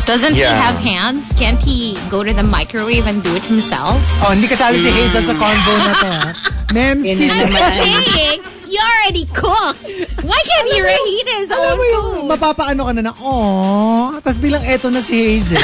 Speaker 3: Doesn't he
Speaker 4: Yeah.
Speaker 3: have hands? Can't he go to the microwave and do it himself?
Speaker 2: Oh, hindi kasali
Speaker 4: Mm.
Speaker 2: si Hazel sa convo na to, ha? Ma'am, excuse me.
Speaker 3: I'm just saying, you already cooked. Why can't he reheat his
Speaker 2: Alam mo yung
Speaker 3: own food?
Speaker 2: mapapaano ka na na, aww, tapos bilang eto na si Hazel.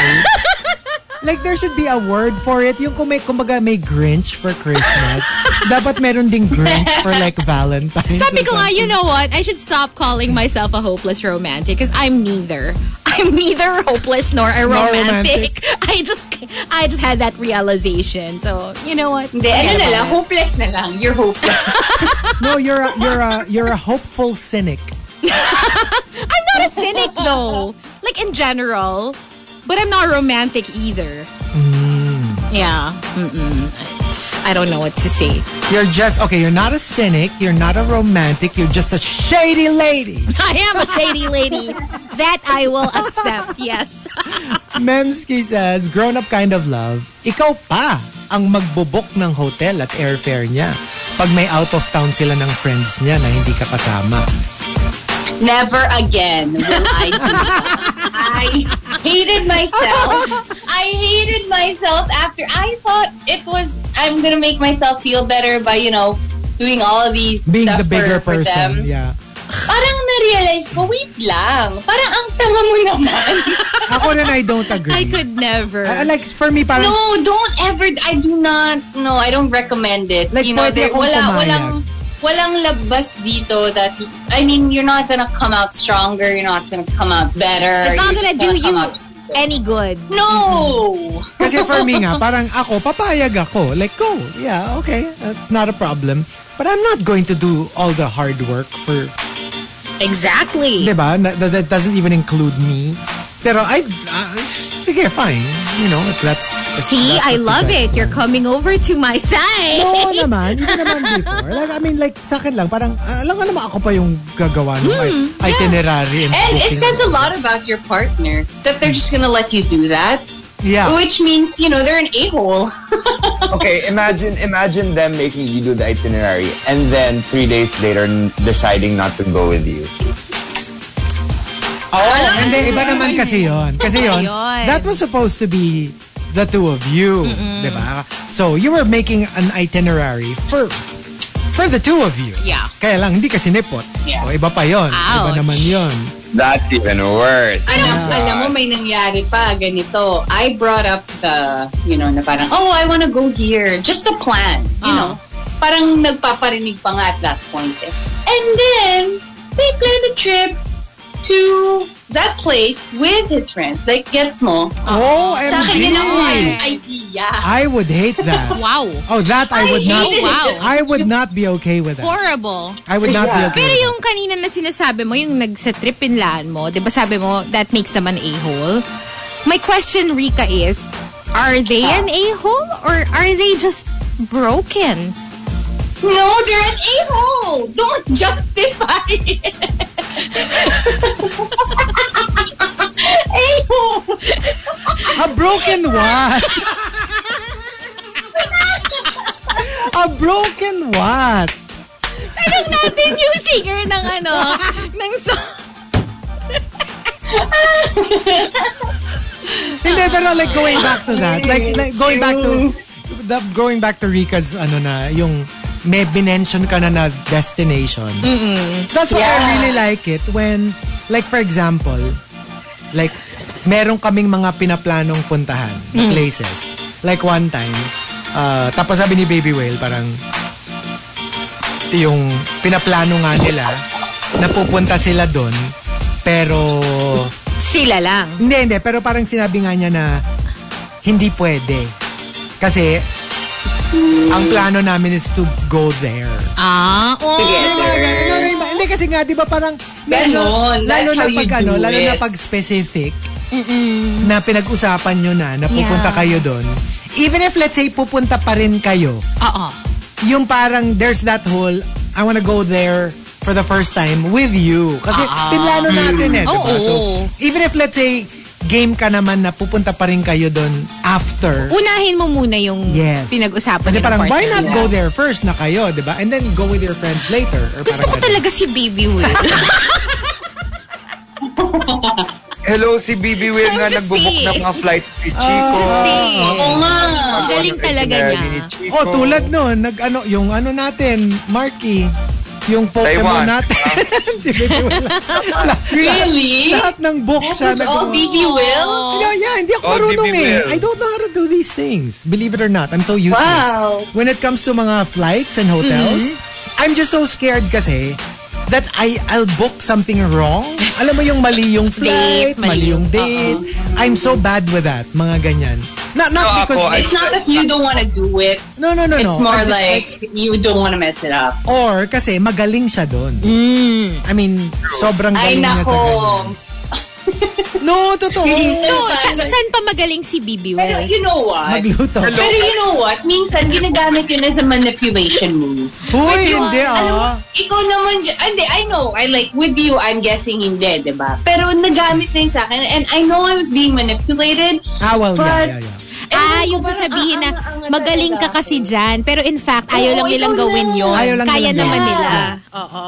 Speaker 2: like, there should be a word for it. Yung kung may, kumbaga may Grinch for Christmas, dapat meron ding Grinch for like Valentine's.
Speaker 3: Sabi
Speaker 2: or
Speaker 3: ko nga,
Speaker 2: something.
Speaker 3: you know what? I should stop calling myself a hopeless romantic because I'm neither. I'm neither hopeless nor a
Speaker 2: Nor
Speaker 3: romantic. I just, I just had that realization. So you know what?
Speaker 8: Hindi, ano
Speaker 3: Forget
Speaker 8: na
Speaker 3: about
Speaker 8: lang,
Speaker 3: it.
Speaker 8: hopeless na lang. You're hopeless.
Speaker 2: No, you're a, you're a, you're a hopeful cynic.
Speaker 3: I'm not a cynic though. Like in general, but I'm not romantic either. Yeah. Mm-mm. I don't know what to say.
Speaker 2: You're just okay. You're not a cynic. You're not a romantic. You're just a shady lady.
Speaker 3: I am a shady lady. That I will accept, yes.
Speaker 2: Memski says, grown up kind of love, ikaw pa ang magbubok ng hotel at airfare niya pag may out of town sila ng friends niya na hindi ka kasama.
Speaker 8: Never again will I do that. I hated myself. I hated myself after I thought it was I'm gonna make myself feel better by, you know, doing all of these
Speaker 2: Being
Speaker 8: stuff
Speaker 2: the bigger
Speaker 8: for, for
Speaker 2: person.
Speaker 8: them.
Speaker 2: Yeah.
Speaker 8: Parang na-realize ko, wait lang. Parang ang tama mo naman.
Speaker 2: Ako rin, I don't agree.
Speaker 3: I could never.
Speaker 2: I- I like, for me, parang,
Speaker 8: no, don't ever I do not no, I don't recommend it.
Speaker 2: Like,
Speaker 8: you know,
Speaker 2: pwede
Speaker 8: there,
Speaker 2: akong
Speaker 8: wala
Speaker 2: pumayag.
Speaker 8: walang walang labas dito that I mean, you're not gonna come out stronger, you're not gonna come out
Speaker 3: It's
Speaker 8: better.
Speaker 3: not
Speaker 8: you're
Speaker 3: gonna
Speaker 8: just
Speaker 3: do
Speaker 8: come
Speaker 3: you Mm-hmm.
Speaker 8: out-
Speaker 3: any good.
Speaker 8: No.
Speaker 2: kasi for me nga, parang ako, papayag ako. Like, go. Yeah, okay. That's not a problem. But I'm not going to do all the hard work for
Speaker 3: Exactly.
Speaker 2: Diba? That, that, that doesn't even include me. Pero I, uh, sige, fine. You know, if that's... if
Speaker 3: See,
Speaker 2: that's
Speaker 3: I
Speaker 2: what you
Speaker 3: love
Speaker 2: guys
Speaker 3: it. You're
Speaker 2: want.
Speaker 3: coming over to my side.
Speaker 2: Oo naman, hindi naman before. Like, I mean, like, sa akin lang, parang, ah, alam ka naman ako pa yung gagawa ng itinerary and,
Speaker 8: Hmm, And
Speaker 2: booking.
Speaker 8: it says a lot about your partner that they're just gonna let you do that,
Speaker 2: Yeah.
Speaker 8: which means you know they're an a-hole.
Speaker 9: Okay, imagine imagine them making you do the itinerary and then three days later n- deciding not to go with you.
Speaker 2: Oo, hindi, iba naman kasi yon. Kasi yon,
Speaker 3: Ayun.
Speaker 2: that was supposed to be the two of you, di ba? So, you were making an itinerary for for the two of you.
Speaker 3: Yeah.
Speaker 2: Kaya lang, hindi kasi nipot. O, iba pa yon. Iba
Speaker 3: Ouch.
Speaker 2: naman yon.
Speaker 9: That's even worse.
Speaker 8: Alam, alam mo, may nangyari pa, ganito. I brought up the, you know, na parang, oh, I wanna go here. Just a plan, you
Speaker 3: Ah.
Speaker 8: know. Parang nagpaparinig pa nga at that point. eh. And then, they planned a trip to that place with his friends, like Getsmo.
Speaker 2: Oh,
Speaker 8: Sa akin, yun ang wild
Speaker 2: MG!
Speaker 8: idea.
Speaker 2: I would hate that.
Speaker 3: Wow.
Speaker 2: Oh, that I would not.
Speaker 8: hated
Speaker 3: it.
Speaker 2: I would not be okay with that.
Speaker 3: Horrible.
Speaker 2: I would not be okay.
Speaker 3: Pero
Speaker 2: with
Speaker 3: yung kanina na sinasabi mo, yung nagsa tripinlaan mo, di ba sabi mo, that makes naman a-hole? My question, Rika, is, are they an a-hole or are they just broken?
Speaker 8: No, they're an a-hole. Don't justify it. a-hole.
Speaker 2: A broken one. A broken what?
Speaker 3: Tanong natin yung singer ng ano, ng song.
Speaker 2: Hindi, pero like going back to that, like, like going back to, the, going back to Rika's ano na, yung may binention ka na na destination. That's why I really like it when, like for example, like meron kaming mga pinaplanong puntahan na places. Like one time, uh, tapos sabi ni Baby Whale, parang yung pinaplano nga nila na pupunta sila doon pero
Speaker 3: Sila lang.
Speaker 2: hindi, hindi. Pero parang sinabi nga niya na hindi pwede. Kasi ang plano namin is to go there.
Speaker 3: Ah, oh.
Speaker 2: Together. Hindi kasi nga, di ba parang
Speaker 8: Ganon. That's
Speaker 2: lalo na
Speaker 8: how you
Speaker 2: pag
Speaker 8: do
Speaker 2: ano, lalo na
Speaker 8: it.
Speaker 2: pag specific na pinag-usapan nyo na na pupunta
Speaker 3: Yeah.
Speaker 2: kayo doon. Even if let's say pupunta pa rin kayo,
Speaker 3: Oo.
Speaker 2: yung parang there's that whole I wanna go there for the first time with you. Kasi
Speaker 8: Ah.
Speaker 2: pinlano natin eh, diba?
Speaker 3: Oo.
Speaker 2: So, even if let's say game ka naman na pupunta pa rin kayo doon after.
Speaker 3: Unahin mo muna yung
Speaker 2: Yes.
Speaker 3: pinag-usapan
Speaker 2: Kasi
Speaker 3: niyo ng
Speaker 2: parang why
Speaker 3: partner
Speaker 2: not
Speaker 3: mo.
Speaker 2: go there first na kayo, di ba? And then go with your friends later. Or
Speaker 3: Gusto ko
Speaker 2: parang ganun.
Speaker 3: talaga si Baby Will.
Speaker 4: Hello, si BB Will
Speaker 3: I'm
Speaker 4: nga
Speaker 3: just
Speaker 4: nagbubook
Speaker 3: saying.
Speaker 4: ng mga flight si
Speaker 2: Ah,
Speaker 4: Chico.
Speaker 3: Oo nga. Ang galing
Speaker 4: Ano,
Speaker 3: talaga
Speaker 4: itinerary
Speaker 3: niya.
Speaker 4: ni Chico.
Speaker 2: Oh, tulad nun, nag, ano, yung ano natin, Marky, yung Pokemon
Speaker 4: Taiwan.
Speaker 2: natin. si Baby Wala.
Speaker 8: Really?
Speaker 2: Lahat ng book siya.
Speaker 8: That's
Speaker 3: oh,
Speaker 8: all
Speaker 2: nagawa.
Speaker 8: BB Will?
Speaker 2: No, yeah, hindi ako
Speaker 4: Oh,
Speaker 2: marunong
Speaker 4: Bibi
Speaker 2: eh.
Speaker 4: Will.
Speaker 2: I don't know how to do these things. Believe it or not, I'm so useless.
Speaker 8: Wow. Mm-hmm.
Speaker 2: When it comes to mga flights and hotels, I'm just so scared kasi that I I'll book something wrong. Alam mo yung mali yung flight,
Speaker 3: Date,
Speaker 2: mali,
Speaker 3: mali
Speaker 2: yung
Speaker 3: yung-
Speaker 2: date. I'm so bad with that, mga ganyan. Not not
Speaker 4: No,
Speaker 2: because
Speaker 4: ako, I-
Speaker 8: It's not that you don't want to do it.
Speaker 2: No, no, no, no.
Speaker 8: It's more
Speaker 2: I'm just
Speaker 8: like you don't want to mess it up.
Speaker 2: or kasi magaling siya doon. I mean, sobrang
Speaker 8: Mm.
Speaker 2: galing
Speaker 8: Ay,
Speaker 2: niya sa
Speaker 8: nako.
Speaker 2: ganyan. No, totoo.
Speaker 3: So, sa- saan pa magaling si Bibi
Speaker 8: Pero
Speaker 3: Well?
Speaker 8: you know what?
Speaker 2: Magluto.
Speaker 8: Pero you know what? Minsan, ginagamit yun as a manipulation move.
Speaker 2: Uy,
Speaker 8: But you
Speaker 2: hindi
Speaker 8: are-
Speaker 2: ah.
Speaker 8: Alam, ikaw naman, dyan- hindi, I know, I like, with you, I'm guessing hindi, di ba? Pero nagamit na yun sa akin, and I know I was being manipulated.
Speaker 2: Ah, well,
Speaker 8: But-
Speaker 2: yeah, yeah, yeah.
Speaker 3: Ah, yung
Speaker 8: Parang,
Speaker 3: sasabihin na
Speaker 8: ah, ah, ah, ah,
Speaker 3: magaling ka
Speaker 8: talaga
Speaker 3: kasi dyan. Pero in fact,
Speaker 8: Oo,
Speaker 3: ayaw lang nilang
Speaker 8: ikaw
Speaker 3: gawin
Speaker 8: na.
Speaker 3: yun.
Speaker 2: Ayaw lang
Speaker 3: Kaya
Speaker 2: nilang
Speaker 3: naman
Speaker 2: gawin.
Speaker 3: nila.
Speaker 2: Yeah.
Speaker 3: Oo.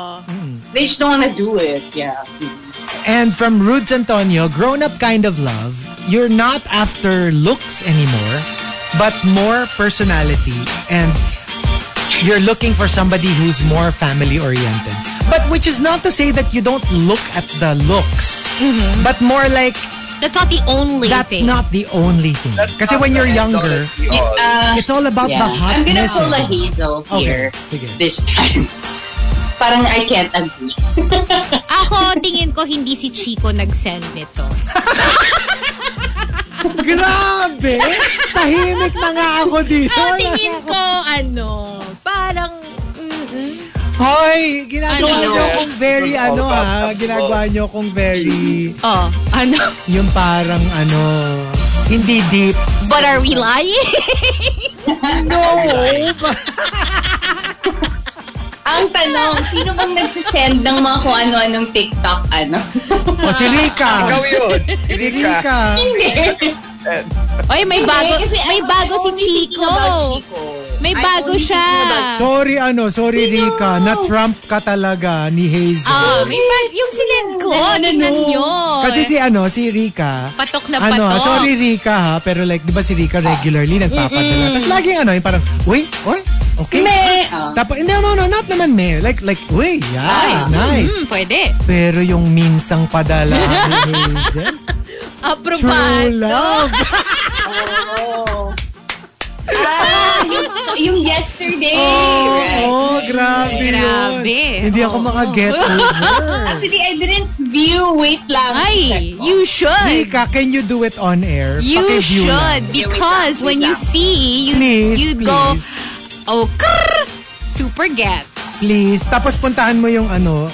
Speaker 8: They just don't wanna do it, yeah.
Speaker 2: And from Rudes Antonio, grown up kind of love, you're not after looks anymore, but more personality. And you're looking for somebody who's more family oriented. But which is not to say that you don't look at the looks,
Speaker 8: Mm-hmm.
Speaker 2: but more like
Speaker 3: That's not the only
Speaker 2: that's
Speaker 3: thing.
Speaker 2: not the only thing. Because when you're younger,
Speaker 8: Uh,
Speaker 2: it's all about
Speaker 8: yeah.
Speaker 2: the hotness.
Speaker 8: I'm gonna pull a
Speaker 2: eh.
Speaker 8: Hazel
Speaker 2: Okay,
Speaker 8: here
Speaker 2: sige.
Speaker 8: this time. Parang I can't agree.
Speaker 3: Ako, tingin ko hindi si Chico nag-send nito.
Speaker 2: Grabe! Tahimik na nga ako dito.
Speaker 3: Ang tingin ko, ano, parang, mm-mm.
Speaker 2: Hoy, ginagawa
Speaker 3: Ano?
Speaker 2: niyo akong very ano ha, ginagawa niyo akong very
Speaker 3: Oh, ano?
Speaker 2: yung parang ano, hindi deep.
Speaker 3: But are we lying?
Speaker 8: Ang tanong, sino bang nagsisend ng mga kung ano-anong TikTok, ano?
Speaker 2: O si Rika,
Speaker 4: yun.
Speaker 2: si Rika.
Speaker 3: Oy, may bago,
Speaker 8: Kasi
Speaker 3: may
Speaker 8: I'm
Speaker 3: bago si
Speaker 8: only thinking
Speaker 3: Chico.
Speaker 8: about Chico.
Speaker 3: May
Speaker 8: I'm
Speaker 3: bago
Speaker 8: only
Speaker 3: siya.
Speaker 8: thinking about
Speaker 2: Sorry ano, sorry Rika, na Trump ka talaga ni Hazel.
Speaker 3: Ah, may bago. Yung sinend ko, tingnan nyo.
Speaker 2: Ano, Kasi si ano, si Rika,
Speaker 3: Patok na
Speaker 2: ano,
Speaker 3: patok.
Speaker 2: sorry Rika ha, pero like, di ba si Rika regularly nagpapadala. Tapos laging ano, yung parang, uy, oy, okay.
Speaker 8: Meh. Ah.
Speaker 2: Tapos, no, no, no, not naman me. Like, like, uy, yeah, nice.
Speaker 3: Hmm, pwede.
Speaker 2: Pero yung minsang padala ni Hazel, true
Speaker 3: Approbado.
Speaker 2: love.
Speaker 8: Ah, yung- yung yesterday. right?
Speaker 2: Oh, grabe yun.
Speaker 3: Grabe.
Speaker 2: Hindi ako
Speaker 3: Oo.
Speaker 2: makaget over.
Speaker 8: Actually, I didn't view. Wait lang.
Speaker 3: Ay, you should.
Speaker 2: Rika, can you do it on air?
Speaker 3: You
Speaker 2: Paki-view
Speaker 3: should.
Speaker 2: lang.
Speaker 3: Because when you see, you,
Speaker 2: Please,
Speaker 3: you
Speaker 2: please.
Speaker 3: go, oh, krrr, super gets.
Speaker 2: Please. Tapos puntahan mo yung ano.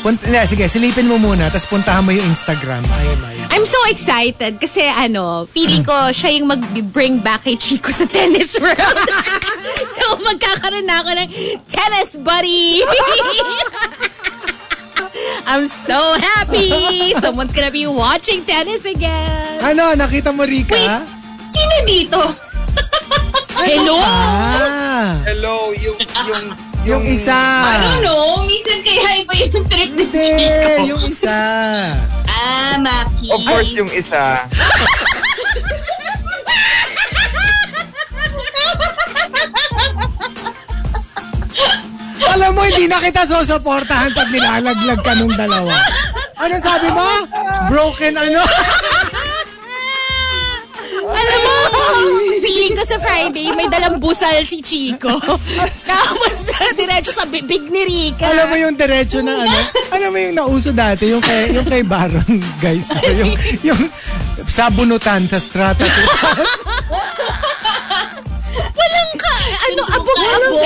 Speaker 2: Punt yeah, sige, silipin mo muna. Tapos puntahan mo yung Instagram. Ayun, ayun.
Speaker 3: I'm so excited kasi ano, feeling ko siya yung mag-bring back kay Chico sa tennis world. so magkakaroon na ako ng tennis buddy. I'm so happy. Someone's gonna be watching tennis again.
Speaker 2: Ano, nakita mo Rika? Ano
Speaker 3: Wait.
Speaker 8: Sino dito?
Speaker 3: Hello?
Speaker 2: Ah,
Speaker 4: Hello, yung, yung,
Speaker 2: yung isa.
Speaker 8: I don't know. Minsan kaya iba yung trip ni
Speaker 2: Hindi,
Speaker 8: Chico.
Speaker 2: yung isa.
Speaker 8: Ah, Maki.
Speaker 4: Of course, yung isa.
Speaker 2: Alam mo, hindi na kita susuportahan pag nilalaglag ka nung dalawa. Ano sabi mo? Broken ano?
Speaker 3: Alam mo, feeling ko sa Friday, may dalang busal si Chico. Tapos, diretso sa bibig ni Rika.
Speaker 2: Alam mo yung diretso na ano? Alam mo yung nauso dati, yung kay, yung kay Baron, guys. Ano, Yung, yung sa bunutan, sa strata.
Speaker 3: Walang ka, ano, abog-abog.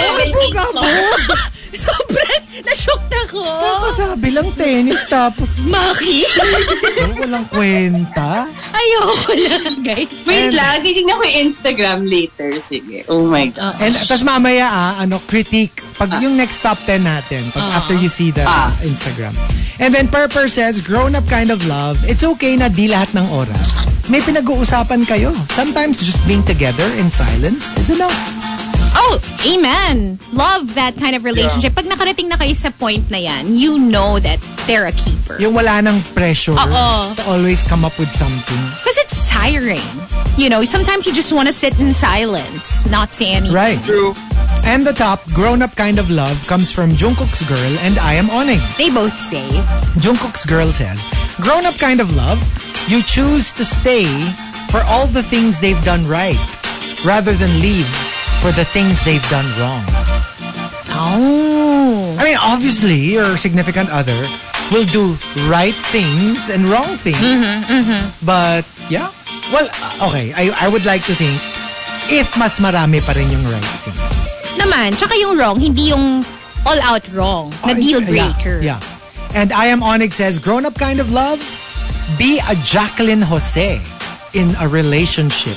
Speaker 3: Sobrang, na-shock na ko.
Speaker 2: Kasabi lang tennis, tapos
Speaker 3: Maki,
Speaker 2: oh, walang kwenta.
Speaker 3: ayoko lang, guys.
Speaker 8: Wait lang. Titignan ko yung Instagram later. Sige. Oh my God.
Speaker 2: And tapos mamaya, ah, ano, critique. Pag yung next top 10 natin, pag after you see the Instagram. And then Purper says, grown up kind of love, it's okay na di lahat ng oras. May pinag-uusapan kayo. Sometimes just being together in silence is enough.
Speaker 3: Oh, amen. Love that kind of relationship. Pag nakarating na kayo sa point na yan, you know that they're a keeper.
Speaker 2: Yung wala ng pressure
Speaker 3: Oo.
Speaker 2: to always come up with something.
Speaker 3: Because it's tiring. You know, sometimes you just want to sit in silence, not say anything.
Speaker 2: Right.
Speaker 4: True.
Speaker 2: And the top grown-up kind of love comes from Jungkook's girl and I am Oning.
Speaker 3: They both say,
Speaker 2: Jungkook's girl says, "Grown-up kind of love, you choose to stay for all the things they've done right rather than leave for the things they've done wrong."
Speaker 3: oh.
Speaker 2: I mean, obviously, your significant other will do right things and wrong things. But, yeah. Well, uh, okay. I, I would like to think if mas marami pa rin yung right thing.
Speaker 3: Naman, tsaka yung wrong, hindi yung all out wrong, na
Speaker 2: Uh,
Speaker 3: deal
Speaker 2: yeah,
Speaker 3: breaker.
Speaker 2: Yeah, And I am Onyx says, grown up kind of love, be a Jacqueline Jose in a relationship.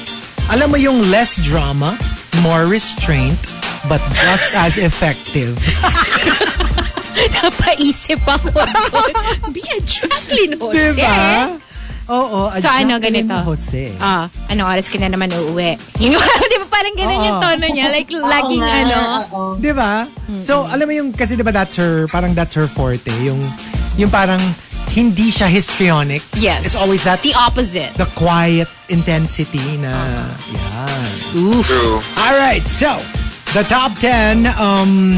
Speaker 2: Alam mo yung less drama, more restraint, but just as effective.
Speaker 3: Napaisip ako. dun. Be a Jacqueline Jose.
Speaker 2: Diba? Oo, a
Speaker 3: So, ano,
Speaker 2: Jacqueline
Speaker 3: ganito?
Speaker 2: Jose.
Speaker 3: Ah, ano oras ka na naman uuwi? Yung, di ba parang ganun yung tono niya? Like, laging ano.
Speaker 2: Di ba? Diba? So, alam mo yung, kasi di ba that's her, parang that's her forte. Yung, yung parang, hindi siya histrionic.
Speaker 3: Yes.
Speaker 2: It's always that,
Speaker 3: The opposite.
Speaker 2: the quiet intensity na, yan.
Speaker 4: True.
Speaker 2: All right, so the top 10 um,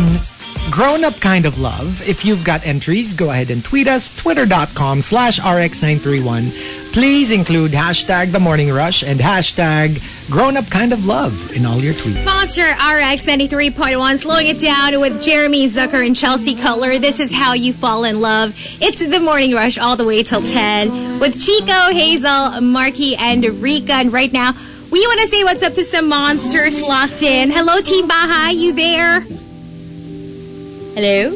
Speaker 2: grown up kind of love. If you've got entries, go ahead and tweet us, twitter.com slash rx931. Please include hashtag the morning rush and hashtag grown up kind of love in all your tweets.
Speaker 3: Monster RX 93.1, slowing it down with Jeremy Zucker and Chelsea Cutler. This is how you fall in love. It's the morning rush all the way till 10 with Chico, Hazel, Marky, and Rika. And right now, we want to say what's up to some monsters locked in. Hello, Team Baja, you there? Hello?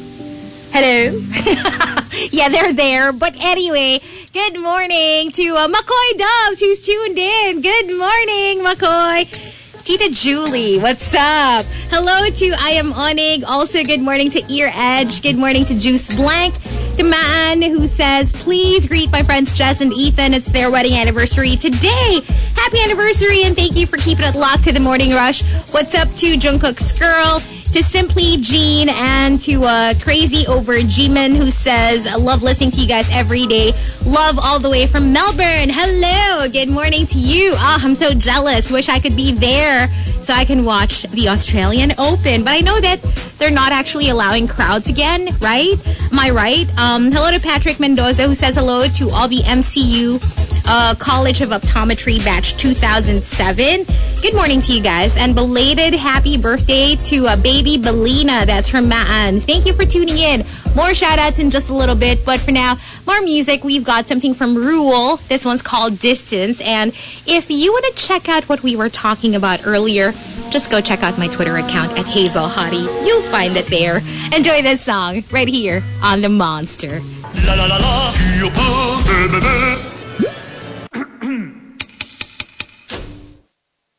Speaker 3: Hello? yeah, they're there. But anyway, good morning to uh, McCoy Dubs, who's tuned in. Good morning, McCoy. Tita Julie, what's up? Hello to I Am Onig. Also, good morning to Ear Edge. Good morning to Juice Blank. To Man, who says, please greet my friends Jess and Ethan. It's their wedding anniversary today. Happy anniversary and thank you for keeping it locked to the morning rush. What's up to Jungkook's girl? To Simply Jean and to uh, Crazy Over Jimin, who says, I love listening to you guys every day. Love all the way from Melbourne. Hello. Good morning to you. Ah, I'm so jealous. Wish I could be there so I can watch the Australian Open. But I know that they're not actually allowing crowds again, right? Am I right? Um, hello to Patrick Mendoza, who says hello to all the MCU uh, College of Optometry Batch 2007. Good morning to you guys, and belated happy birthday to uh, baby Belina. That's from Maan. Thank you for tuning in. More shout outs in just a little bit, but for now, more music. We've got something from Rule. This one's called Distance. And if you want to check out what we were talking about earlier, just go check out my Twitter account at Hazel Hottie. You'll find it there. Enjoy this song right here on The Monster.
Speaker 6: La la la la, you boo, boo, boo, boo.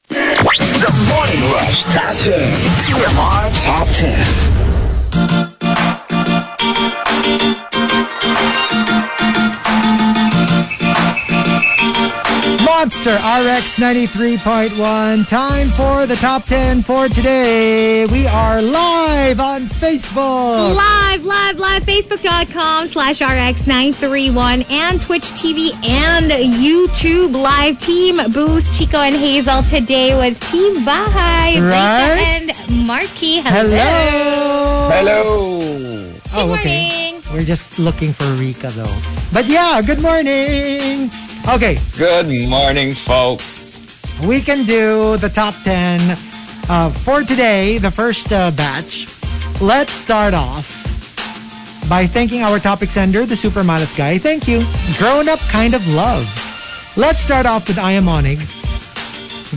Speaker 7: The Morning Rush Top 10. TMR Top 10.
Speaker 2: Monster RX 93.1. Time for the top 10 for today. We are live on Facebook.
Speaker 3: Live, live, live, facebook.com slash rx931 and Twitch TV and YouTube live team booth. Chico and Hazel today with Team
Speaker 2: Right.
Speaker 3: Bahay, Rika and Marky. Hello.
Speaker 2: Hello.
Speaker 9: Hello!
Speaker 3: Good morning.
Speaker 2: Oh, We're just looking for Rika though. But yeah, good morning. Okay,
Speaker 9: Good morning, folks.
Speaker 2: we can do the top 10 uh, for today, the first uh, batch. Let's start off by thanking our topic sender, the Super Malas Guy. Thank you. Grown up kind of love. Let's start off with I Am Onig.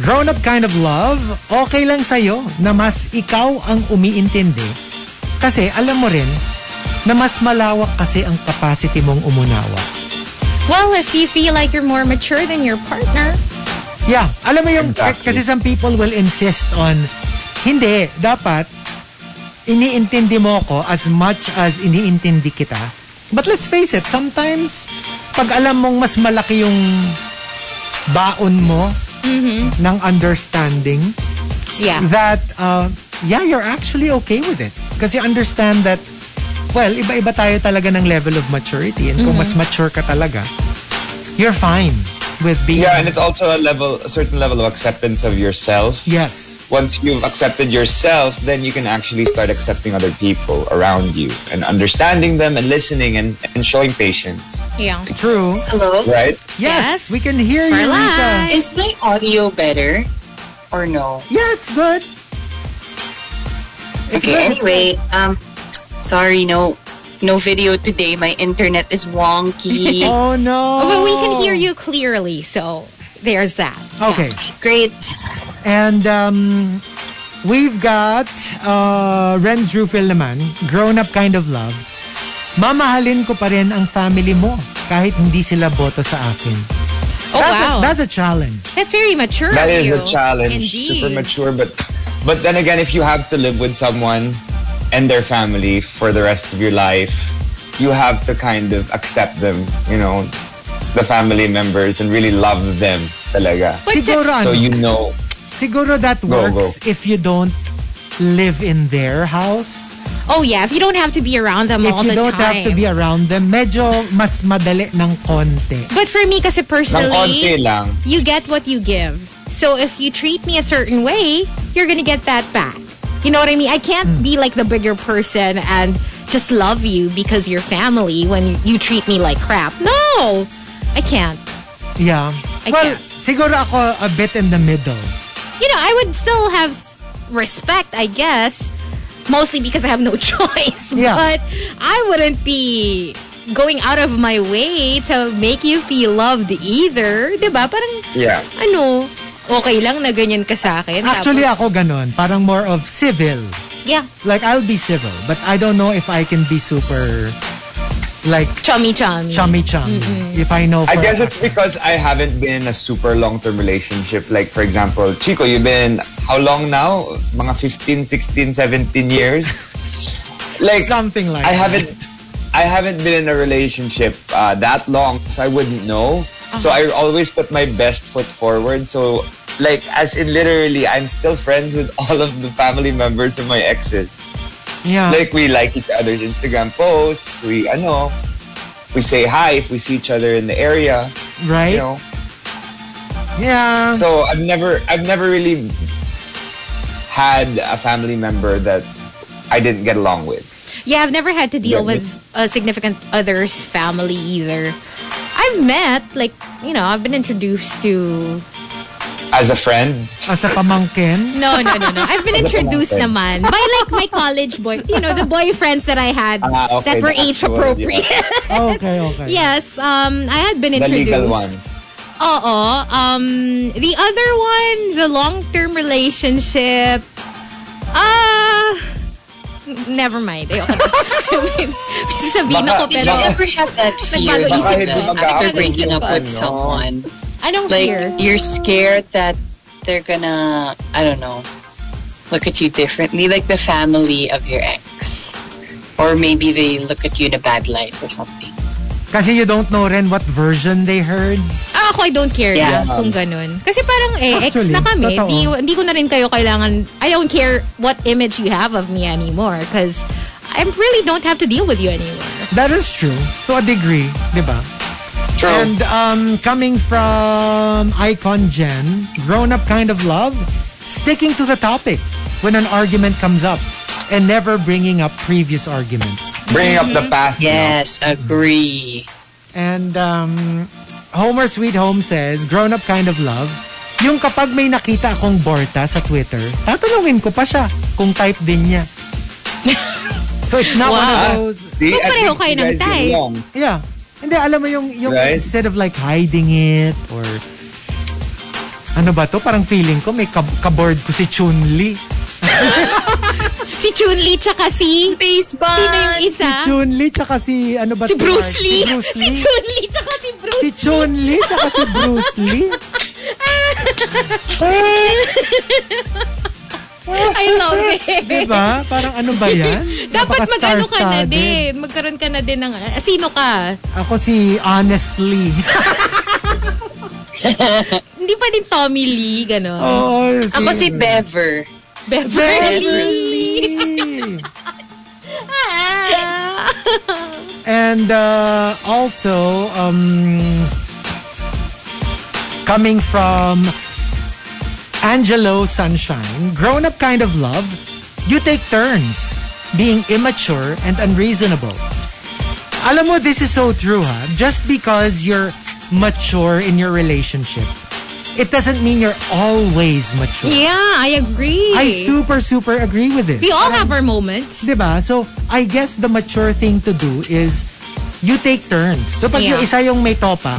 Speaker 2: Grown up kind of love, okay lang sa'yo na mas ikaw ang umiintindi. Kasi alam mo rin na mas malawak kasi ang capacity mong umunawa.
Speaker 3: Well, if you feel like you're more mature than your partner,
Speaker 2: Yeah, alam mo yung,
Speaker 9: Exactly.
Speaker 2: kasi some people will insist on, hindi, dapat, iniintindi mo ko as much as iniintindi kita. But let's face it, sometimes, pag alam mong mas malaki yung baon mo ng understanding,
Speaker 3: yeah.
Speaker 2: that, uh, yeah, you're actually okay with it. Because you understand that, well, iba-iba tayo talaga ng level of maturity. And kung mas mature ka talaga, you're fine with being...
Speaker 9: Yeah, and it's also a level, a certain level of acceptance of yourself.
Speaker 2: yes.
Speaker 9: Once you've accepted yourself, then you can actually start accepting other people around you and understanding them and listening and, and showing patience,
Speaker 3: Yeah.
Speaker 2: True.
Speaker 5: Hello?
Speaker 9: right?
Speaker 2: Yes,
Speaker 3: Yes.
Speaker 2: we can hear you, Rika.
Speaker 3: We're live.
Speaker 5: Is my audio better? Or no?
Speaker 2: Yeah, it's good. It's
Speaker 5: Okay,
Speaker 2: good.
Speaker 5: anyway, um, sorry, no, no video today. My internet is wonky.
Speaker 2: Oh no.
Speaker 3: But we can hear you clearly, so there's that.
Speaker 2: Oh. Okay,
Speaker 5: Great.
Speaker 2: and um, we've got uh, Renz Rufil naman, grown-up kind of love. Mamahalin ko pa rin ang family mo kahit hindi sila bota sa akin.
Speaker 3: Oh,
Speaker 2: that's,
Speaker 3: wow.
Speaker 2: a,
Speaker 3: that's,
Speaker 2: that's a challenge.
Speaker 3: very mature
Speaker 4: That
Speaker 3: of
Speaker 4: is
Speaker 3: you.
Speaker 4: a challenge.
Speaker 3: Indeed.
Speaker 4: Super mature, but but then again, if you have to live with someone and their family for the rest of your life, you have to kind of accept them, you know, the family members and really love them talaga.
Speaker 3: But
Speaker 2: Siguro,
Speaker 4: So
Speaker 2: ano,
Speaker 4: you know,
Speaker 2: siguro that
Speaker 4: Go, go.
Speaker 2: works if you don't live in their house.
Speaker 3: oh yeah, if you don't have to be around them all
Speaker 2: if you
Speaker 3: the
Speaker 2: don't
Speaker 3: time.
Speaker 2: have to be around them, medyo mas madali ng konti.
Speaker 3: but for me, kasi
Speaker 4: ng konti
Speaker 3: personally,
Speaker 4: lang.
Speaker 3: you get what you give. So if you treat me a certain way, you're gonna get that back. You know what I mean? I can't
Speaker 2: Hmm.
Speaker 3: be like the bigger person and just love you because you're family when you treat me like crap. No, I can't.
Speaker 2: Yeah.
Speaker 3: I
Speaker 2: well,
Speaker 3: can't.
Speaker 2: siguro ako a bit in the middle.
Speaker 3: you know, I would still have respect, I guess, mostly because I have no choice.
Speaker 2: Yeah.
Speaker 3: But I wouldn't be going out of my way to make you feel loved either. 'Di ba? Parang,
Speaker 4: Yeah.
Speaker 3: ano, okay lang na ganyan ka sa akin.
Speaker 2: Actually,
Speaker 3: Tapos-
Speaker 2: ako ganun. Parang more of civil.
Speaker 3: Yeah,
Speaker 2: Like, I'll be civil. But I don't know if I can be super, like,
Speaker 3: chummy-chummy.
Speaker 2: chummy-chummy. If I know for
Speaker 4: I
Speaker 2: a
Speaker 4: guess
Speaker 2: fact
Speaker 4: it's because I haven't been in a super long-term relationship. Like, for example, Chico, you've been how long now? Mga 15, 16, 17 years? Like,
Speaker 2: Something like
Speaker 4: I
Speaker 2: that.
Speaker 4: haven't I haven't been in a relationship uh, that long, so I wouldn't know. So I always put my best foot forward. So like as in literally, I'm still friends with all of the family members of my exes.
Speaker 2: Yeah.
Speaker 4: Like we like each other's Instagram posts. We I know we say hi if we see each other in the area.
Speaker 2: right?
Speaker 4: You know.
Speaker 2: yeah.
Speaker 4: So I've never I've never really had a family member that I didn't get along with.
Speaker 3: Yeah, I've never had to deal
Speaker 4: Yeah,
Speaker 3: with a significant other's family either. I've met, like, you know, I've been introduced to
Speaker 4: As a friend,
Speaker 2: As a pamangkin.
Speaker 3: No, no, no, no. I've been introduced naman by like my college boy, you know, the boyfriends that I had
Speaker 4: Ah, okay,
Speaker 3: that were
Speaker 4: the
Speaker 3: age
Speaker 4: actual,
Speaker 3: appropriate.
Speaker 2: Okay, okay.
Speaker 3: yes, um, I had been
Speaker 4: the
Speaker 3: introduced.
Speaker 4: legal one.
Speaker 3: Oo. Um, the other one, the long-term relationship. Ah, never mind. Ayoko na. May Sasabihin
Speaker 4: Baka-
Speaker 3: ako,
Speaker 10: Did
Speaker 3: pero
Speaker 10: you ever have that fear
Speaker 3: Nagbago
Speaker 4: isip
Speaker 10: Isabel,
Speaker 4: ko.
Speaker 10: after
Speaker 4: Nagbago
Speaker 10: breaking
Speaker 3: isip
Speaker 10: up
Speaker 3: ko,
Speaker 10: with
Speaker 4: ano?
Speaker 10: someone?
Speaker 3: I don't
Speaker 8: Like,
Speaker 3: care.
Speaker 8: you're scared that they're gonna, I don't know, look at you differently, like the family of your ex. Or maybe they look at you in a bad light or something.
Speaker 2: Kasi you don't know rin what version they heard.
Speaker 3: Ah, ako, I don't care
Speaker 8: Yeah.
Speaker 3: na kung ganun. Kasi parang eh, ex
Speaker 2: Actually,
Speaker 3: na kami.
Speaker 2: totoo.
Speaker 3: Di, di ko na rin kayo kailangan, I don't care what image you have of me anymore because I really don't have to deal with you anymore.
Speaker 2: That is true. To a degree, di ba?
Speaker 4: True.
Speaker 2: And um, coming from Icon Gen, grown up kind of love, sticking to the topic when an argument comes up and never bringing up previous arguments.
Speaker 4: Bringing up the past. you know.
Speaker 8: Yes, agree.
Speaker 2: And um, Homer Sweet Home says, grown up kind of love, yung kapag may nakita akong Borta sa Twitter, tatanungin ko pa siya kung type din niya. so it's not one of
Speaker 4: Wow.
Speaker 2: those,
Speaker 4: See,
Speaker 3: Kung
Speaker 4: at
Speaker 3: pareho
Speaker 4: least
Speaker 3: kayo
Speaker 4: you
Speaker 3: ng
Speaker 4: guys get
Speaker 3: type.
Speaker 4: along.
Speaker 2: yeah. Hindi, alam mo yung, yung
Speaker 4: Right.
Speaker 2: instead of like hiding it or ano ba to? Parang feeling ko may kab- kaboard ko si Chun-Li.
Speaker 3: Si Chun-Li tsaka si... Sino yung isa?
Speaker 2: Chun-Li tsaka si ano ba to,
Speaker 3: Si
Speaker 2: Mark?
Speaker 3: Bruce Lee.
Speaker 2: Si Bruce
Speaker 3: Si
Speaker 2: Lee.
Speaker 3: Chun-Li tsaka si Bruce
Speaker 2: Si Chun-Li tsaka si Bruce Lee.
Speaker 3: I love it.
Speaker 2: Diba? Parang ano ba yan?
Speaker 3: Dapat mag-ano ka na
Speaker 2: Napaka-star-studded.
Speaker 3: din. Magkaroon ka na din ng... ah, Sino ka?
Speaker 2: Ako si Honestly.
Speaker 3: Hindi pa din Tommy Lee, gano'n.
Speaker 2: Oo.
Speaker 8: Ako si Bever.
Speaker 3: Beverly. Ah.
Speaker 2: And uh, also, um, coming from Angelo Sunshine, grown up kind of love, you take turns being immature and unreasonable. Alam mo, this is so true, ha? Just because you're mature in your relationship, it doesn't mean you're always mature.
Speaker 3: Yeah, I agree.
Speaker 2: I super, super agree with it.
Speaker 3: We all have our moments.
Speaker 2: Diba? So, I guess the mature thing to do is you take turns. So, pag
Speaker 3: Yeah.
Speaker 2: yung isa yung may topa,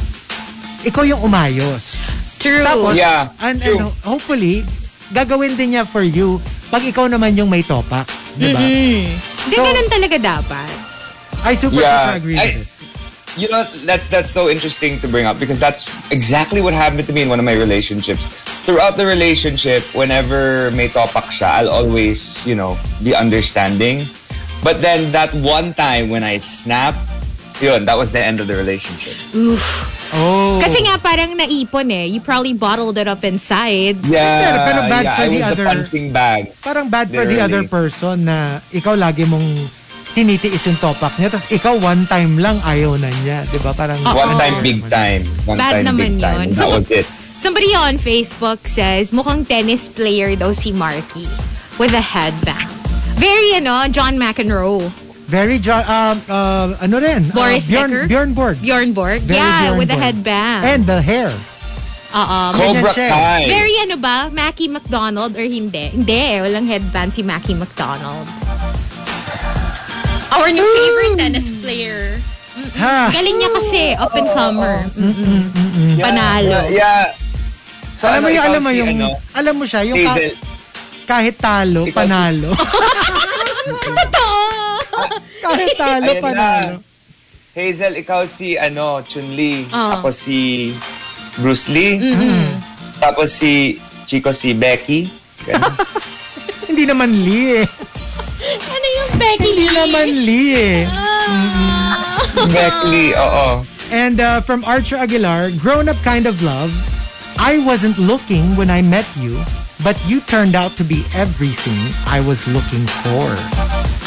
Speaker 2: ikaw yung umayos.
Speaker 3: True.
Speaker 2: Tapos,
Speaker 4: Yeah,
Speaker 2: an-
Speaker 4: true.
Speaker 2: ano, hopefully, gagawin din niya for you pag ikaw naman yung may topa. Diba?
Speaker 3: Hindi,
Speaker 2: So-
Speaker 3: ganun talaga dapat.
Speaker 2: I super,
Speaker 4: Yeah.
Speaker 2: super agree with
Speaker 4: I-
Speaker 2: it.
Speaker 9: you know that's that's so interesting to bring up because that's exactly what happened to me in one of my relationships. Throughout the relationship, whenever may topak siya, I'll always, you know, be understanding. But then that one time when I snapped, yun, that was the end of the relationship.
Speaker 2: Oh.
Speaker 3: Kasi nga parang naipon eh. You probably bottled it up inside.
Speaker 9: Yeah,
Speaker 2: Pero- pero bad
Speaker 9: yeah,
Speaker 2: for
Speaker 9: I
Speaker 2: the
Speaker 9: was
Speaker 2: other-
Speaker 9: the punching bag.
Speaker 2: Parang bad for the
Speaker 9: Literally.
Speaker 2: other person na ikaw lagi mong tinitiis yung topak niya tapos ikaw one time lang ayaw na niya. Di ba? Parang
Speaker 9: One
Speaker 3: Oo.
Speaker 9: time, big time. One
Speaker 3: Bad
Speaker 9: time,
Speaker 3: naman
Speaker 9: big time.
Speaker 3: yun.
Speaker 9: That
Speaker 3: So-
Speaker 9: was it.
Speaker 3: Somebody on Facebook says, mukhang tennis player daw si Marky with a headband. Very, ano, John McEnroe.
Speaker 2: Very jo- um, uh, ano rin? Uh,
Speaker 3: Boris
Speaker 2: Bjorn,
Speaker 3: Becker?
Speaker 2: Bjorn Borg.
Speaker 3: Bjorn Borg.
Speaker 2: Very
Speaker 3: yeah,
Speaker 2: Bjorn
Speaker 3: with a
Speaker 2: Borg.
Speaker 3: headband.
Speaker 2: And the hair.
Speaker 3: Oo.
Speaker 9: Cobra
Speaker 2: siya eh.
Speaker 9: Kai.
Speaker 3: Very ano ba? Mackie McDonald or hindi? Hindi eh. Walang headband si Mackie McDonald. Our new favorite tennis player.
Speaker 2: Ha?
Speaker 3: Galing niya kasi. Up and comer. Mm-mm. Panalo.
Speaker 9: Yeah. yeah. So,
Speaker 2: alam
Speaker 9: ano,
Speaker 2: mo yung,
Speaker 9: ikaw
Speaker 2: alam mo
Speaker 9: si,
Speaker 2: yung,
Speaker 9: ano,
Speaker 2: alam mo siya, yung
Speaker 9: Hazel.
Speaker 2: ka- kahit talo,
Speaker 9: Ikaw si-
Speaker 2: panalo.
Speaker 3: Totoo!
Speaker 2: kahit talo,
Speaker 9: Ayun na.
Speaker 2: panalo.
Speaker 9: Hazel, ikaw si, ano, Chun-Li.
Speaker 3: Oo.
Speaker 9: Ako si Bruce Lee.
Speaker 3: Mm-hmm.
Speaker 9: Tapos si Chico si Becky. Ganun.
Speaker 2: Hindi naman Lee eh.
Speaker 3: Ano yung Becky
Speaker 2: Hindi naman Lee eh.
Speaker 9: Becky Lee, oo.
Speaker 2: And uh, from Archer Aguilar, grown up kind of love. I wasn't looking when I met you, but you turned out to be everything I was looking for.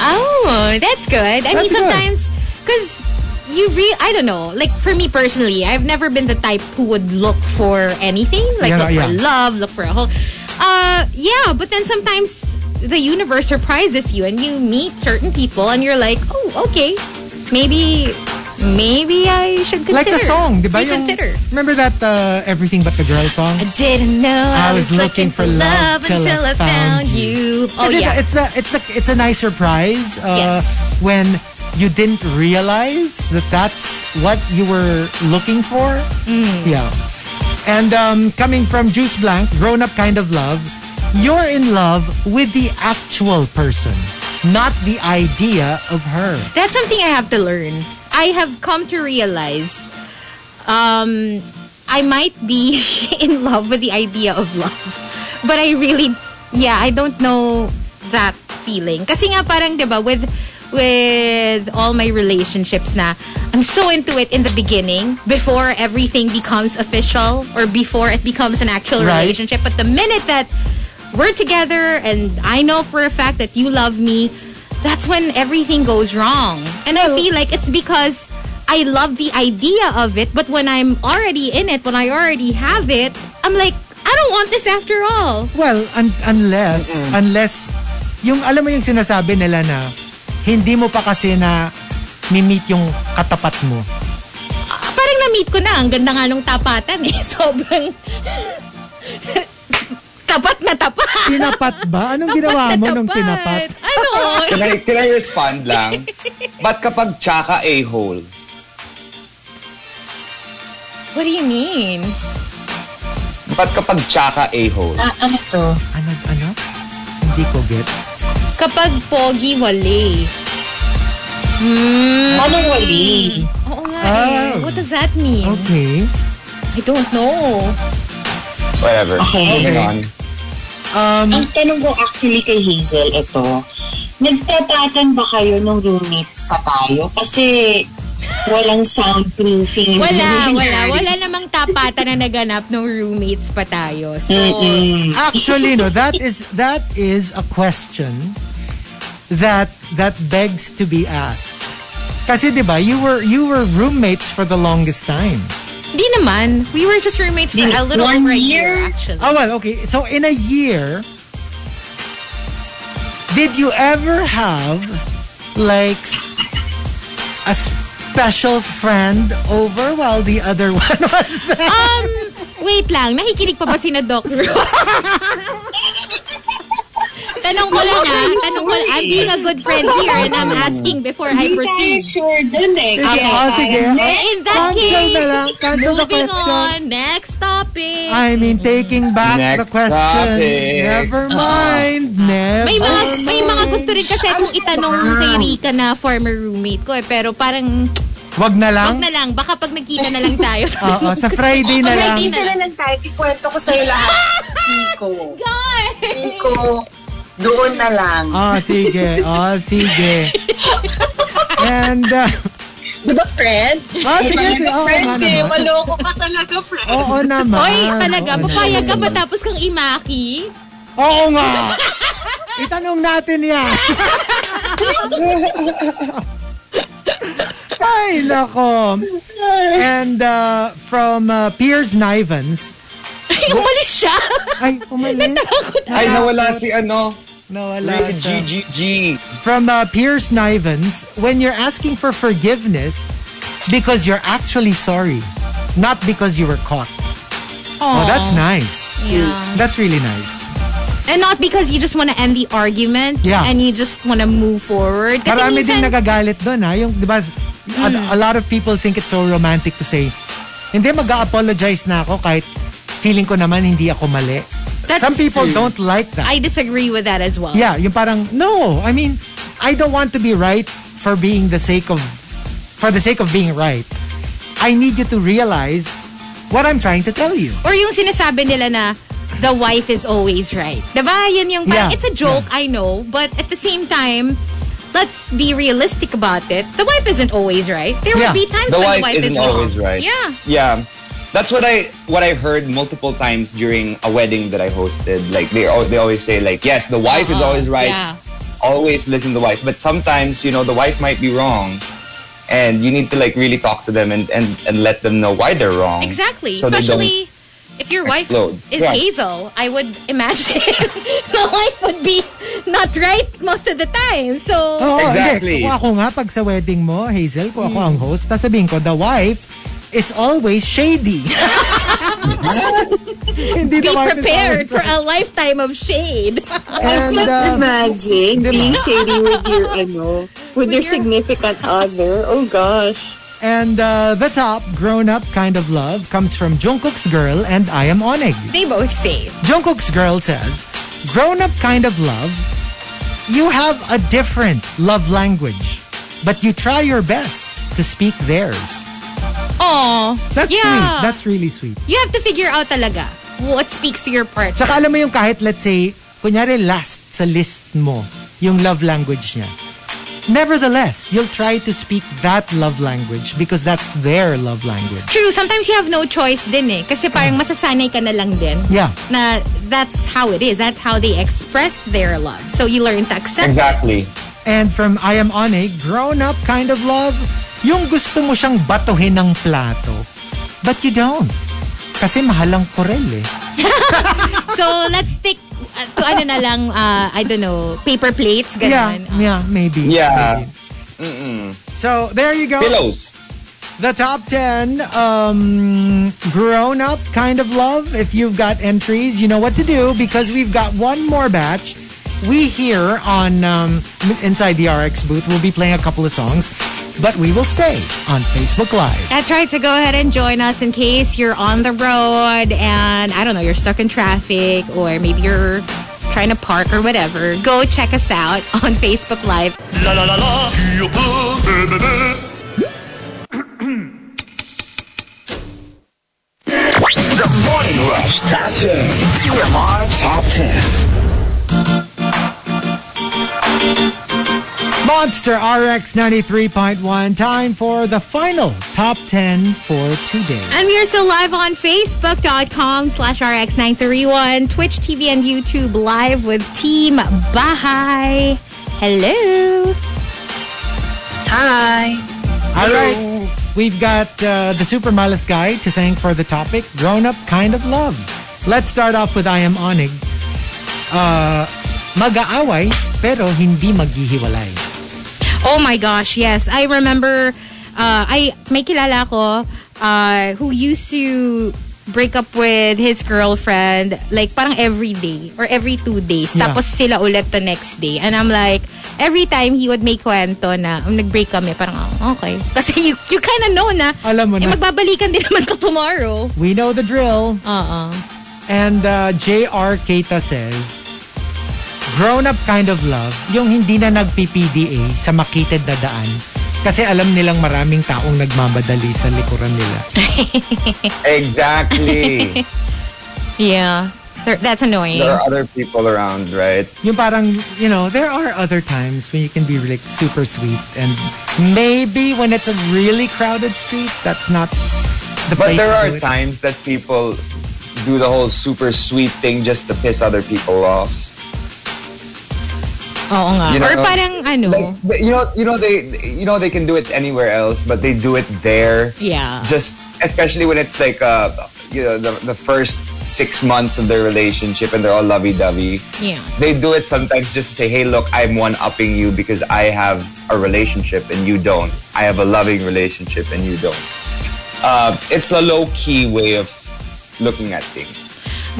Speaker 3: Oh, that's good. I
Speaker 2: That's
Speaker 3: mean,
Speaker 2: good.
Speaker 3: sometimes, because you really, I don't know, like for me personally, I've never been the type who would look for anything, like
Speaker 2: Yeah,
Speaker 3: look for
Speaker 2: yeah.
Speaker 3: love, look for a whole. Uh, yeah, but then sometimes the universe surprises you and you meet certain people and you're like, oh, okay, maybe, maybe I should consider.
Speaker 2: Like the song, di ba? Yung-
Speaker 3: Reconsider.
Speaker 2: Remember that uh, Everything But the Girl song?
Speaker 3: I didn't know I,
Speaker 2: I was looking for love till I found
Speaker 3: you. Oh,
Speaker 2: Kasi
Speaker 3: yeah.
Speaker 2: It's the, it's the, it's a nice surprise uh,
Speaker 3: Yes.
Speaker 2: when you didn't realize that that's what you were looking for.
Speaker 3: Mm.
Speaker 2: Yeah. And um, coming from Juice Blank, grown up kind of love, you're in love with the actual person, not the idea of her.
Speaker 3: That's something I have to learn. I have come to realize um, I might be in love with the idea of love. But I really, yeah, I don't know that feeling. Kasi nga parang, di ba, with, with all my relationships na, I'm so into it in the beginning before everything becomes official or before it becomes an actual
Speaker 2: Right.
Speaker 3: relationship. But the minute that we're together and I know for a fact that you love me, that's when everything goes wrong. And I feel like it's because I love the idea of it, but when I'm already in it, when I already have it, I'm like, I don't want this after all.
Speaker 2: Well, un- unless, unless, yung alam mo yung sinasabi nila na, hindi mo pa kasi na mi-meet yung katapat mo.
Speaker 3: Ah, Parang na-meet ko na. Ang ganda nga nung tapatan eh. Sobrang... tapat na tapat.
Speaker 2: Tinapat ba? Anong
Speaker 3: Tapat
Speaker 2: ginawa
Speaker 3: na
Speaker 2: mo nung tinapat?
Speaker 3: Ano?
Speaker 9: Can I, can I respond lang? Ba't kapag tsaka a-hole?
Speaker 3: What do you mean?
Speaker 9: Ba't kapag tsaka a-hole?
Speaker 8: Ah, ano to?
Speaker 2: Ano, ano? Hindi ko get.
Speaker 3: Kapag pogi, wali. Hmm.
Speaker 8: Anong wali?
Speaker 3: Oo nga eh.
Speaker 2: Oh.
Speaker 3: What does that mean?
Speaker 2: Okay.
Speaker 3: I don't know.
Speaker 9: Whatever.
Speaker 8: Okay.
Speaker 9: Moving on.
Speaker 2: Um,
Speaker 8: Ang tanong ko actually kay Hazel, ito. Nagtatatan ba kayo nung roommates pa tayo? Kasi walang soundproofing.
Speaker 3: Wala, wala. Wala namang tapatan na naganap nung roommates pa tayo. So,
Speaker 8: Mm-mm.
Speaker 2: Actually, no, that is that is a question that that begs to be asked. Kasi 'di ba, you were you were roommates for the longest time.
Speaker 3: Di naman. We were just roommates for
Speaker 8: Di-
Speaker 3: a little
Speaker 8: one
Speaker 3: over a year,
Speaker 8: year?
Speaker 3: actually.
Speaker 2: Ah, well, okay. So in a year did you ever have like a special friend over while the other one was there?
Speaker 3: Um, wait lang. Nakikinig pa ba si na Doc Ross? Tanong ko lang ha. Tanong ko lang. I'm being a good friend here and I'm asking before I
Speaker 8: Hindi tayo
Speaker 3: proceed.
Speaker 8: sure dun eh.
Speaker 2: Sige, oh, sige.
Speaker 3: In that
Speaker 2: Cancel na
Speaker 3: case,
Speaker 2: lang. Cancel the
Speaker 3: moving
Speaker 2: question.
Speaker 3: on. Next topic.
Speaker 2: I mean, taking back
Speaker 9: Next
Speaker 2: the question.
Speaker 9: topic.
Speaker 2: Never mind. Never
Speaker 3: Oh. May mga, may mga
Speaker 2: mind.
Speaker 3: gusto rin kasi akong itanong kay Rika na former roommate ko eh. Pero parang
Speaker 2: Wag na lang?
Speaker 3: Wag na lang. Baka pag nagkita na lang tayo.
Speaker 2: Oo, sa Friday na
Speaker 8: Pag
Speaker 2: lang.
Speaker 8: may kita na lang tayo, kikwento ko sa'yo lahat. Nico.
Speaker 3: God!
Speaker 8: Nico. Doon na lang.
Speaker 2: Oh, sige. Oh, sige. And, uh,
Speaker 8: Di ba, friend?
Speaker 2: oh, sige,
Speaker 8: Talaga,
Speaker 2: sige. Oo
Speaker 8: friend
Speaker 2: nga
Speaker 8: eh.
Speaker 2: naman.
Speaker 8: Maloko ka talaga, friend.
Speaker 2: Oo naman.
Speaker 3: Hoy, talaga,
Speaker 2: Oo
Speaker 3: papayag ka
Speaker 2: naman.
Speaker 3: ba tapos kang imaki?
Speaker 2: Oo nga. Itanong natin yan. Ay, nako. And uh, from uh, Piers Nivens.
Speaker 3: Ay, umalis siya!
Speaker 2: Ay, umalis.
Speaker 9: Ay, nawala si ano.
Speaker 2: Nawala
Speaker 9: Rated
Speaker 2: siya.
Speaker 9: GGG.
Speaker 2: From uh, Piers Nivens. When you're asking for forgiveness because you're actually sorry, not because you were caught. Oh, that's nice.
Speaker 3: Yeah.
Speaker 2: That's really nice.
Speaker 3: And not because you just want to end the argument
Speaker 2: Yeah.
Speaker 3: and you just want to move forward. Kasi
Speaker 2: Marami ding
Speaker 3: minsan, Hmm.
Speaker 2: nagagalit doon ha. Yung, di ba, a, a lot of people think it's so romantic to say, hindi, mag-apologize na ako kahit feeling ko naman hindi ako mali.
Speaker 3: That's-
Speaker 2: Some people don't like that.
Speaker 3: I disagree with that as well.
Speaker 2: yeah, yung parang, no, I mean, I don't want to be right for being the sake of, for the sake of being right. I need you to realize what I'm trying to tell you.
Speaker 3: Or yung sinasabi nila na, the wife is always right. Diba? Yun yung parang,
Speaker 2: Yeah.
Speaker 3: it's a joke, I know. But at the same time, let's be realistic about it. The wife isn't always right. There
Speaker 2: Yeah.
Speaker 3: will be times
Speaker 9: The wife
Speaker 3: when the wife
Speaker 9: isn't
Speaker 3: is wrong.
Speaker 9: always right.
Speaker 3: Yeah.
Speaker 9: Yeah. That's what I what I heard multiple times during a wedding that I hosted. Like they al- they always say like yes, the wife is always right.
Speaker 3: Uh-huh. Yeah.
Speaker 9: Always listen to the wife, but sometimes you know the wife might be wrong, and you need to like really talk to them and and, and let them know why they're wrong.
Speaker 3: Exactly.
Speaker 9: So they
Speaker 3: Especially if your wife
Speaker 9: explode.
Speaker 3: is
Speaker 9: Yeah.
Speaker 3: Hazel, I would imagine the wife would be not right most of the time. So,
Speaker 2: Oo,
Speaker 9: Exactly.
Speaker 2: hindi. Kung ako nga, pag sa wedding mo, Hazel, kung ako ang host, sasabihin ko, the wife is always shady. hindi
Speaker 3: be
Speaker 2: the wife is
Speaker 3: prepared for a lifetime of shade.
Speaker 2: always- And,
Speaker 5: Let's
Speaker 2: um,
Speaker 5: imagine being shady with your, ano, with your significant other. Oh, gosh.
Speaker 2: and uh, the top grown-up kind of love comes from Jungkook's girl and I am Oneg.
Speaker 3: They both say.
Speaker 2: Jungkook's girl says, grown-up kind of love, you have a different love language, but you try your best to speak theirs.
Speaker 3: Oh,
Speaker 2: That's sweet.
Speaker 3: yeah.
Speaker 2: That's really sweet.
Speaker 3: you have to figure out talaga what speaks to your partner.
Speaker 2: Tsaka alam mo yung kahit let's say, kunyari last sa list mo, yung love language niya. Nevertheless, you'll try to speak that love language because that's their love language.
Speaker 3: True, sometimes you have no choice din eh. Kasi parang masasanay ka na lang din.
Speaker 2: Yeah.
Speaker 3: Na that's how it is. That's how they express their love. So you learn to accept it.
Speaker 9: Exactly.
Speaker 2: And from I Am On A, grown-up kind of love, yung gusto mo siyang batuhin ng plato, but you don't. Kasi mahal ang korel eh.
Speaker 3: So, let's stick uh, to ano na lang, uh, I don't know, paper plates,
Speaker 2: Yeah,
Speaker 3: ganun.
Speaker 2: yeah, maybe.
Speaker 9: Yeah.
Speaker 2: Maybe. So, there you go.
Speaker 9: Pillows.
Speaker 2: the top 10 um, grown up kind of love. If you've got entries, you know what to do because we've got one more batch. We here on um, Inside the RX booth will be playing a couple of songs, but we will stay on Facebook Live.
Speaker 3: That's right, so go ahead and join us in case you're on the road and, I don't know, you're stuck in traffic or maybe you're trying to park or whatever. Go check us out on Facebook Live.
Speaker 6: La la la la, qui peut, bébé, bébé.
Speaker 7: The Morning Rush Top 10. TMR Top 10.
Speaker 2: Monster RX 93.1, time for the final top 10 for today.
Speaker 3: And we are still live on Facebook.com slash RX931, Twitch TV and YouTube live with Team Bahay. Hello.
Speaker 8: Hi.
Speaker 2: All right. We've got uh, the Super Malas guy to thank for the topic, grown up kind of love. Let's start off with I am Onig. Uh, mag-aaway pero hindi maghihiwalay.
Speaker 3: Oh my gosh, yes. I remember, uh, I, may kilala ko uh, who used to break up with his girlfriend like parang every day or every two days.
Speaker 2: Yeah.
Speaker 3: Tapos sila ulit the next day. And I'm like, every time he would make kwento na um, nag-break kami, parang "Ah, okay. Kasi you, you kind of know na,
Speaker 2: Alam mo
Speaker 3: eh,
Speaker 2: na.
Speaker 3: magbabalikan din naman to tomorrow.
Speaker 2: We know the drill.
Speaker 3: Uh-uh.
Speaker 2: And uh, JR Keita says, grown up kind of love, yung hindi na nag-PPDA sa makitid na daan Kasi alam nilang maraming taong nagmamadali sa likuran nila.
Speaker 9: Exactly.
Speaker 3: Yeah. There- That's annoying.
Speaker 9: there are other people around, right?
Speaker 2: Yung parang, you know, there are other times when you can be like super sweet and maybe when it's a really crowded street, that's not the
Speaker 9: But
Speaker 2: place
Speaker 9: there
Speaker 2: to
Speaker 9: are
Speaker 2: do it.
Speaker 9: times that people do the whole super sweet thing just to piss other people off.
Speaker 3: Oo nga.
Speaker 9: You know,
Speaker 3: Or parang ano,
Speaker 9: Like, th- you know, you know they, you know they can do it anywhere else, but they do it there.
Speaker 3: yeah.
Speaker 9: Just especially when it's like, uh, you know, the, the first six months of their relationship and they're all lovey-dovey.
Speaker 3: Yeah.
Speaker 9: They do it sometimes just to say, "Hey, look, I'm one-upping you because I have a relationship and you don't. I have a loving relationship and you don't." Uh, it's a low-key way of looking at things.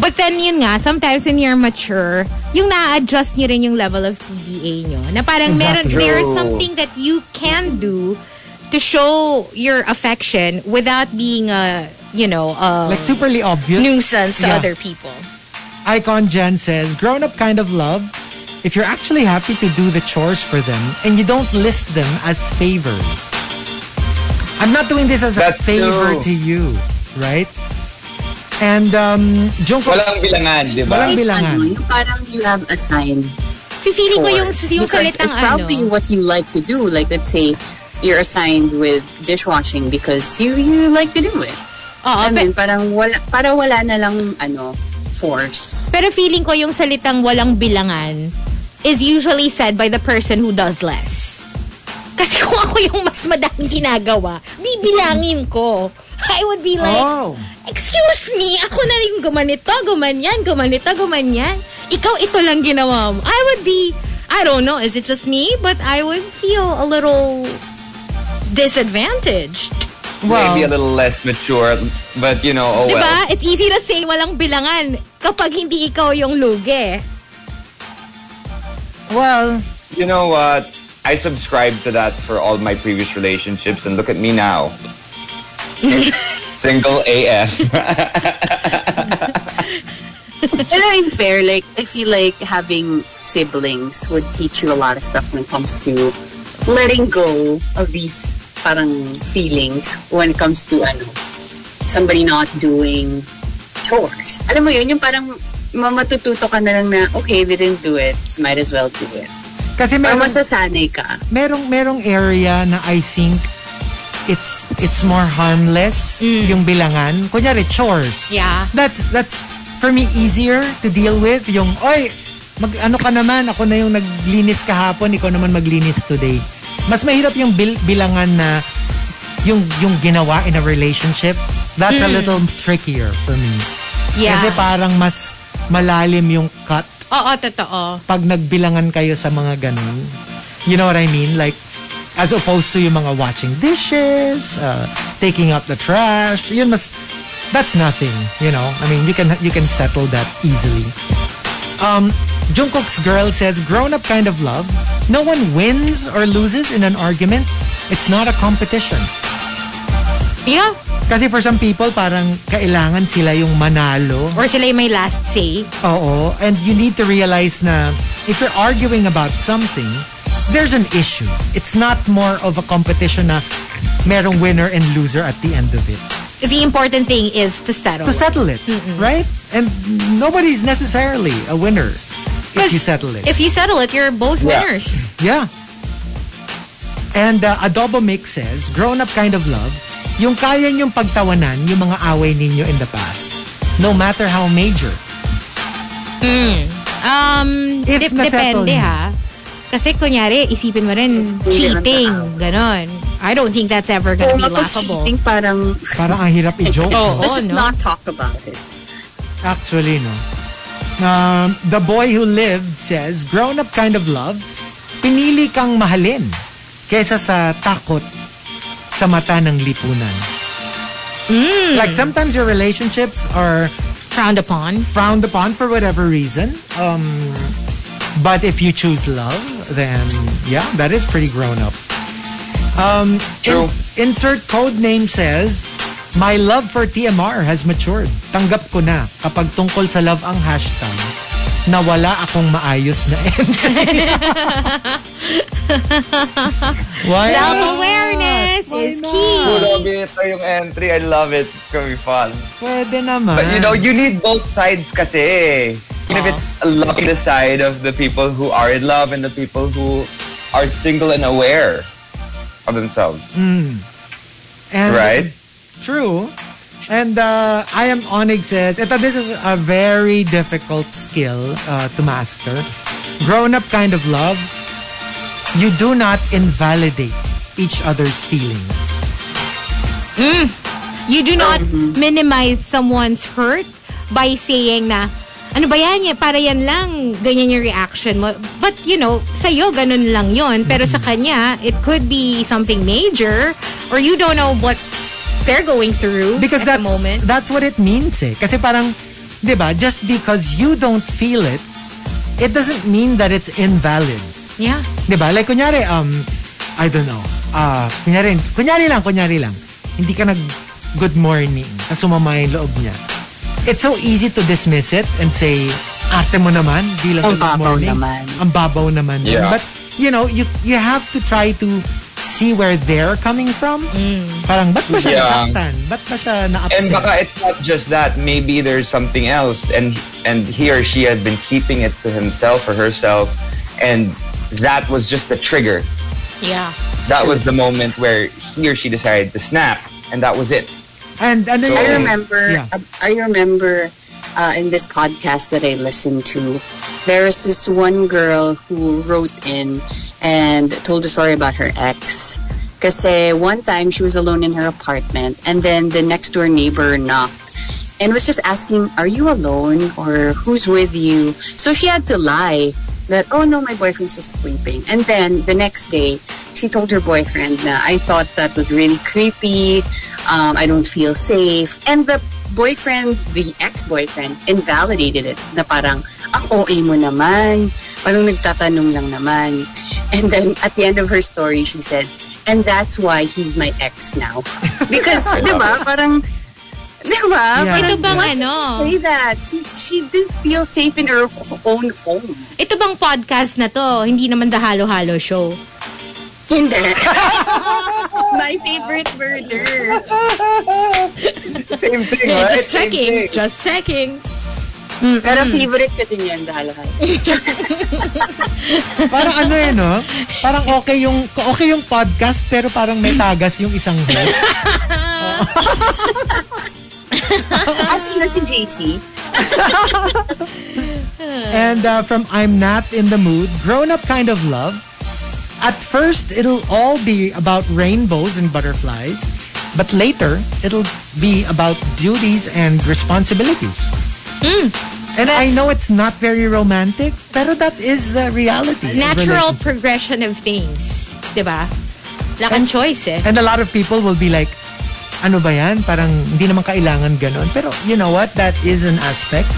Speaker 3: But then yun nga, sometimes when you're mature, yung na-adjust nyo rin yung level of PDA nyo. Na parang meron,
Speaker 2: Exactly.
Speaker 3: there is something that you can do to show your affection without being a, you know, a
Speaker 2: Like superly obvious.
Speaker 3: nuisance to
Speaker 2: Yeah.
Speaker 3: other people.
Speaker 2: Icon Jen says, grown up kind of love. If you're actually happy to do the chores for them and you don't list them as favors. I'm not doing this as a
Speaker 9: That's
Speaker 2: favor
Speaker 9: true.
Speaker 2: to you, right? And um, Jungkook,
Speaker 9: Walang bilangan, di ba?
Speaker 2: Walang- Ang
Speaker 8: Like,
Speaker 2: bilangan.
Speaker 8: Ano, yung parang you have a sign.
Speaker 3: Feeling ko yung, yung
Speaker 8: because
Speaker 3: salitang
Speaker 8: it's probably
Speaker 3: ano.
Speaker 8: what you like to do. Like, let's say you're assigned with dishwashing because you, you like to do it.
Speaker 3: Oo,
Speaker 8: I
Speaker 3: pe-
Speaker 8: mean, parang wala, para wala na lang, ano, force.
Speaker 3: pero feeling ko yung salitang walang bilangan is usually said by the person who does less. Kasi kung ako yung mas madaming ginagawa, bibilangin ko. I would be like,
Speaker 2: oh,
Speaker 3: Excuse me, ako na rin gumanito, gumanyan, gumanito, gumanyan. Ikaw, ito lang ginawa mo. I would be, I don't know, is it just me? But I would feel a little disadvantaged.
Speaker 2: well,
Speaker 9: Maybe ano. a little less mature, but you know, oh
Speaker 3: Diba?
Speaker 9: well.
Speaker 3: It's easy to say walang bilangan kapag hindi ikaw yung lugi.
Speaker 2: well,
Speaker 9: You know what? I subscribed to that for all my previous relationships, and look at me now. Single AF.
Speaker 8: Pero in fair, like, I feel like having siblings would teach you a lot of stuff when it comes to letting go of these parang feelings when it comes to, ano, somebody not doing chores. Alam mo yun, yung parang mamatututo ka na lang na, okay, they didn't do it, might as well do it.
Speaker 2: kasi
Speaker 8: Or
Speaker 9: Ano?
Speaker 2: meron,
Speaker 8: masasanay ka.
Speaker 2: merong merong area na I think it's it's more harmless yung bilangan. Kunyari chores.
Speaker 3: Yeah.
Speaker 2: That's that's for me easier to deal with yung oy mag ano ka naman ako na yung naglinis kahapon ikaw naman maglinis today. Mas mahirap yung bil- bilangan na yung yung ginawa in a relationship. That's a little trickier for me.
Speaker 3: Yeah.
Speaker 2: Kasi parang mas malalim yung cut
Speaker 3: Oo, totoo.
Speaker 2: pag nagbilangan kayo sa mga ganun, you know what I mean? Like, as opposed to yung mga washing dishes, uh, taking out the trash, yun mas, that's nothing, you know? I mean, you can, you can settle that easily. Um, Jungkook's girl says, grown-up kind of love. No one wins or loses in an argument. It's not a competition.
Speaker 3: Yeah.
Speaker 2: Kasi for some people, parang kailangan sila yung manalo
Speaker 3: Or sila yung may last say.
Speaker 2: Oo, and you need to realize na if you're arguing about something, there's an issue. It's not more of a competition na merong winner and loser at the end of it.
Speaker 3: The important thing is to settle.
Speaker 2: To settle it, right? And nobody's necessarily a winner if
Speaker 3: Because
Speaker 2: you settle it.
Speaker 3: If you settle it, you're both
Speaker 9: Yeah.
Speaker 3: winners.
Speaker 2: Yeah. And uh, Adobo Mix says, grown-up kind of love, yung kaya niyong pagtawanan yung mga away ninyo in the past, no matter how major.
Speaker 3: Um,
Speaker 2: If
Speaker 3: dep-
Speaker 2: na-settle niyo.
Speaker 3: depende ha. Kasi kunyari, isipin mo rin,
Speaker 8: Hindi naman
Speaker 3: cheating,
Speaker 8: tao.
Speaker 3: ganon. I don't think that's ever gonna be
Speaker 8: Kung kapag
Speaker 3: laughable.
Speaker 8: cheating, parang,
Speaker 2: Parang ang hirap i-joke.
Speaker 3: Oo.
Speaker 8: let's just
Speaker 3: no?
Speaker 8: not talk about it.
Speaker 2: Actually, no. Um, the boy who lived says, grown-up kind of love, pinili kang mahalin kesa sa takot sa mata ng lipunan. Like sometimes your relationships are
Speaker 3: Frowned upon.
Speaker 2: frowned upon for whatever reason. Um, but if you choose love, then yeah, that is pretty grown up. Um,
Speaker 9: True.
Speaker 2: in- insert code name says, my love for TMR has matured. Tanggap ko na kapag tungkol sa love ang hashtag. na wala akong maayos na entry. Why?
Speaker 3: Self-awareness is key.
Speaker 4: Grabe ito yung entry. I love it. It's gonna be fun.
Speaker 2: Pwede naman.
Speaker 4: But you know, you need both sides kasi. Even if it's loving the side of the people who are in love and the people who are single and aware of themselves.
Speaker 2: And-
Speaker 4: Right?
Speaker 2: True. And uh, I am Onyx says, Ito, this is a very difficult skill uh, to master. Grown-up kind of love, you do not invalidate each other's feelings.
Speaker 3: You do not minimize someone's hurt by saying na, ano ba yan? Ya- Para yan lang. Ganyan yung reaction mo. But, you know, sa'yo, ganun lang yon Pero sa kanya, it could be something major or you don't know what they're going through
Speaker 2: Because that's,
Speaker 3: at the moment.
Speaker 2: that's what it means eh. Kasi parang, di ba, just because you don't feel it, it doesn't mean that it's invalid.
Speaker 3: yeah.
Speaker 2: Di ba? Like, kunyari, um, I don't know. Ah, kunyari, kunyari lang, kunyari lang. Hindi ka nag good morning. Tapos sumama yung loob niya. It's so easy to dismiss it and say, ate mo naman, di lang ka good
Speaker 8: Ang babaw
Speaker 2: morning.
Speaker 8: naman.
Speaker 2: Ang babaw naman.
Speaker 11: Yeah.
Speaker 2: But, you know, you you have to try to see where they're coming from.
Speaker 8: Mm.
Speaker 2: Parang, ba't ba siya
Speaker 11: Yeah.
Speaker 2: nasaktan? Ba't ba siya na-upset?
Speaker 4: And baka it's not just that. Maybe there's something else, and and he or she has been keeping it to himself or herself, and that was just the trigger.
Speaker 3: Yeah.
Speaker 4: That was the moment where he or she decided to snap, and that was it.
Speaker 2: and, ano
Speaker 4: So-
Speaker 2: yun?
Speaker 4: I
Speaker 8: I remember,
Speaker 2: Yeah.
Speaker 8: uh, I remember uh, in this podcast that I listened to, there was this one girl who wrote in and told a story about her ex. Kasi one time she was alone in her apartment and then the next door neighbor knocked and was just asking, are you alone or who's with you? So she had to lie that, oh no, my boyfriend's just sleeping. And then the next day, she told her boyfriend, na, I thought that was really creepy um, I don't feel safe. And the boyfriend, the ex-boyfriend, invalidated it. Na parang, ang OA mo naman. Parang nagtatanong lang naman. And then at the end of her story, she said, and that's why he's my ex now. Because, di ba, parang, di ba?
Speaker 2: Yeah.
Speaker 3: Ito
Speaker 8: Parang,
Speaker 3: bang
Speaker 8: why
Speaker 3: ano?
Speaker 8: did you say that? She, she didn't feel safe in her own home.
Speaker 3: Ito bang podcast na to? Hindi naman the halo-halo show.
Speaker 8: Hindi. my favorite murder.
Speaker 4: Same thing, right?
Speaker 3: Just
Speaker 4: Same
Speaker 3: checking.
Speaker 4: thing.
Speaker 3: Just checking.
Speaker 8: Pero favorite ko din yun dahil
Speaker 2: Parang ano eh, no? Parang okay yung okay yung podcast pero parang may tagas yung isang host.
Speaker 8: Asin na si JC?
Speaker 2: And uh, from I'm Not in the Mood, Grown Up Kind of Love. At first, it'll all be about rainbows and butterflies, but later, it'll be about duties and responsibilities. and I know it's not very romantic, pero that is the reality. of
Speaker 3: Natural
Speaker 2: relationship.
Speaker 3: progression of things. Diba? Wala kang choice eh.
Speaker 2: And a lot of people will be like, ano ba yan? Parang hindi naman kailangan ganon. Pero you know what? That is an aspect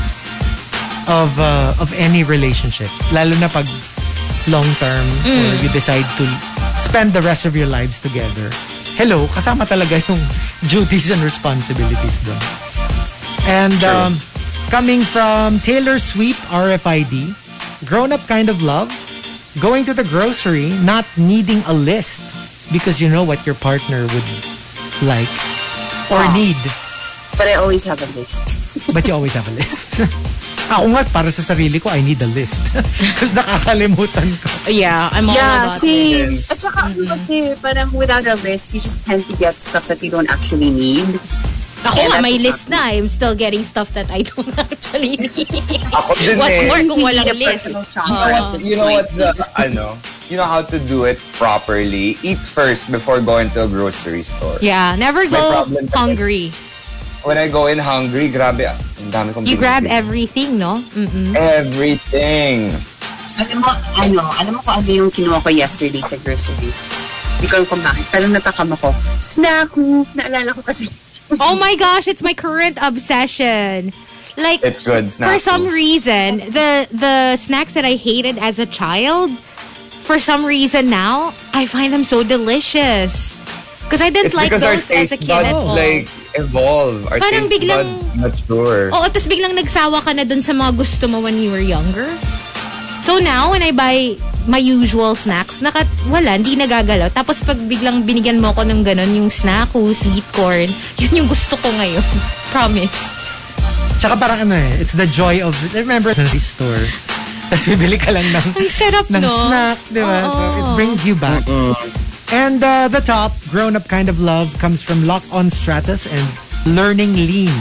Speaker 2: of uh, of any relationship. Lalo na pag long term or you decide to spend the rest of your lives together. Hello, kasama talaga yung duties and responsibilities doon. And um, coming from Taylor Swift RFID, grown up kind of love, going to the grocery, not needing a list because you know what your partner would like or
Speaker 3: Ah.
Speaker 2: need,
Speaker 8: Ah. But I always have a list.
Speaker 2: but you always have a list. Ako nga, para sa sarili ko, I need a list. Kasi nakakalimutan ko.
Speaker 3: Yeah, I'm all
Speaker 8: yeah,
Speaker 3: about it.
Speaker 8: same. At saka
Speaker 3: Mm-hmm.
Speaker 8: ano kasi, parang without a list, you just tend to get stuff that you don't actually need.
Speaker 3: Ako
Speaker 8: Yeah,
Speaker 3: nga,
Speaker 8: that's
Speaker 3: may
Speaker 8: just
Speaker 3: list na. I'm still getting stuff that I don't actually need.
Speaker 4: Ako din
Speaker 3: What
Speaker 4: eh.
Speaker 3: more kung
Speaker 8: You
Speaker 3: walang
Speaker 8: need a
Speaker 3: list? Ah.
Speaker 8: personal shopper at this
Speaker 4: You know
Speaker 8: point.
Speaker 4: what the I know. You know how to do it properly. Eat first before going to a grocery store.
Speaker 3: Yeah, never go
Speaker 4: problem talaga.
Speaker 3: hungry.
Speaker 4: When I go in hungry, grabe. ah, Ang dami kong
Speaker 3: You grab
Speaker 4: binibili.
Speaker 3: everything, no? Mm. Mm-mm.
Speaker 4: everything.
Speaker 8: Alam mo, ano, alam mo kung ano yung kinuha ko yesterday sa grocery? Hindi ko alam kung bakit. Pero natakam ako. Snack who? Naalala ko kasi.
Speaker 3: Oh my gosh, it's my current obsession. Like,
Speaker 4: It's good.
Speaker 3: for
Speaker 4: snack
Speaker 3: some
Speaker 4: food.
Speaker 3: reason, the the snacks that I hated as a child, for some reason now, I find them so delicious. Because I didn't
Speaker 4: It's
Speaker 3: like
Speaker 4: because our
Speaker 3: those as
Speaker 4: taste
Speaker 3: a kid
Speaker 4: buds
Speaker 3: at all.
Speaker 4: like evolve. Our
Speaker 3: Parang
Speaker 4: taste
Speaker 3: biglang- Oh.
Speaker 4: buds mature.
Speaker 3: Oo, tapos biglang nagsawa ka na dun sa mga gusto mo when you were younger. So now, when I buy my usual snacks, nakat, wala, hindi nagagalaw. Tapos pag biglang binigyan mo ako ng ganun, yung snack o sweet corn, yun yung gusto ko ngayon. Promise.
Speaker 2: Tsaka parang ano eh, it's the joy of, remember the store? Tapos bibili ka lang ng,
Speaker 3: Ang sarap,
Speaker 2: ng
Speaker 3: no?
Speaker 2: snack, di ba?
Speaker 3: Oo.
Speaker 2: So it brings you back. And uh, the top, grown-up kind of love, comes from Lock on Stratus and Learning Lean.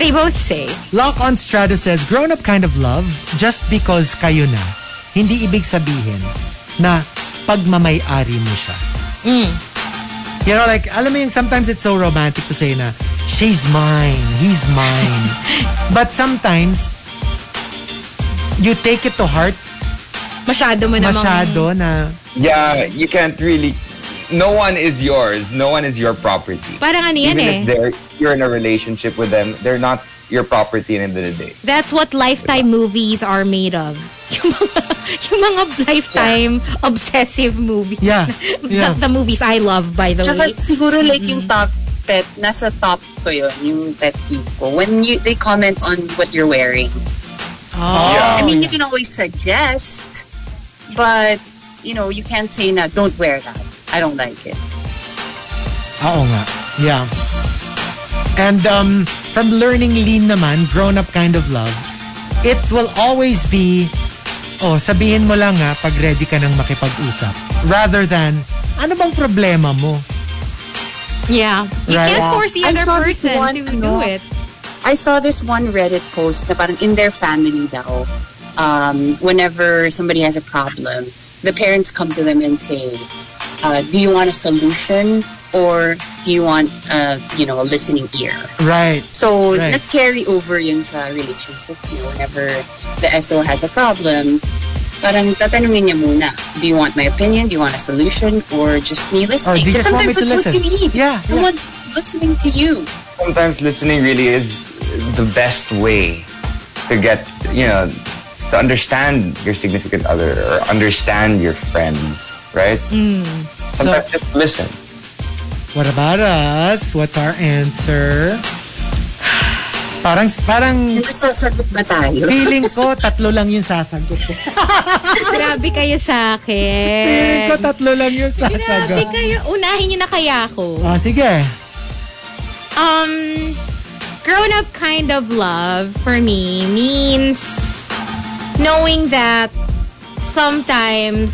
Speaker 3: They both say.
Speaker 2: Lock on Strata says, grown up kind of love, just because kayo na, hindi ibig sabihin na pagmamay-ari mo siya. You know, like, alam mo yung sometimes it's so romantic to say na, she's mine, he's mine. But sometimes, you take it to heart
Speaker 3: Masyado mo namang...
Speaker 2: masyado na,
Speaker 4: Yeah, you can't really. No one is yours. No one is your property.
Speaker 3: Parang ano yan
Speaker 4: Even
Speaker 3: eh.
Speaker 4: if they're, you're in a relationship with them, they're not your property at the end of the day.
Speaker 3: That's what lifetime movies are made of. Yung mga, yung mga lifetime obsessive movies.
Speaker 2: yeah, yeah.
Speaker 3: The, the movies I love, by the
Speaker 8: Tsaka
Speaker 3: way.
Speaker 8: siguro like yung
Speaker 3: Mm-hmm.
Speaker 8: top pet, nasa top ko yun, yung pet peeve ko. When you, they comment on what you're wearing.
Speaker 4: yeah.
Speaker 8: I mean, you can always suggest, but, you know, you can't say na, don't wear that. I don't like it.
Speaker 2: Oo nga. Yeah. And um, from learning lean naman, grown-up kind of love, it will always be, oh, sabihin mo lang ha, pag ready ka nang makipag-usap. Rather than, ano bang problema mo?
Speaker 3: Yeah. You
Speaker 2: Right.
Speaker 3: can't force the
Speaker 8: I
Speaker 3: other
Speaker 8: saw this
Speaker 3: person
Speaker 8: one,
Speaker 3: to do
Speaker 8: ano,
Speaker 3: it.
Speaker 8: I saw this one Reddit post na parang in their family daw, um, whenever somebody has a problem, the parents come to them and say, uh, do you want a solution or do you want, uh, you know, a listening ear?
Speaker 2: Right.
Speaker 8: So,
Speaker 2: Right.
Speaker 8: nag-carry over yun sa relationship niyo. Whenever the SO has a problem, parang tatanungin niya muna, do you want my opinion? Do you want a solution? Or just me
Speaker 2: Or
Speaker 8: listening?
Speaker 2: do you just want me
Speaker 8: Sometimes
Speaker 2: to
Speaker 8: that's
Speaker 2: listen?
Speaker 8: what you need.
Speaker 2: Yeah, yeah.
Speaker 8: Someone listening to you.
Speaker 4: Sometimes listening really is the best way to get, you know, to understand your significant other or understand your friends, right?
Speaker 3: Hmm.
Speaker 4: Sometimes just listen.
Speaker 2: What about us? What's our answer? Parang, parang
Speaker 8: Nasasagot ba tayo?
Speaker 2: feeling ko, tatlo lang yung sasagot ko.
Speaker 3: Grabe kayo sa
Speaker 2: Feeling ko,
Speaker 3: akin.
Speaker 2: tatlo lang yung
Speaker 3: Grabe
Speaker 2: sasagot.
Speaker 3: kayo. Unahin niyo na kaya ako.
Speaker 2: Ah, sige.
Speaker 3: Um, grown-up kind of love for me means knowing that sometimes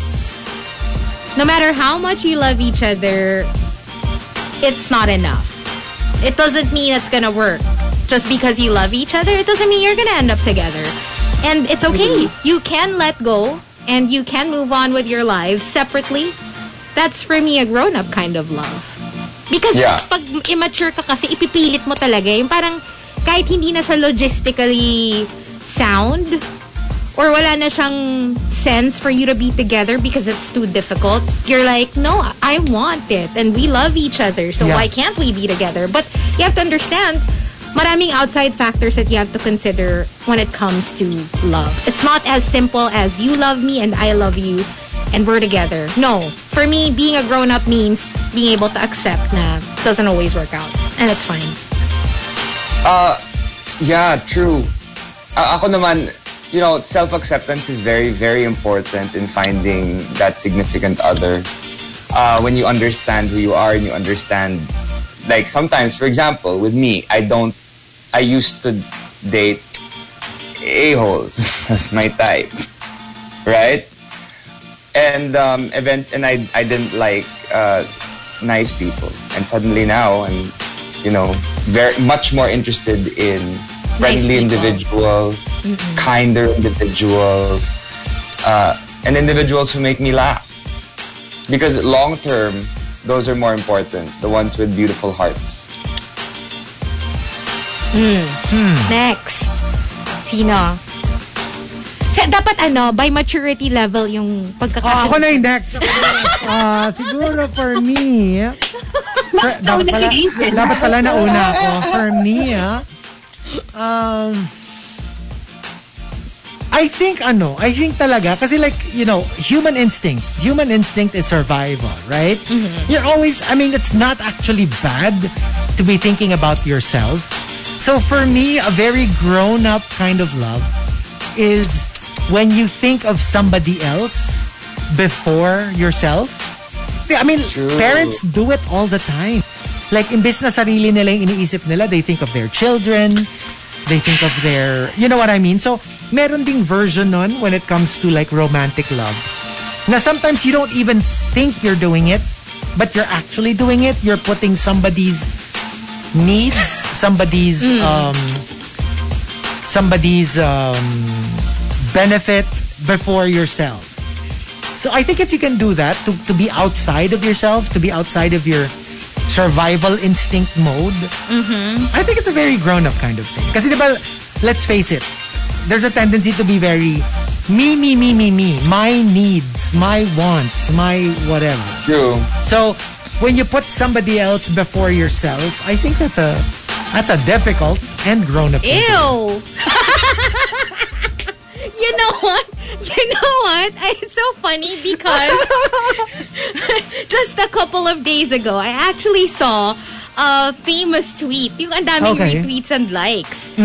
Speaker 3: no matter how much you love each other, it's not enough. It doesn't mean it's gonna work. Just because you love each other, it doesn't mean you're gonna end up together. And it's okay. You can let go and you can move on with your lives separately. That's for me a grown up kind of love. Because
Speaker 4: Yeah.
Speaker 3: pag immature ka kasi, ipipilit mo talaga. Yung parang kahit hindi na siya logistically sound or wala na siyang sense for you to be together because it's too difficult, you're like, no, I want it. And we love each other. So
Speaker 2: Yeah.
Speaker 3: why can't we be together? But you have to understand, maraming outside factors that you have to consider when it comes to love. It's not as simple as you love me and I love you and we're together. No. For me, being a grown-up means being able to accept na doesn't always work out. And it's fine.
Speaker 4: Yeah, true. A- ako naman, you know, self-acceptance is very, very important in finding that significant other. Uh, when you understand who you are and you understand, like sometimes, for example, with me, I don't, I used to date a-holes. That's my type. Right? And um, event, and I, I didn't like uh, nice people. And suddenly now, I'm you know, very much more interested in friendly
Speaker 3: people.
Speaker 4: individuals, kinder individuals, uh, and individuals who make me laugh. Because long term, those are more important. The ones with beautiful hearts.
Speaker 3: Next. Sino? Sa, dapat ano, by maturity level yung
Speaker 2: Ah,
Speaker 3: pagkakasunod.
Speaker 2: ako na yung next. Ako na yung next. Ah, siguro for me. Bakit dapat pala, Eh, dapat pala nauna ako. For me, ah, um, I think ano, I think talaga kasi like, you know, human instinct. Human instinct is survival, right? You're always I mean, it's not actually bad to be thinking about yourself. So for me, a very grown-up kind of love is when you think of somebody else before yourself. I mean, parents do it all the time. Like, imbis na sarili nila yung iniisip nila, they think of their children, they think of their, you know what I mean? So, meron ding version nun when it comes to like romantic love. Na sometimes you don't even think you're doing it, but you're actually doing it. You're putting somebody's needs, somebody's, um, somebody's um, benefit before yourself. So I think if you can do that, to, to be outside of yourself, to be outside of your survival instinct mode, I think it's a very grown-up kind of thing. Kasi diba, let's face it, there's a tendency to be very me, me, me, me, me, my needs, my wants, my whatever.
Speaker 4: True.
Speaker 2: So when you put somebody else before yourself, I think that's a that's a difficult and grown-up thing. to do.
Speaker 3: Ew. you know what? You know what? I- It's so funny because just a couple of days ago, I actually saw a famous tweet. Yung ang daming
Speaker 2: Okay. Mm.
Speaker 3: retweets and likes.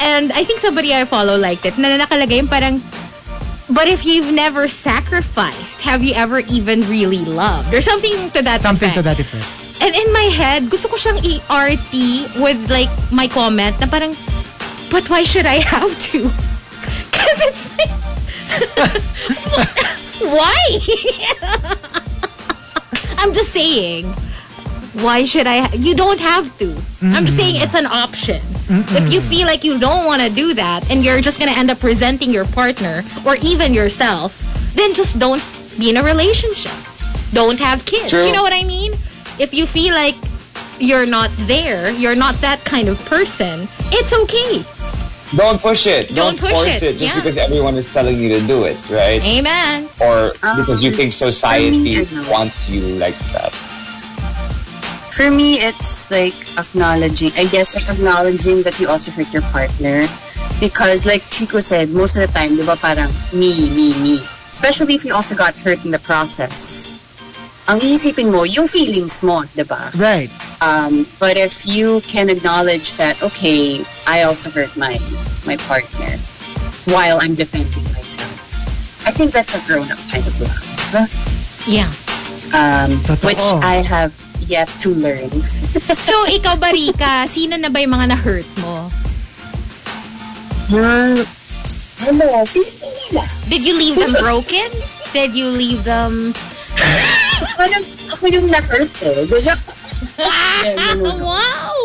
Speaker 3: And I think somebody I follow liked it. Na nakalagay yung parang, but if you've never sacrificed, have you ever even really loved? Or something to that
Speaker 2: Something
Speaker 3: effect.
Speaker 2: to that effect.
Speaker 3: And in my head, gusto ko siyang i-RT with like my comment na parang, but why should I have to? Because it's like, why? I'm just saying, why should I? ha- you don't have to. I'm just saying it's an option. If you feel like you don't want to do that and you're just going to end up resenting your partner or even yourself, then just don't be in a relationship. Don't have kids. You know what I mean? If you feel like you're not there, you're not that kind of person, it's okay.
Speaker 4: Don't push it.
Speaker 3: Don't
Speaker 4: Don't,
Speaker 3: push it,
Speaker 4: force it, just
Speaker 3: yeah.
Speaker 4: because everyone is telling you to do it, right?
Speaker 3: Amen.
Speaker 4: Or because you think society
Speaker 8: Um, I know.
Speaker 4: wants you like that.
Speaker 8: For me, it's like acknowledging, I guess, like acknowledging that you also hurt your partner. Because, like Chico said, most of the time, di ba parang me, me, me. Especially if you also got hurt in the process. Ang iisipin mo, yung feelings mo, di ba?
Speaker 2: Right.
Speaker 8: Um, but if you can acknowledge that, okay, I also hurt my my partner while I'm defending myself, I think that's a grown up kind of love,
Speaker 3: Yeah.
Speaker 8: um,
Speaker 2: Totoo.
Speaker 8: which I have yet to learn.
Speaker 3: So, ikaw ba, Rika, sino na ba yung mga na-hurt mo?
Speaker 8: Ano, feeling nila.
Speaker 3: Did you leave them broken? Did you leave them...
Speaker 8: Parang ako yung na-hurt eh. Di ba? no, no, no.
Speaker 3: wow!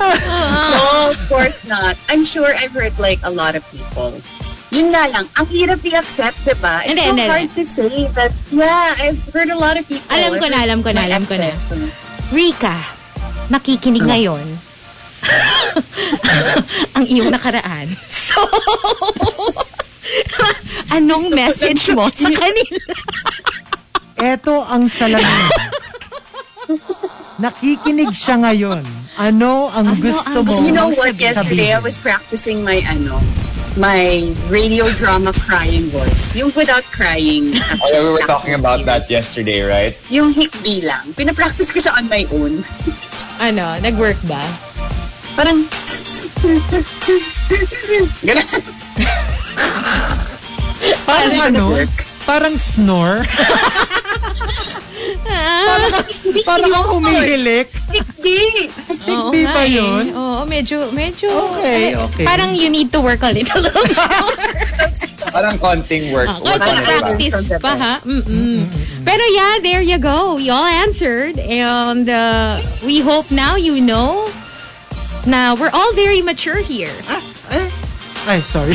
Speaker 3: Oh, Ah.
Speaker 8: No, of course not. I'm sure I've hurt like a lot of people. Yun nga lang, ang hirap i-accept, di ba? It's
Speaker 3: Hindi,
Speaker 8: so
Speaker 3: hindi,
Speaker 8: hard to say, but yeah, I've heard a lot of people.
Speaker 3: Alam ko
Speaker 8: I've
Speaker 3: na,
Speaker 8: hurt
Speaker 3: alam ko na,
Speaker 8: my
Speaker 3: alam ko na.
Speaker 8: ex-ex.
Speaker 3: Rika, nakikinig
Speaker 2: Ano?
Speaker 3: ngayon ang iyong nakaraan. So, anong message mo sa kanila?
Speaker 2: Eto ang salamin. Nakikinig siya ngayon. Ano ang gusto
Speaker 3: ang
Speaker 2: mo?
Speaker 8: You know what?
Speaker 2: sabihin?
Speaker 8: Yesterday, I was practicing my ano, my radio drama crying voice. Yung without crying.
Speaker 4: Oh, yeah, we were
Speaker 8: actually,
Speaker 4: talking about that yesterday, right?
Speaker 8: Yung hikbi lang. Pinapractice ko siya on my own.
Speaker 3: Ano, nag-work ba?
Speaker 8: Parang... Ganun.
Speaker 2: parang ano? Parang snore.
Speaker 3: Ah,
Speaker 2: parang parang kang humihilik.
Speaker 8: Hikbi!
Speaker 2: Hindi ba yun?
Speaker 3: Oo, medyo, medyo... eh,
Speaker 2: Okay, okay.
Speaker 3: Parang you need to work on it a little more.
Speaker 4: Parang konting work.
Speaker 3: Oh,
Speaker 4: work on it lang.
Speaker 3: practice pa ha. Mm-mm. Pero yeah, there you go. Y'all answered. And uh, we hope now you know. Now, we're all very mature here.
Speaker 2: Ay, sorry.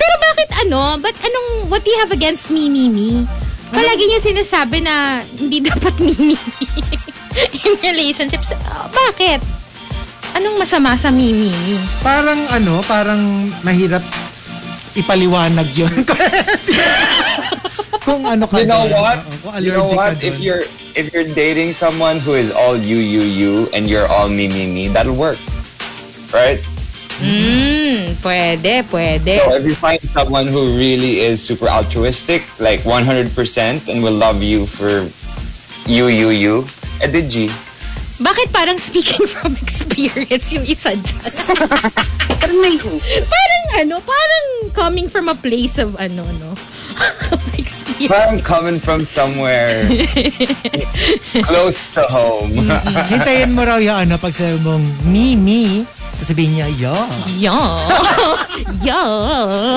Speaker 3: Pero bakit ano? But anong, what do you have against me, me, me? Palagi niyo sinasabi na hindi dapat me, me, me in relationships. Uh, bakit? Anong masama sa me, me, me?
Speaker 2: Parang ano, parang mahirap ipaliwanag yun. kung ano ka
Speaker 4: You know
Speaker 2: doon.
Speaker 4: what?
Speaker 2: Oo, Kung
Speaker 4: You know
Speaker 2: Ah, allergic
Speaker 4: what?
Speaker 2: ka
Speaker 4: If
Speaker 2: doon.
Speaker 4: you're if you're dating someone who is all you you you and you're all me me me, that'll work, right?
Speaker 3: Mm, pwede, pwede.
Speaker 4: So if you find someone who really is super altruistic, like 100%, and will love you for you, you, you, edi G.
Speaker 3: Bakit parang speaking from experience yung isa dyan?
Speaker 8: Parang may who.
Speaker 3: Eh, parang ano, parang coming from a place of ano, no? Of experience.
Speaker 4: Parang coming from somewhere close to home.
Speaker 2: Ah, Hintayin mo raw yung ano, pag sabi mong, me, me, sabihin niya, yo.
Speaker 3: Yo! Yo!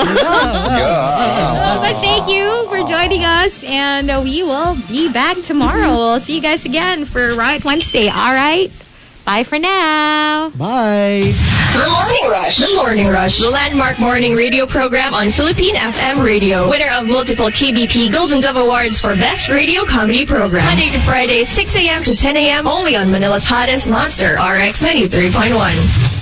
Speaker 3: Well, but thank you for joining us, and uh, we will be back tomorrow. We'll see you guys again for Riot Wednesday, all right? Bye for now!
Speaker 2: Bye.
Speaker 1: The Morning Rush. The Morning Rush. The landmark morning radio program on Philippine FM Radio. Winner of multiple KBP Golden Dove Awards for Best Radio Comedy Program. Monday to Friday, 6 a.m. to 10 a.m. Only on Manila's hottest monster, RX 93.1.